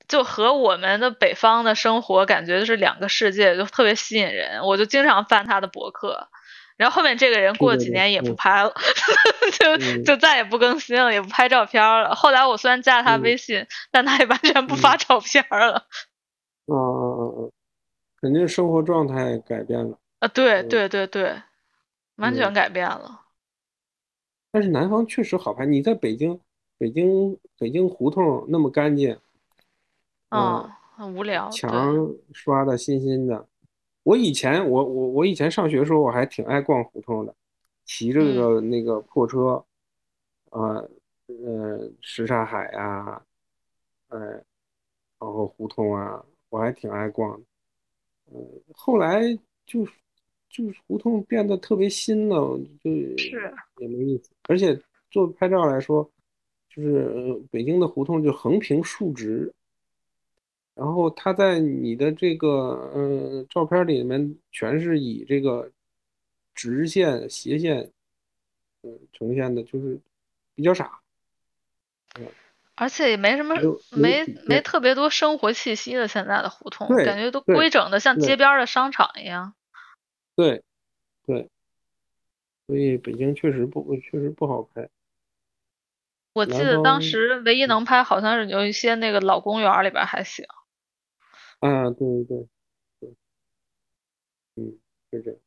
Speaker 3: 就和我们的北方的生活感觉就是两个世界，就特别吸引人。我就经常翻他的博客。然后后面这个人过了
Speaker 4: 对
Speaker 3: 几
Speaker 4: 对
Speaker 3: 年也
Speaker 4: 嗯
Speaker 3: 不拍了，
Speaker 4: 嗯
Speaker 3: 就就再也不更新了，也不拍照片儿了。后来我虽然加了他
Speaker 4: 嗯
Speaker 3: 微信，但他也完全不发照片儿了。
Speaker 4: 嗯嗯嗯，肯定生活状态改变了，
Speaker 3: 啊，对
Speaker 4: 嗯
Speaker 3: 对对对，完全
Speaker 4: 嗯
Speaker 3: 改变了。
Speaker 4: 但是南方确实好拍。你在北京，北京北京胡同那么干净，啊
Speaker 3: 嗯，很无聊。对。
Speaker 4: 墙刷的新新的。我以前我我我以前上学的时候，我还挺爱逛胡同的，骑着个那个破车，啊呃，什刹海啊，呃，然后胡同啊，我还挺爱逛的。呃，后来就就是胡同变得特别新了，就是也没意思。而且做拍照来说，就是呃北京的胡同就横平竖直，然后它在你的这个呃照片里面全是以这个直线、斜线，嗯、呈现的，就是比较傻，
Speaker 3: 而且也没什么
Speaker 4: 有有
Speaker 3: 没
Speaker 4: 几
Speaker 3: 没
Speaker 4: 个
Speaker 3: 特别多生活气息的现在的胡同，
Speaker 4: 对
Speaker 3: 感觉都
Speaker 4: 对
Speaker 3: 规整的像
Speaker 4: 对
Speaker 3: 街边儿的商场一样。
Speaker 4: 对对，所以北京确实不确实不好拍。
Speaker 3: 我记
Speaker 4: 南
Speaker 3: 得
Speaker 4: 方
Speaker 3: 当时唯一能拍好像是有一些那个老公园儿里边儿还行。
Speaker 4: 啊，对对对，嗯，是这样。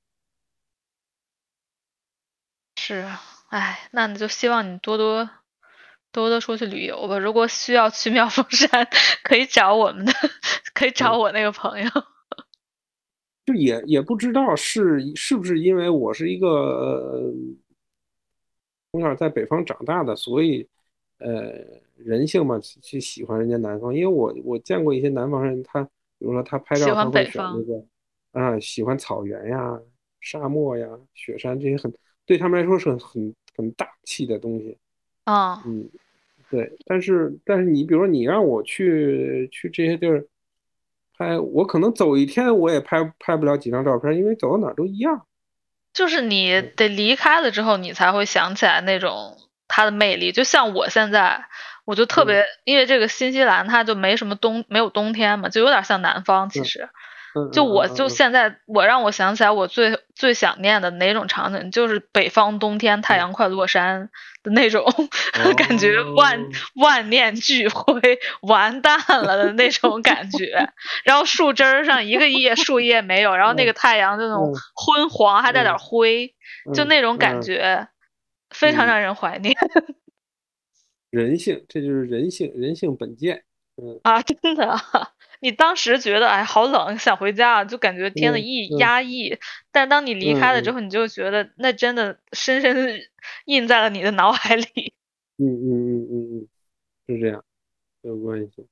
Speaker 3: 是啊，哎，那你就希望你多多多多出去旅游吧。如果需要去妙峰山， [laughs] 可以找我们的，可以找我那个朋友。
Speaker 4: 就也也不知道是是不是因为我是一个呃从小在北方长大的，所以呃人性嘛，去喜欢人家南方，因为我我见过一些南方人，他比如说他拍照
Speaker 3: 喜
Speaker 4: 他
Speaker 3: 欢
Speaker 4: 会
Speaker 3: 北
Speaker 4: 选那
Speaker 3: 方
Speaker 4: 个啊，喜欢草原呀、沙漠呀、雪山这些很对他们来说是很很很大气的东西。
Speaker 3: 嗯，
Speaker 4: 嗯，对，但是但是你比如说你让我去去这些地儿拍，我可能走一天我也拍拍不了几张照片，因为走到哪儿都一样。
Speaker 3: 就是你
Speaker 4: 嗯
Speaker 3: 得离开了之后，你才会想起来那种它的魅力。就像我现在，我就特
Speaker 4: 嗯
Speaker 3: 别因为这个新西兰它就没什么冬，没有冬天嘛，就有点像南方其
Speaker 4: 嗯
Speaker 3: 实。
Speaker 4: 嗯，
Speaker 3: 就
Speaker 4: 嗯
Speaker 3: 我
Speaker 4: 嗯
Speaker 3: 就
Speaker 4: 嗯
Speaker 3: 现在，我让我想起来我最最想念的哪种场景，就是北方冬天
Speaker 4: 嗯
Speaker 3: 太阳快落山的那种 [laughs] 感觉，万
Speaker 5: 哦
Speaker 3: 万念俱灰，完蛋了的那种感
Speaker 4: [laughs]
Speaker 3: 觉。然后树枝儿上一个叶树叶没有，然后那个太阳就那种
Speaker 4: 嗯
Speaker 3: 昏黄，还带点
Speaker 4: 嗯
Speaker 3: 灰，就
Speaker 4: 嗯
Speaker 3: 那种
Speaker 4: 嗯
Speaker 3: 感觉，非常
Speaker 4: 嗯
Speaker 3: 让人怀念
Speaker 4: [laughs] 人性，这就是人性，人性本贱。
Speaker 3: 啊！ [laughs] 真的，你当时觉得哎好冷，想回家，就感觉天的
Speaker 4: 嗯
Speaker 3: 抑
Speaker 4: 嗯
Speaker 3: 压抑，但当你离开了之
Speaker 4: 嗯嗯
Speaker 3: 后，你就觉得那真的深深地印在了你的脑海里。
Speaker 4: 嗯嗯嗯嗯嗯，是这样，有关系。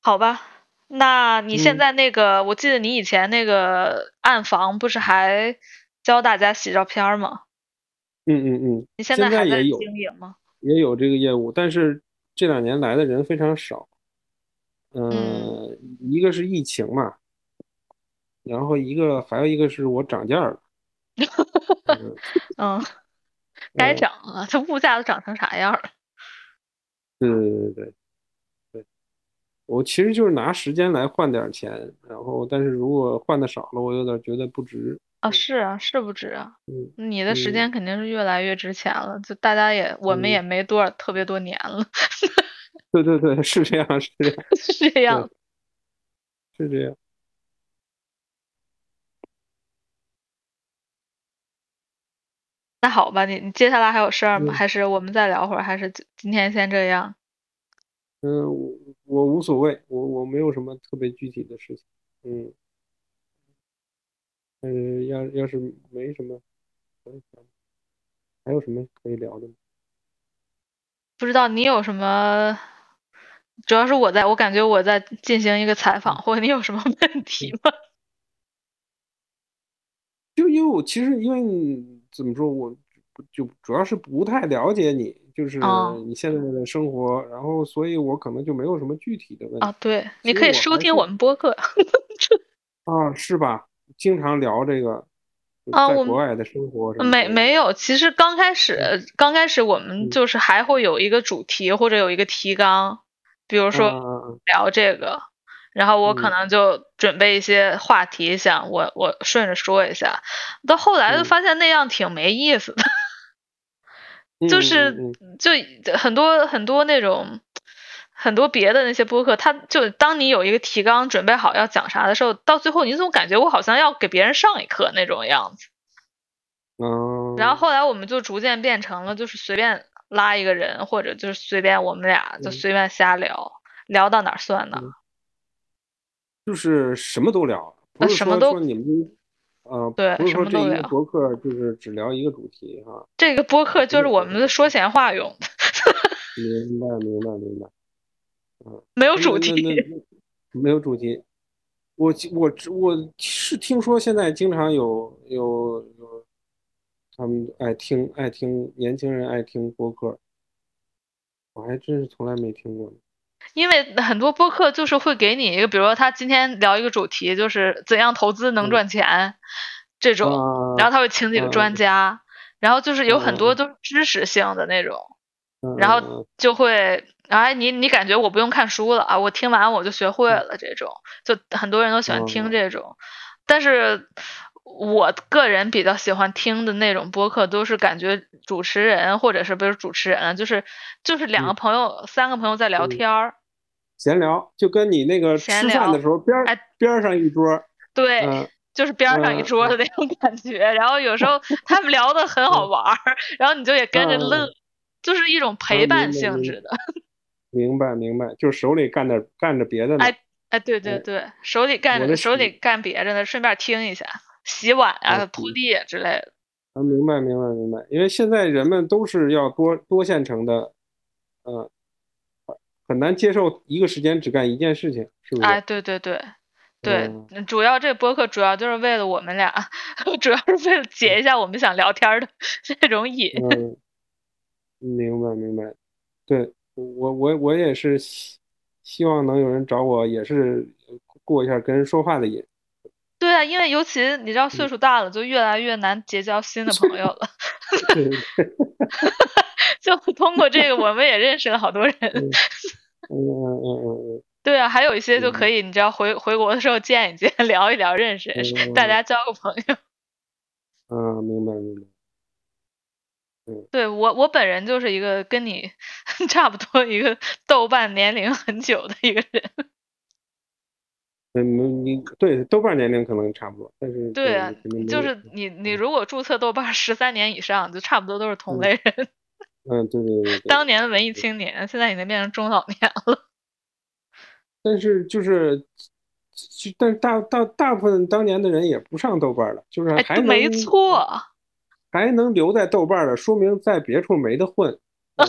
Speaker 3: 好吧，那你现
Speaker 4: 嗯
Speaker 3: 在那个，我记得你以前那个暗房不是还教大家洗照片儿吗？
Speaker 4: 嗯嗯嗯，
Speaker 3: 你现
Speaker 4: 现
Speaker 3: 在还
Speaker 4: 在
Speaker 3: 在
Speaker 4: 也有
Speaker 3: 经营吗？
Speaker 4: 也有这个业务，但是这两年来的人非常少。呃，
Speaker 3: 嗯
Speaker 4: 一个是疫情嘛，然后一个还有一个是我涨价了。嗯，
Speaker 3: 嗯， [laughs] 该
Speaker 4: 嗯
Speaker 3: 涨了，这物价都涨成啥样了？
Speaker 4: 对对对对对，我其实就是拿时间来换点儿钱，然后但是如果换的少了，我有点觉得不值。
Speaker 3: 啊，
Speaker 4: 嗯
Speaker 3: 是啊，是不值啊。
Speaker 4: 嗯
Speaker 3: 你的时
Speaker 4: 嗯
Speaker 3: 间肯定是越来越值钱了，就大家也我们
Speaker 4: 嗯
Speaker 3: 也没多少特别多年了， [laughs]
Speaker 4: 对对对，是这样，是这样，
Speaker 3: 是这样。
Speaker 4: 是这样。
Speaker 3: 那好吧，你你接下来还有事儿吗？
Speaker 4: 嗯
Speaker 3: 还是我们再聊会儿？还是就今天先这样？
Speaker 4: 嗯，我我无所谓，我我没有什么特别具体的事情，嗯，但是要要是没什么，我也想还有什么可以聊的吗？
Speaker 3: 不知道你有什么？主要是我在，我感觉我在进行一个采
Speaker 4: 嗯
Speaker 3: 访，或者你有什么问题吗？
Speaker 4: 就因为我其实因为你怎么说，我不就主要是不太了解你，就是
Speaker 3: 哦
Speaker 4: 你现在的生活，然后所以我可能就没有什么具体的问
Speaker 3: 啊，
Speaker 4: 题
Speaker 3: 对，你
Speaker 4: 其实
Speaker 3: 可以
Speaker 4: 我
Speaker 3: 收
Speaker 4: 还
Speaker 3: 听
Speaker 4: 是
Speaker 3: 我们播客
Speaker 4: 啊，是吧？经常聊这个就
Speaker 3: 啊
Speaker 4: 在
Speaker 3: 我
Speaker 4: 国
Speaker 3: 们
Speaker 4: 外的生活什么
Speaker 3: 没
Speaker 4: 之类
Speaker 3: 没
Speaker 4: 的
Speaker 3: 有？其实刚开始，刚开始我们
Speaker 4: 嗯
Speaker 3: 就是还会有一个主题或者有一个提纲，比如说
Speaker 4: 啊啊啊
Speaker 3: 聊这个，然后我可
Speaker 4: 嗯
Speaker 3: 能就准备一些话题，想我我顺着说一下。到后来就
Speaker 4: 嗯
Speaker 3: 发现那样挺没意思的，
Speaker 4: 嗯
Speaker 3: 就
Speaker 4: 嗯
Speaker 3: 是
Speaker 4: 嗯
Speaker 3: 就很多很多那种很多别的那些播客，它就当你有一个提纲准备好要讲啥的时候，到最后你总感觉我好像要给别人上一课那种样子。
Speaker 4: 嗯
Speaker 3: 然后
Speaker 4: 啊
Speaker 3: 后来我们就逐渐变成了就是随便拉一个人，或者就是随便我们俩就
Speaker 4: 嗯
Speaker 3: 随便瞎聊，聊到哪儿算哪儿。
Speaker 4: 就是什么都聊，不
Speaker 3: 呃
Speaker 4: 是
Speaker 3: 什么
Speaker 4: 说
Speaker 3: 都
Speaker 4: 说你们，呃，
Speaker 3: 对
Speaker 4: 不是
Speaker 3: 什
Speaker 4: 说
Speaker 3: 么
Speaker 4: 这
Speaker 3: 都
Speaker 4: 一个
Speaker 3: 聊
Speaker 4: 博客就是只聊一个主题啊，
Speaker 3: 这个播客就是
Speaker 4: 嗯
Speaker 3: 我们的说闲话用的，
Speaker 4: 明白明白明白，
Speaker 3: 没有
Speaker 4: 那
Speaker 3: 主
Speaker 4: 那
Speaker 3: 题。
Speaker 4: 那那没有主题，我我我是听说现在经常有有有，他们爱听爱听年轻人爱听博客，我还真是从来没听过呢，
Speaker 3: [laughs] 因为很多播客就是会给你一个，比如说他今天聊一个主题，就是怎样投资能
Speaker 4: 嗯
Speaker 3: 赚钱这种，
Speaker 4: 啊
Speaker 3: 然后他会请几个
Speaker 4: 嗯
Speaker 3: 专家，然后就是有很
Speaker 4: 嗯
Speaker 3: 多都是知识性的那种，
Speaker 4: 嗯
Speaker 3: 然
Speaker 4: 嗯
Speaker 3: 后
Speaker 4: 嗯
Speaker 3: 就会，哎，你你感觉我不用看书了啊，我听完我就学会
Speaker 4: 嗯
Speaker 3: 了这种，就很多人都喜欢听
Speaker 4: 哦
Speaker 3: 这种，但是我个人比较喜欢听的那种播客，都是感觉主持人或者是不是主持人啊，就是就是两个
Speaker 4: 嗯
Speaker 3: 朋友、三个朋友在聊
Speaker 4: 嗯
Speaker 3: 天儿，
Speaker 4: 闲聊就跟你那个吃
Speaker 3: 闲
Speaker 4: 饭
Speaker 3: 聊
Speaker 4: 的时候边儿
Speaker 3: 哎
Speaker 4: 边儿上一桌，
Speaker 3: 对。
Speaker 4: 嗯。
Speaker 3: 就是边儿上一
Speaker 4: 嗯嗯
Speaker 3: 桌的那种感觉，然后有时
Speaker 4: [laughs]
Speaker 3: 候他们聊的很好玩儿，然后你就也跟着
Speaker 4: 嗯嗯嗯嗯
Speaker 3: 乐，就是一种陪
Speaker 4: 明
Speaker 3: 伴
Speaker 4: 白
Speaker 3: 性
Speaker 4: 明
Speaker 3: 质的。
Speaker 4: 明白明白，就是手里干点干着别的呢。
Speaker 3: 哎哎，对对
Speaker 4: 哎
Speaker 3: 对，手里干
Speaker 4: 我
Speaker 3: 着
Speaker 4: 的
Speaker 3: 手里
Speaker 4: 洗
Speaker 3: 干别着呢，顺便听一下，洗碗啊、
Speaker 4: 嗯
Speaker 3: 拖
Speaker 4: 嗯
Speaker 3: 地啊之类的。
Speaker 4: 啊，明白明白明白，因为现在人们都是要多多线程的，嗯、很难接受一个时间只干一件事情，是不是？
Speaker 3: 哎，对对对对
Speaker 4: 嗯，
Speaker 3: 主要这播客主要就是为了我们俩， [laughs] 主要是为了解一下我们想聊天儿的 [laughs] 这种瘾。
Speaker 4: 嗯，明白明白，对，我我我也是希希望能有人找我，也是过一下跟人说话的瘾。 [laughs]
Speaker 3: 对啊，因为尤其你知道
Speaker 4: 嗯
Speaker 3: 岁数大了，就越来越难结交新的朋友
Speaker 4: [laughs]
Speaker 3: 了。
Speaker 4: 对
Speaker 3: 就通过这个，我们也认识了好多人。
Speaker 4: 嗯嗯嗯
Speaker 3: 对啊，还有一些就可以，你知道回回国的时候见一见， [laughs] 聊一聊，认识认识，大
Speaker 4: 哦
Speaker 3: 家交个朋友。
Speaker 4: 嗯嗯，明白明白。
Speaker 3: 对我，我本人就是一个跟你 [laughs] 差不多一个豆瓣年龄很久的一个人。
Speaker 4: 嗯，你你对豆瓣年龄可能差不多，但是
Speaker 3: 对啊
Speaker 4: 肯定，没
Speaker 3: 就
Speaker 4: 有
Speaker 3: 是你
Speaker 4: 嗯
Speaker 3: 你如果注册豆瓣十三年以上，就差不多都是同类人。
Speaker 4: 嗯，对对对对。
Speaker 3: 当年的文艺青年，现在已经变成中老年了。
Speaker 4: 但是就是，就但是大大大部分当年的人也不上豆瓣了，就是
Speaker 3: 哎，
Speaker 4: 还
Speaker 3: 没
Speaker 4: 能
Speaker 3: 错，
Speaker 4: [laughs] 还能留在豆瓣的，说明在别处没得混。
Speaker 3: [laughs]
Speaker 4: 嗯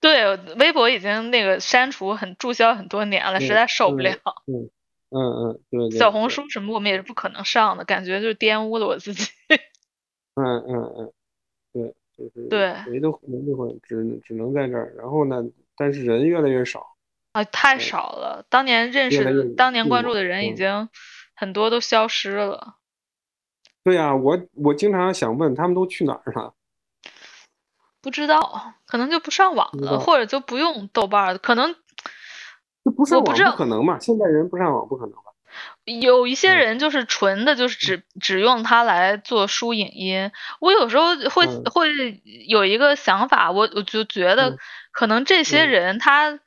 Speaker 3: 对，微博已经那个删除很注销很多年了，实
Speaker 4: 嗯
Speaker 3: 在受不
Speaker 4: 嗯
Speaker 3: 了。
Speaker 4: 嗯嗯，对对。
Speaker 3: 小红
Speaker 4: 对
Speaker 3: 书什么我们也是不可能上的，感觉就是玷污了我自己。
Speaker 4: 嗯嗯嗯，对，就是
Speaker 3: 对
Speaker 4: 没得没得混，只只能在这儿。然后呢，但是人越来越少。
Speaker 3: 啊，太少了！当年认
Speaker 4: 越
Speaker 3: 识
Speaker 4: 来
Speaker 3: 的
Speaker 4: 越、
Speaker 3: 当年
Speaker 4: 近
Speaker 3: 关
Speaker 4: 了
Speaker 3: 注的人已
Speaker 4: 嗯
Speaker 3: 经很多都消失了。
Speaker 4: 对呀，我我经常想问他们都去哪儿了。
Speaker 3: 不知道，可能就不上网
Speaker 4: 不知
Speaker 3: 了，
Speaker 4: 道
Speaker 3: 或者就不用豆瓣儿了。可能
Speaker 4: 这不上
Speaker 3: 我不
Speaker 4: 网
Speaker 3: 知
Speaker 4: 不
Speaker 3: 道
Speaker 4: 可能嘛？现在人不上网不可能吧？
Speaker 3: 有一些
Speaker 4: 嗯
Speaker 3: 人就是纯的，就是只只用它来做书影音。我有时候会
Speaker 4: 嗯
Speaker 3: 会有一个想法，我我就觉得
Speaker 4: 嗯
Speaker 3: 可能这些
Speaker 4: 嗯
Speaker 3: 人他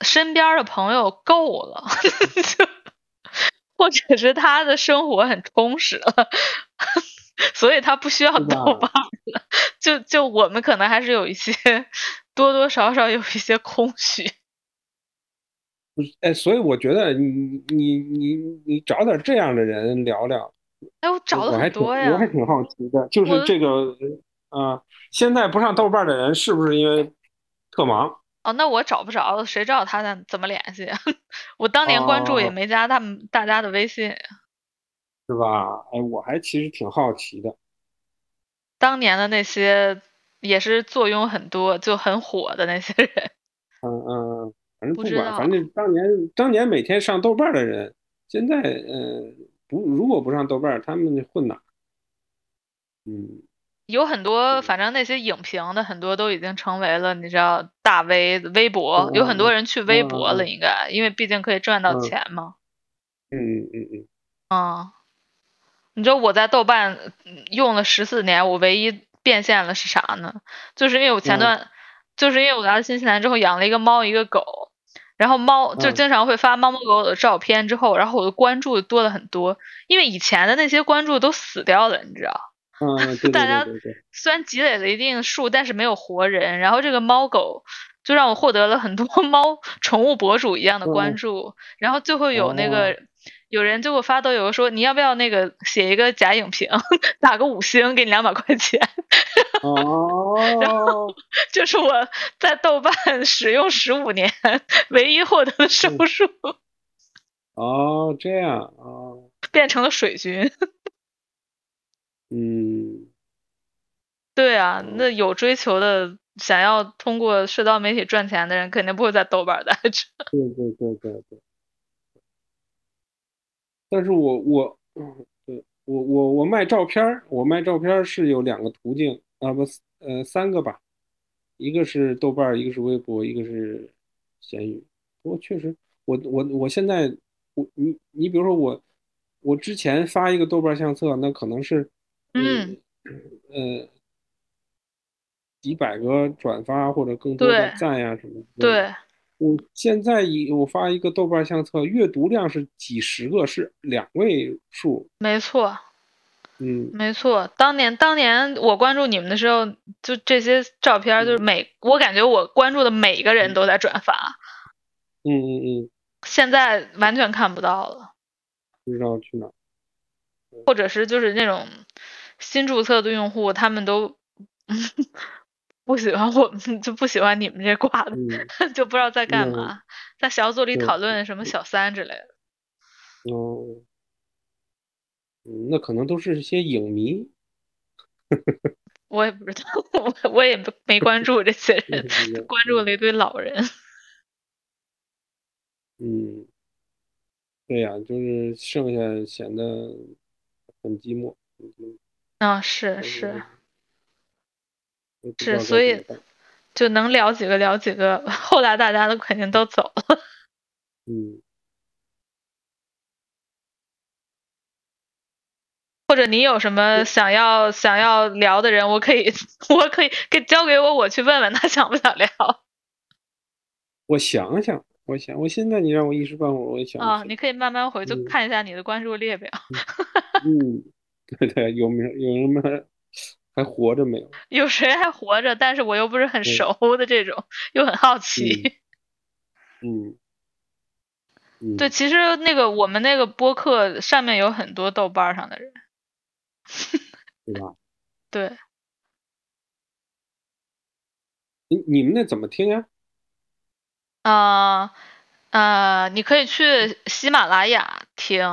Speaker 3: 身边儿的朋友够了， [laughs] 就或者是他的生活很充实了， [laughs] 所以他不需要
Speaker 4: 是吧
Speaker 3: 豆瓣儿了。 [laughs] 就就我们可能还是有一些多多少少有一些空虚。
Speaker 4: 不是，哎，所以我觉得你你你你找点这样的人聊聊，
Speaker 3: 哎，我找
Speaker 4: 我
Speaker 3: 了
Speaker 4: 还
Speaker 3: 很
Speaker 4: 挺
Speaker 3: 多
Speaker 4: 我
Speaker 3: 呀
Speaker 4: 还，挺好奇的，就是
Speaker 3: 我
Speaker 4: 这个啊、现在不上豆瓣的人是不是因为特忙？
Speaker 3: 哦，那我找不着，谁知道他在怎么联系？ [laughs] 我当年关注也
Speaker 4: 哦
Speaker 3: 没加他们大家的微信，
Speaker 4: 是吧？哎，我还其实挺好奇的。
Speaker 3: 当年的那些也是坐拥很多就很火的那些人，
Speaker 4: 嗯嗯，反正
Speaker 3: 不
Speaker 4: 不
Speaker 3: 知
Speaker 4: 管，
Speaker 3: 道
Speaker 4: 反正当年当年每天上豆瓣的人，现在呃不如果不上豆瓣，他们混哪儿？嗯，
Speaker 3: 有很多反正那些影评的很多都已经成为了你知道大 V 微博，有很多
Speaker 4: 嗯
Speaker 3: 人去微
Speaker 4: 嗯
Speaker 3: 博了，
Speaker 4: 嗯
Speaker 3: 应该因为毕竟可以赚到
Speaker 4: 嗯
Speaker 3: 钱嘛。
Speaker 4: 嗯嗯嗯，
Speaker 3: 嗯，你知道我在豆瓣嗯用了十四年，我唯一变现了是啥呢？就是因为我前
Speaker 4: 嗯
Speaker 3: 段，就是因为我来了新西兰之后养了一个猫一个狗，然后猫就
Speaker 4: 嗯
Speaker 3: 经常会发猫猫狗狗的照片，之后，然后我的关注多了很多，因为以前的那些关注都死掉了，你知道？
Speaker 4: 嗯，对
Speaker 3: [laughs]
Speaker 4: 对
Speaker 3: 大家
Speaker 4: 对对对，
Speaker 3: 虽然积累了一定数，但是没有活人，然后这个猫狗。就让我获得了很多 [laughs] 猫宠物博主一样的关
Speaker 4: 嗯
Speaker 3: 注，然后就会有那个、
Speaker 4: 哦
Speaker 3: 有人就会发抖友说你要不要那个写一个假影评， [laughs] 打个五星给你两百块钱， [laughs]
Speaker 4: 哦，
Speaker 3: 这是我在豆瓣 [laughs] 使用十五年唯一获得的
Speaker 4: 嗯
Speaker 3: 收入，
Speaker 4: 哦，这样啊，哦
Speaker 3: 变成了水军。
Speaker 4: 嗯，
Speaker 3: 对啊，
Speaker 4: 嗯
Speaker 3: 那有追求的想要通过社交媒体赚钱的人，肯定不会在豆瓣待着。
Speaker 4: 对对对对对。但是我我嗯对我我我卖照片儿，我卖照片儿是有两个途径啊，不呃三个吧，一个是豆瓣儿，一个是微博，一个是闲鱼。不过确实，我我我现在我你你比如说我我之前发一个豆瓣儿相册，那可能是
Speaker 3: 嗯
Speaker 4: 呃几百个转发或者更多的
Speaker 3: 对
Speaker 4: 赞呀、什么之类的。
Speaker 3: 对，
Speaker 4: 我现在一我发一个豆瓣相册，阅读量是几十个，是两位数。
Speaker 3: 没错。
Speaker 4: 嗯，
Speaker 3: 没错，当年当年我关注你们的时候，就这些照片儿，就是每、我感觉我关注的每一个人都在转发，
Speaker 4: 嗯嗯嗯，
Speaker 3: 现在完全看不到了，
Speaker 4: 不知道去哪儿。
Speaker 3: 或者是就是那种新注册的用户，他们都 [laughs] 不喜欢我们，就不喜欢你们这挂的， [laughs]
Speaker 4: 嗯
Speaker 3: 就不知道在干
Speaker 4: 嗯
Speaker 3: 嘛，在小组里
Speaker 4: 对
Speaker 3: 讨论什么小三之类的。
Speaker 4: 哦，嗯那可能都是些影迷，
Speaker 3: 我也不知道， [laughs] 我我也不没关注这些
Speaker 4: 那
Speaker 3: 人，
Speaker 4: 是影
Speaker 3: 关注了一堆老人。 [laughs]
Speaker 4: 嗯，对呀，就是剩下显得很寂寞，
Speaker 3: 啊、是
Speaker 4: 嗯
Speaker 3: 是，，
Speaker 4: 都不
Speaker 3: 是
Speaker 4: 知道该
Speaker 3: 所
Speaker 4: 怎
Speaker 3: 以
Speaker 4: 么办
Speaker 3: 就能聊几个聊几个， [laughs] 后来大家都肯定都走了。
Speaker 4: 嗯
Speaker 3: 或者你有什么想要想要聊的人，我可以 [laughs] 我可以给交给我，我去问 [laughs] 问他想不想聊
Speaker 4: 我想想，我想，我现在你让我一时半会儿，我也想不
Speaker 3: 啊、
Speaker 4: 起
Speaker 3: 你可以慢慢回去
Speaker 4: 嗯
Speaker 3: 看一下你的关注列表，
Speaker 4: 嗯， [laughs] 对对，有没有有什么还活着没有？
Speaker 3: 有谁还活着，但是我又不是很
Speaker 4: 嗯
Speaker 3: 熟的这种，又很好奇。
Speaker 4: 嗯嗯，
Speaker 3: 对，其实那个我们那个播客上面有很多豆瓣上的人，
Speaker 4: 对吧？
Speaker 3: 对，
Speaker 4: 你你们那怎么听呀？
Speaker 3: 啊、呃，你可以去喜马拉雅听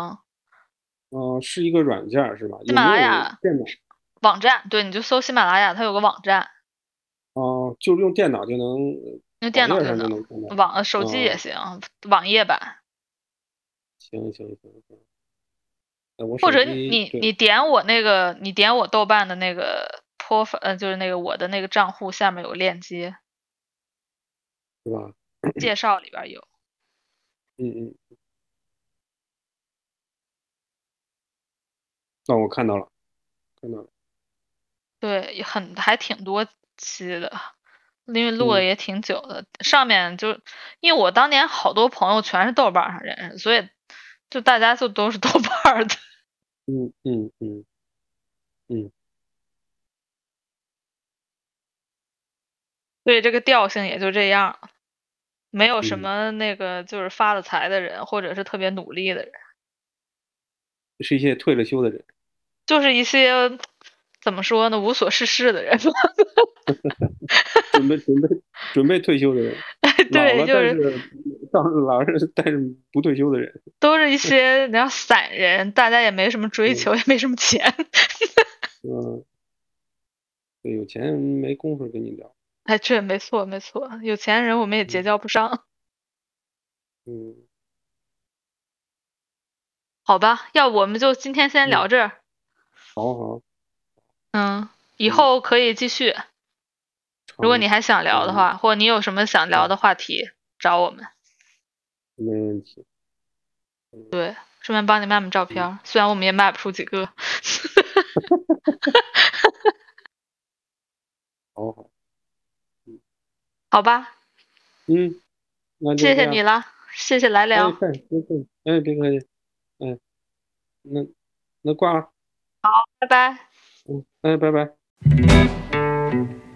Speaker 4: 哦，是一个软件儿是吧？
Speaker 3: 喜
Speaker 4: 有
Speaker 3: 马拉
Speaker 4: 没有
Speaker 3: 雅
Speaker 4: 电脑？
Speaker 3: 网站，对，你就搜喜马拉雅，它有个网站，
Speaker 4: 哦，就是用电脑就能，
Speaker 3: 用
Speaker 4: 网
Speaker 3: 电脑
Speaker 4: 页
Speaker 3: 就
Speaker 4: 上就
Speaker 3: 能，
Speaker 4: 能看到。
Speaker 3: 网呃手机也
Speaker 4: 哦
Speaker 3: 行，网页版。
Speaker 4: 行行行行，那我
Speaker 3: 或
Speaker 4: 手
Speaker 3: 者
Speaker 4: 机
Speaker 3: 你
Speaker 4: 对
Speaker 3: 你点我那个，你点我豆瓣的那个 profile，呃，就是那个我的那个账户下面有链接，
Speaker 4: 是吧？
Speaker 3: 介绍里边儿有。
Speaker 4: 嗯嗯。那哦我看到了，看到了。
Speaker 3: 对，也很还挺多期的，因为
Speaker 4: 嗯
Speaker 3: 录了也挺久的。上面就因为我当年好多朋友全是豆瓣儿上认识，所以就大家就都是 [laughs] 豆瓣儿的。
Speaker 4: 嗯嗯嗯嗯，
Speaker 3: 对，这个调性也就这样儿，没有什
Speaker 4: 嗯
Speaker 3: 么那个就是发了财的人，或者是特别努力的人，
Speaker 4: 是一些退了休的人。
Speaker 3: 就是一些怎么说呢，无所事事的 [laughs] 人。
Speaker 4: 准备准备准备退休的人， [laughs] 老
Speaker 3: 哎对
Speaker 4: 了
Speaker 3: 就
Speaker 4: 但
Speaker 3: 是
Speaker 4: 到老是但是不退休的人，
Speaker 3: 都是一些你要散人，大家也没什么追求，也没什么钱， [laughs]
Speaker 4: 嗯，对，有钱人没工夫跟你聊，
Speaker 3: 哎，这没错没错，有钱人我们也结交不上，
Speaker 4: 嗯，
Speaker 3: 好吧？要不我们就今天
Speaker 4: 嗯
Speaker 3: 先聊这儿，
Speaker 4: 好好，
Speaker 3: 嗯，以
Speaker 4: 嗯
Speaker 3: 后可以继续，如果你
Speaker 4: 好
Speaker 3: 还想聊的
Speaker 4: 嗯
Speaker 3: 话，或者你有什么想聊
Speaker 4: 好
Speaker 3: 的话题，找我们，
Speaker 4: 没问题，
Speaker 3: 对，顺便帮你卖卖照片
Speaker 4: 嗯
Speaker 3: 儿，虽然我们也卖不出几个，
Speaker 4: 好好，
Speaker 3: 好吧？
Speaker 4: 嗯，那就
Speaker 3: 谢
Speaker 4: 这
Speaker 3: 谢
Speaker 4: 样
Speaker 3: 你了，谢谢来聊，
Speaker 4: 哎，快别客气，哎，别客气，哎，那那挂了，
Speaker 3: 拜拜。
Speaker 4: 嗯，哎，拜拜。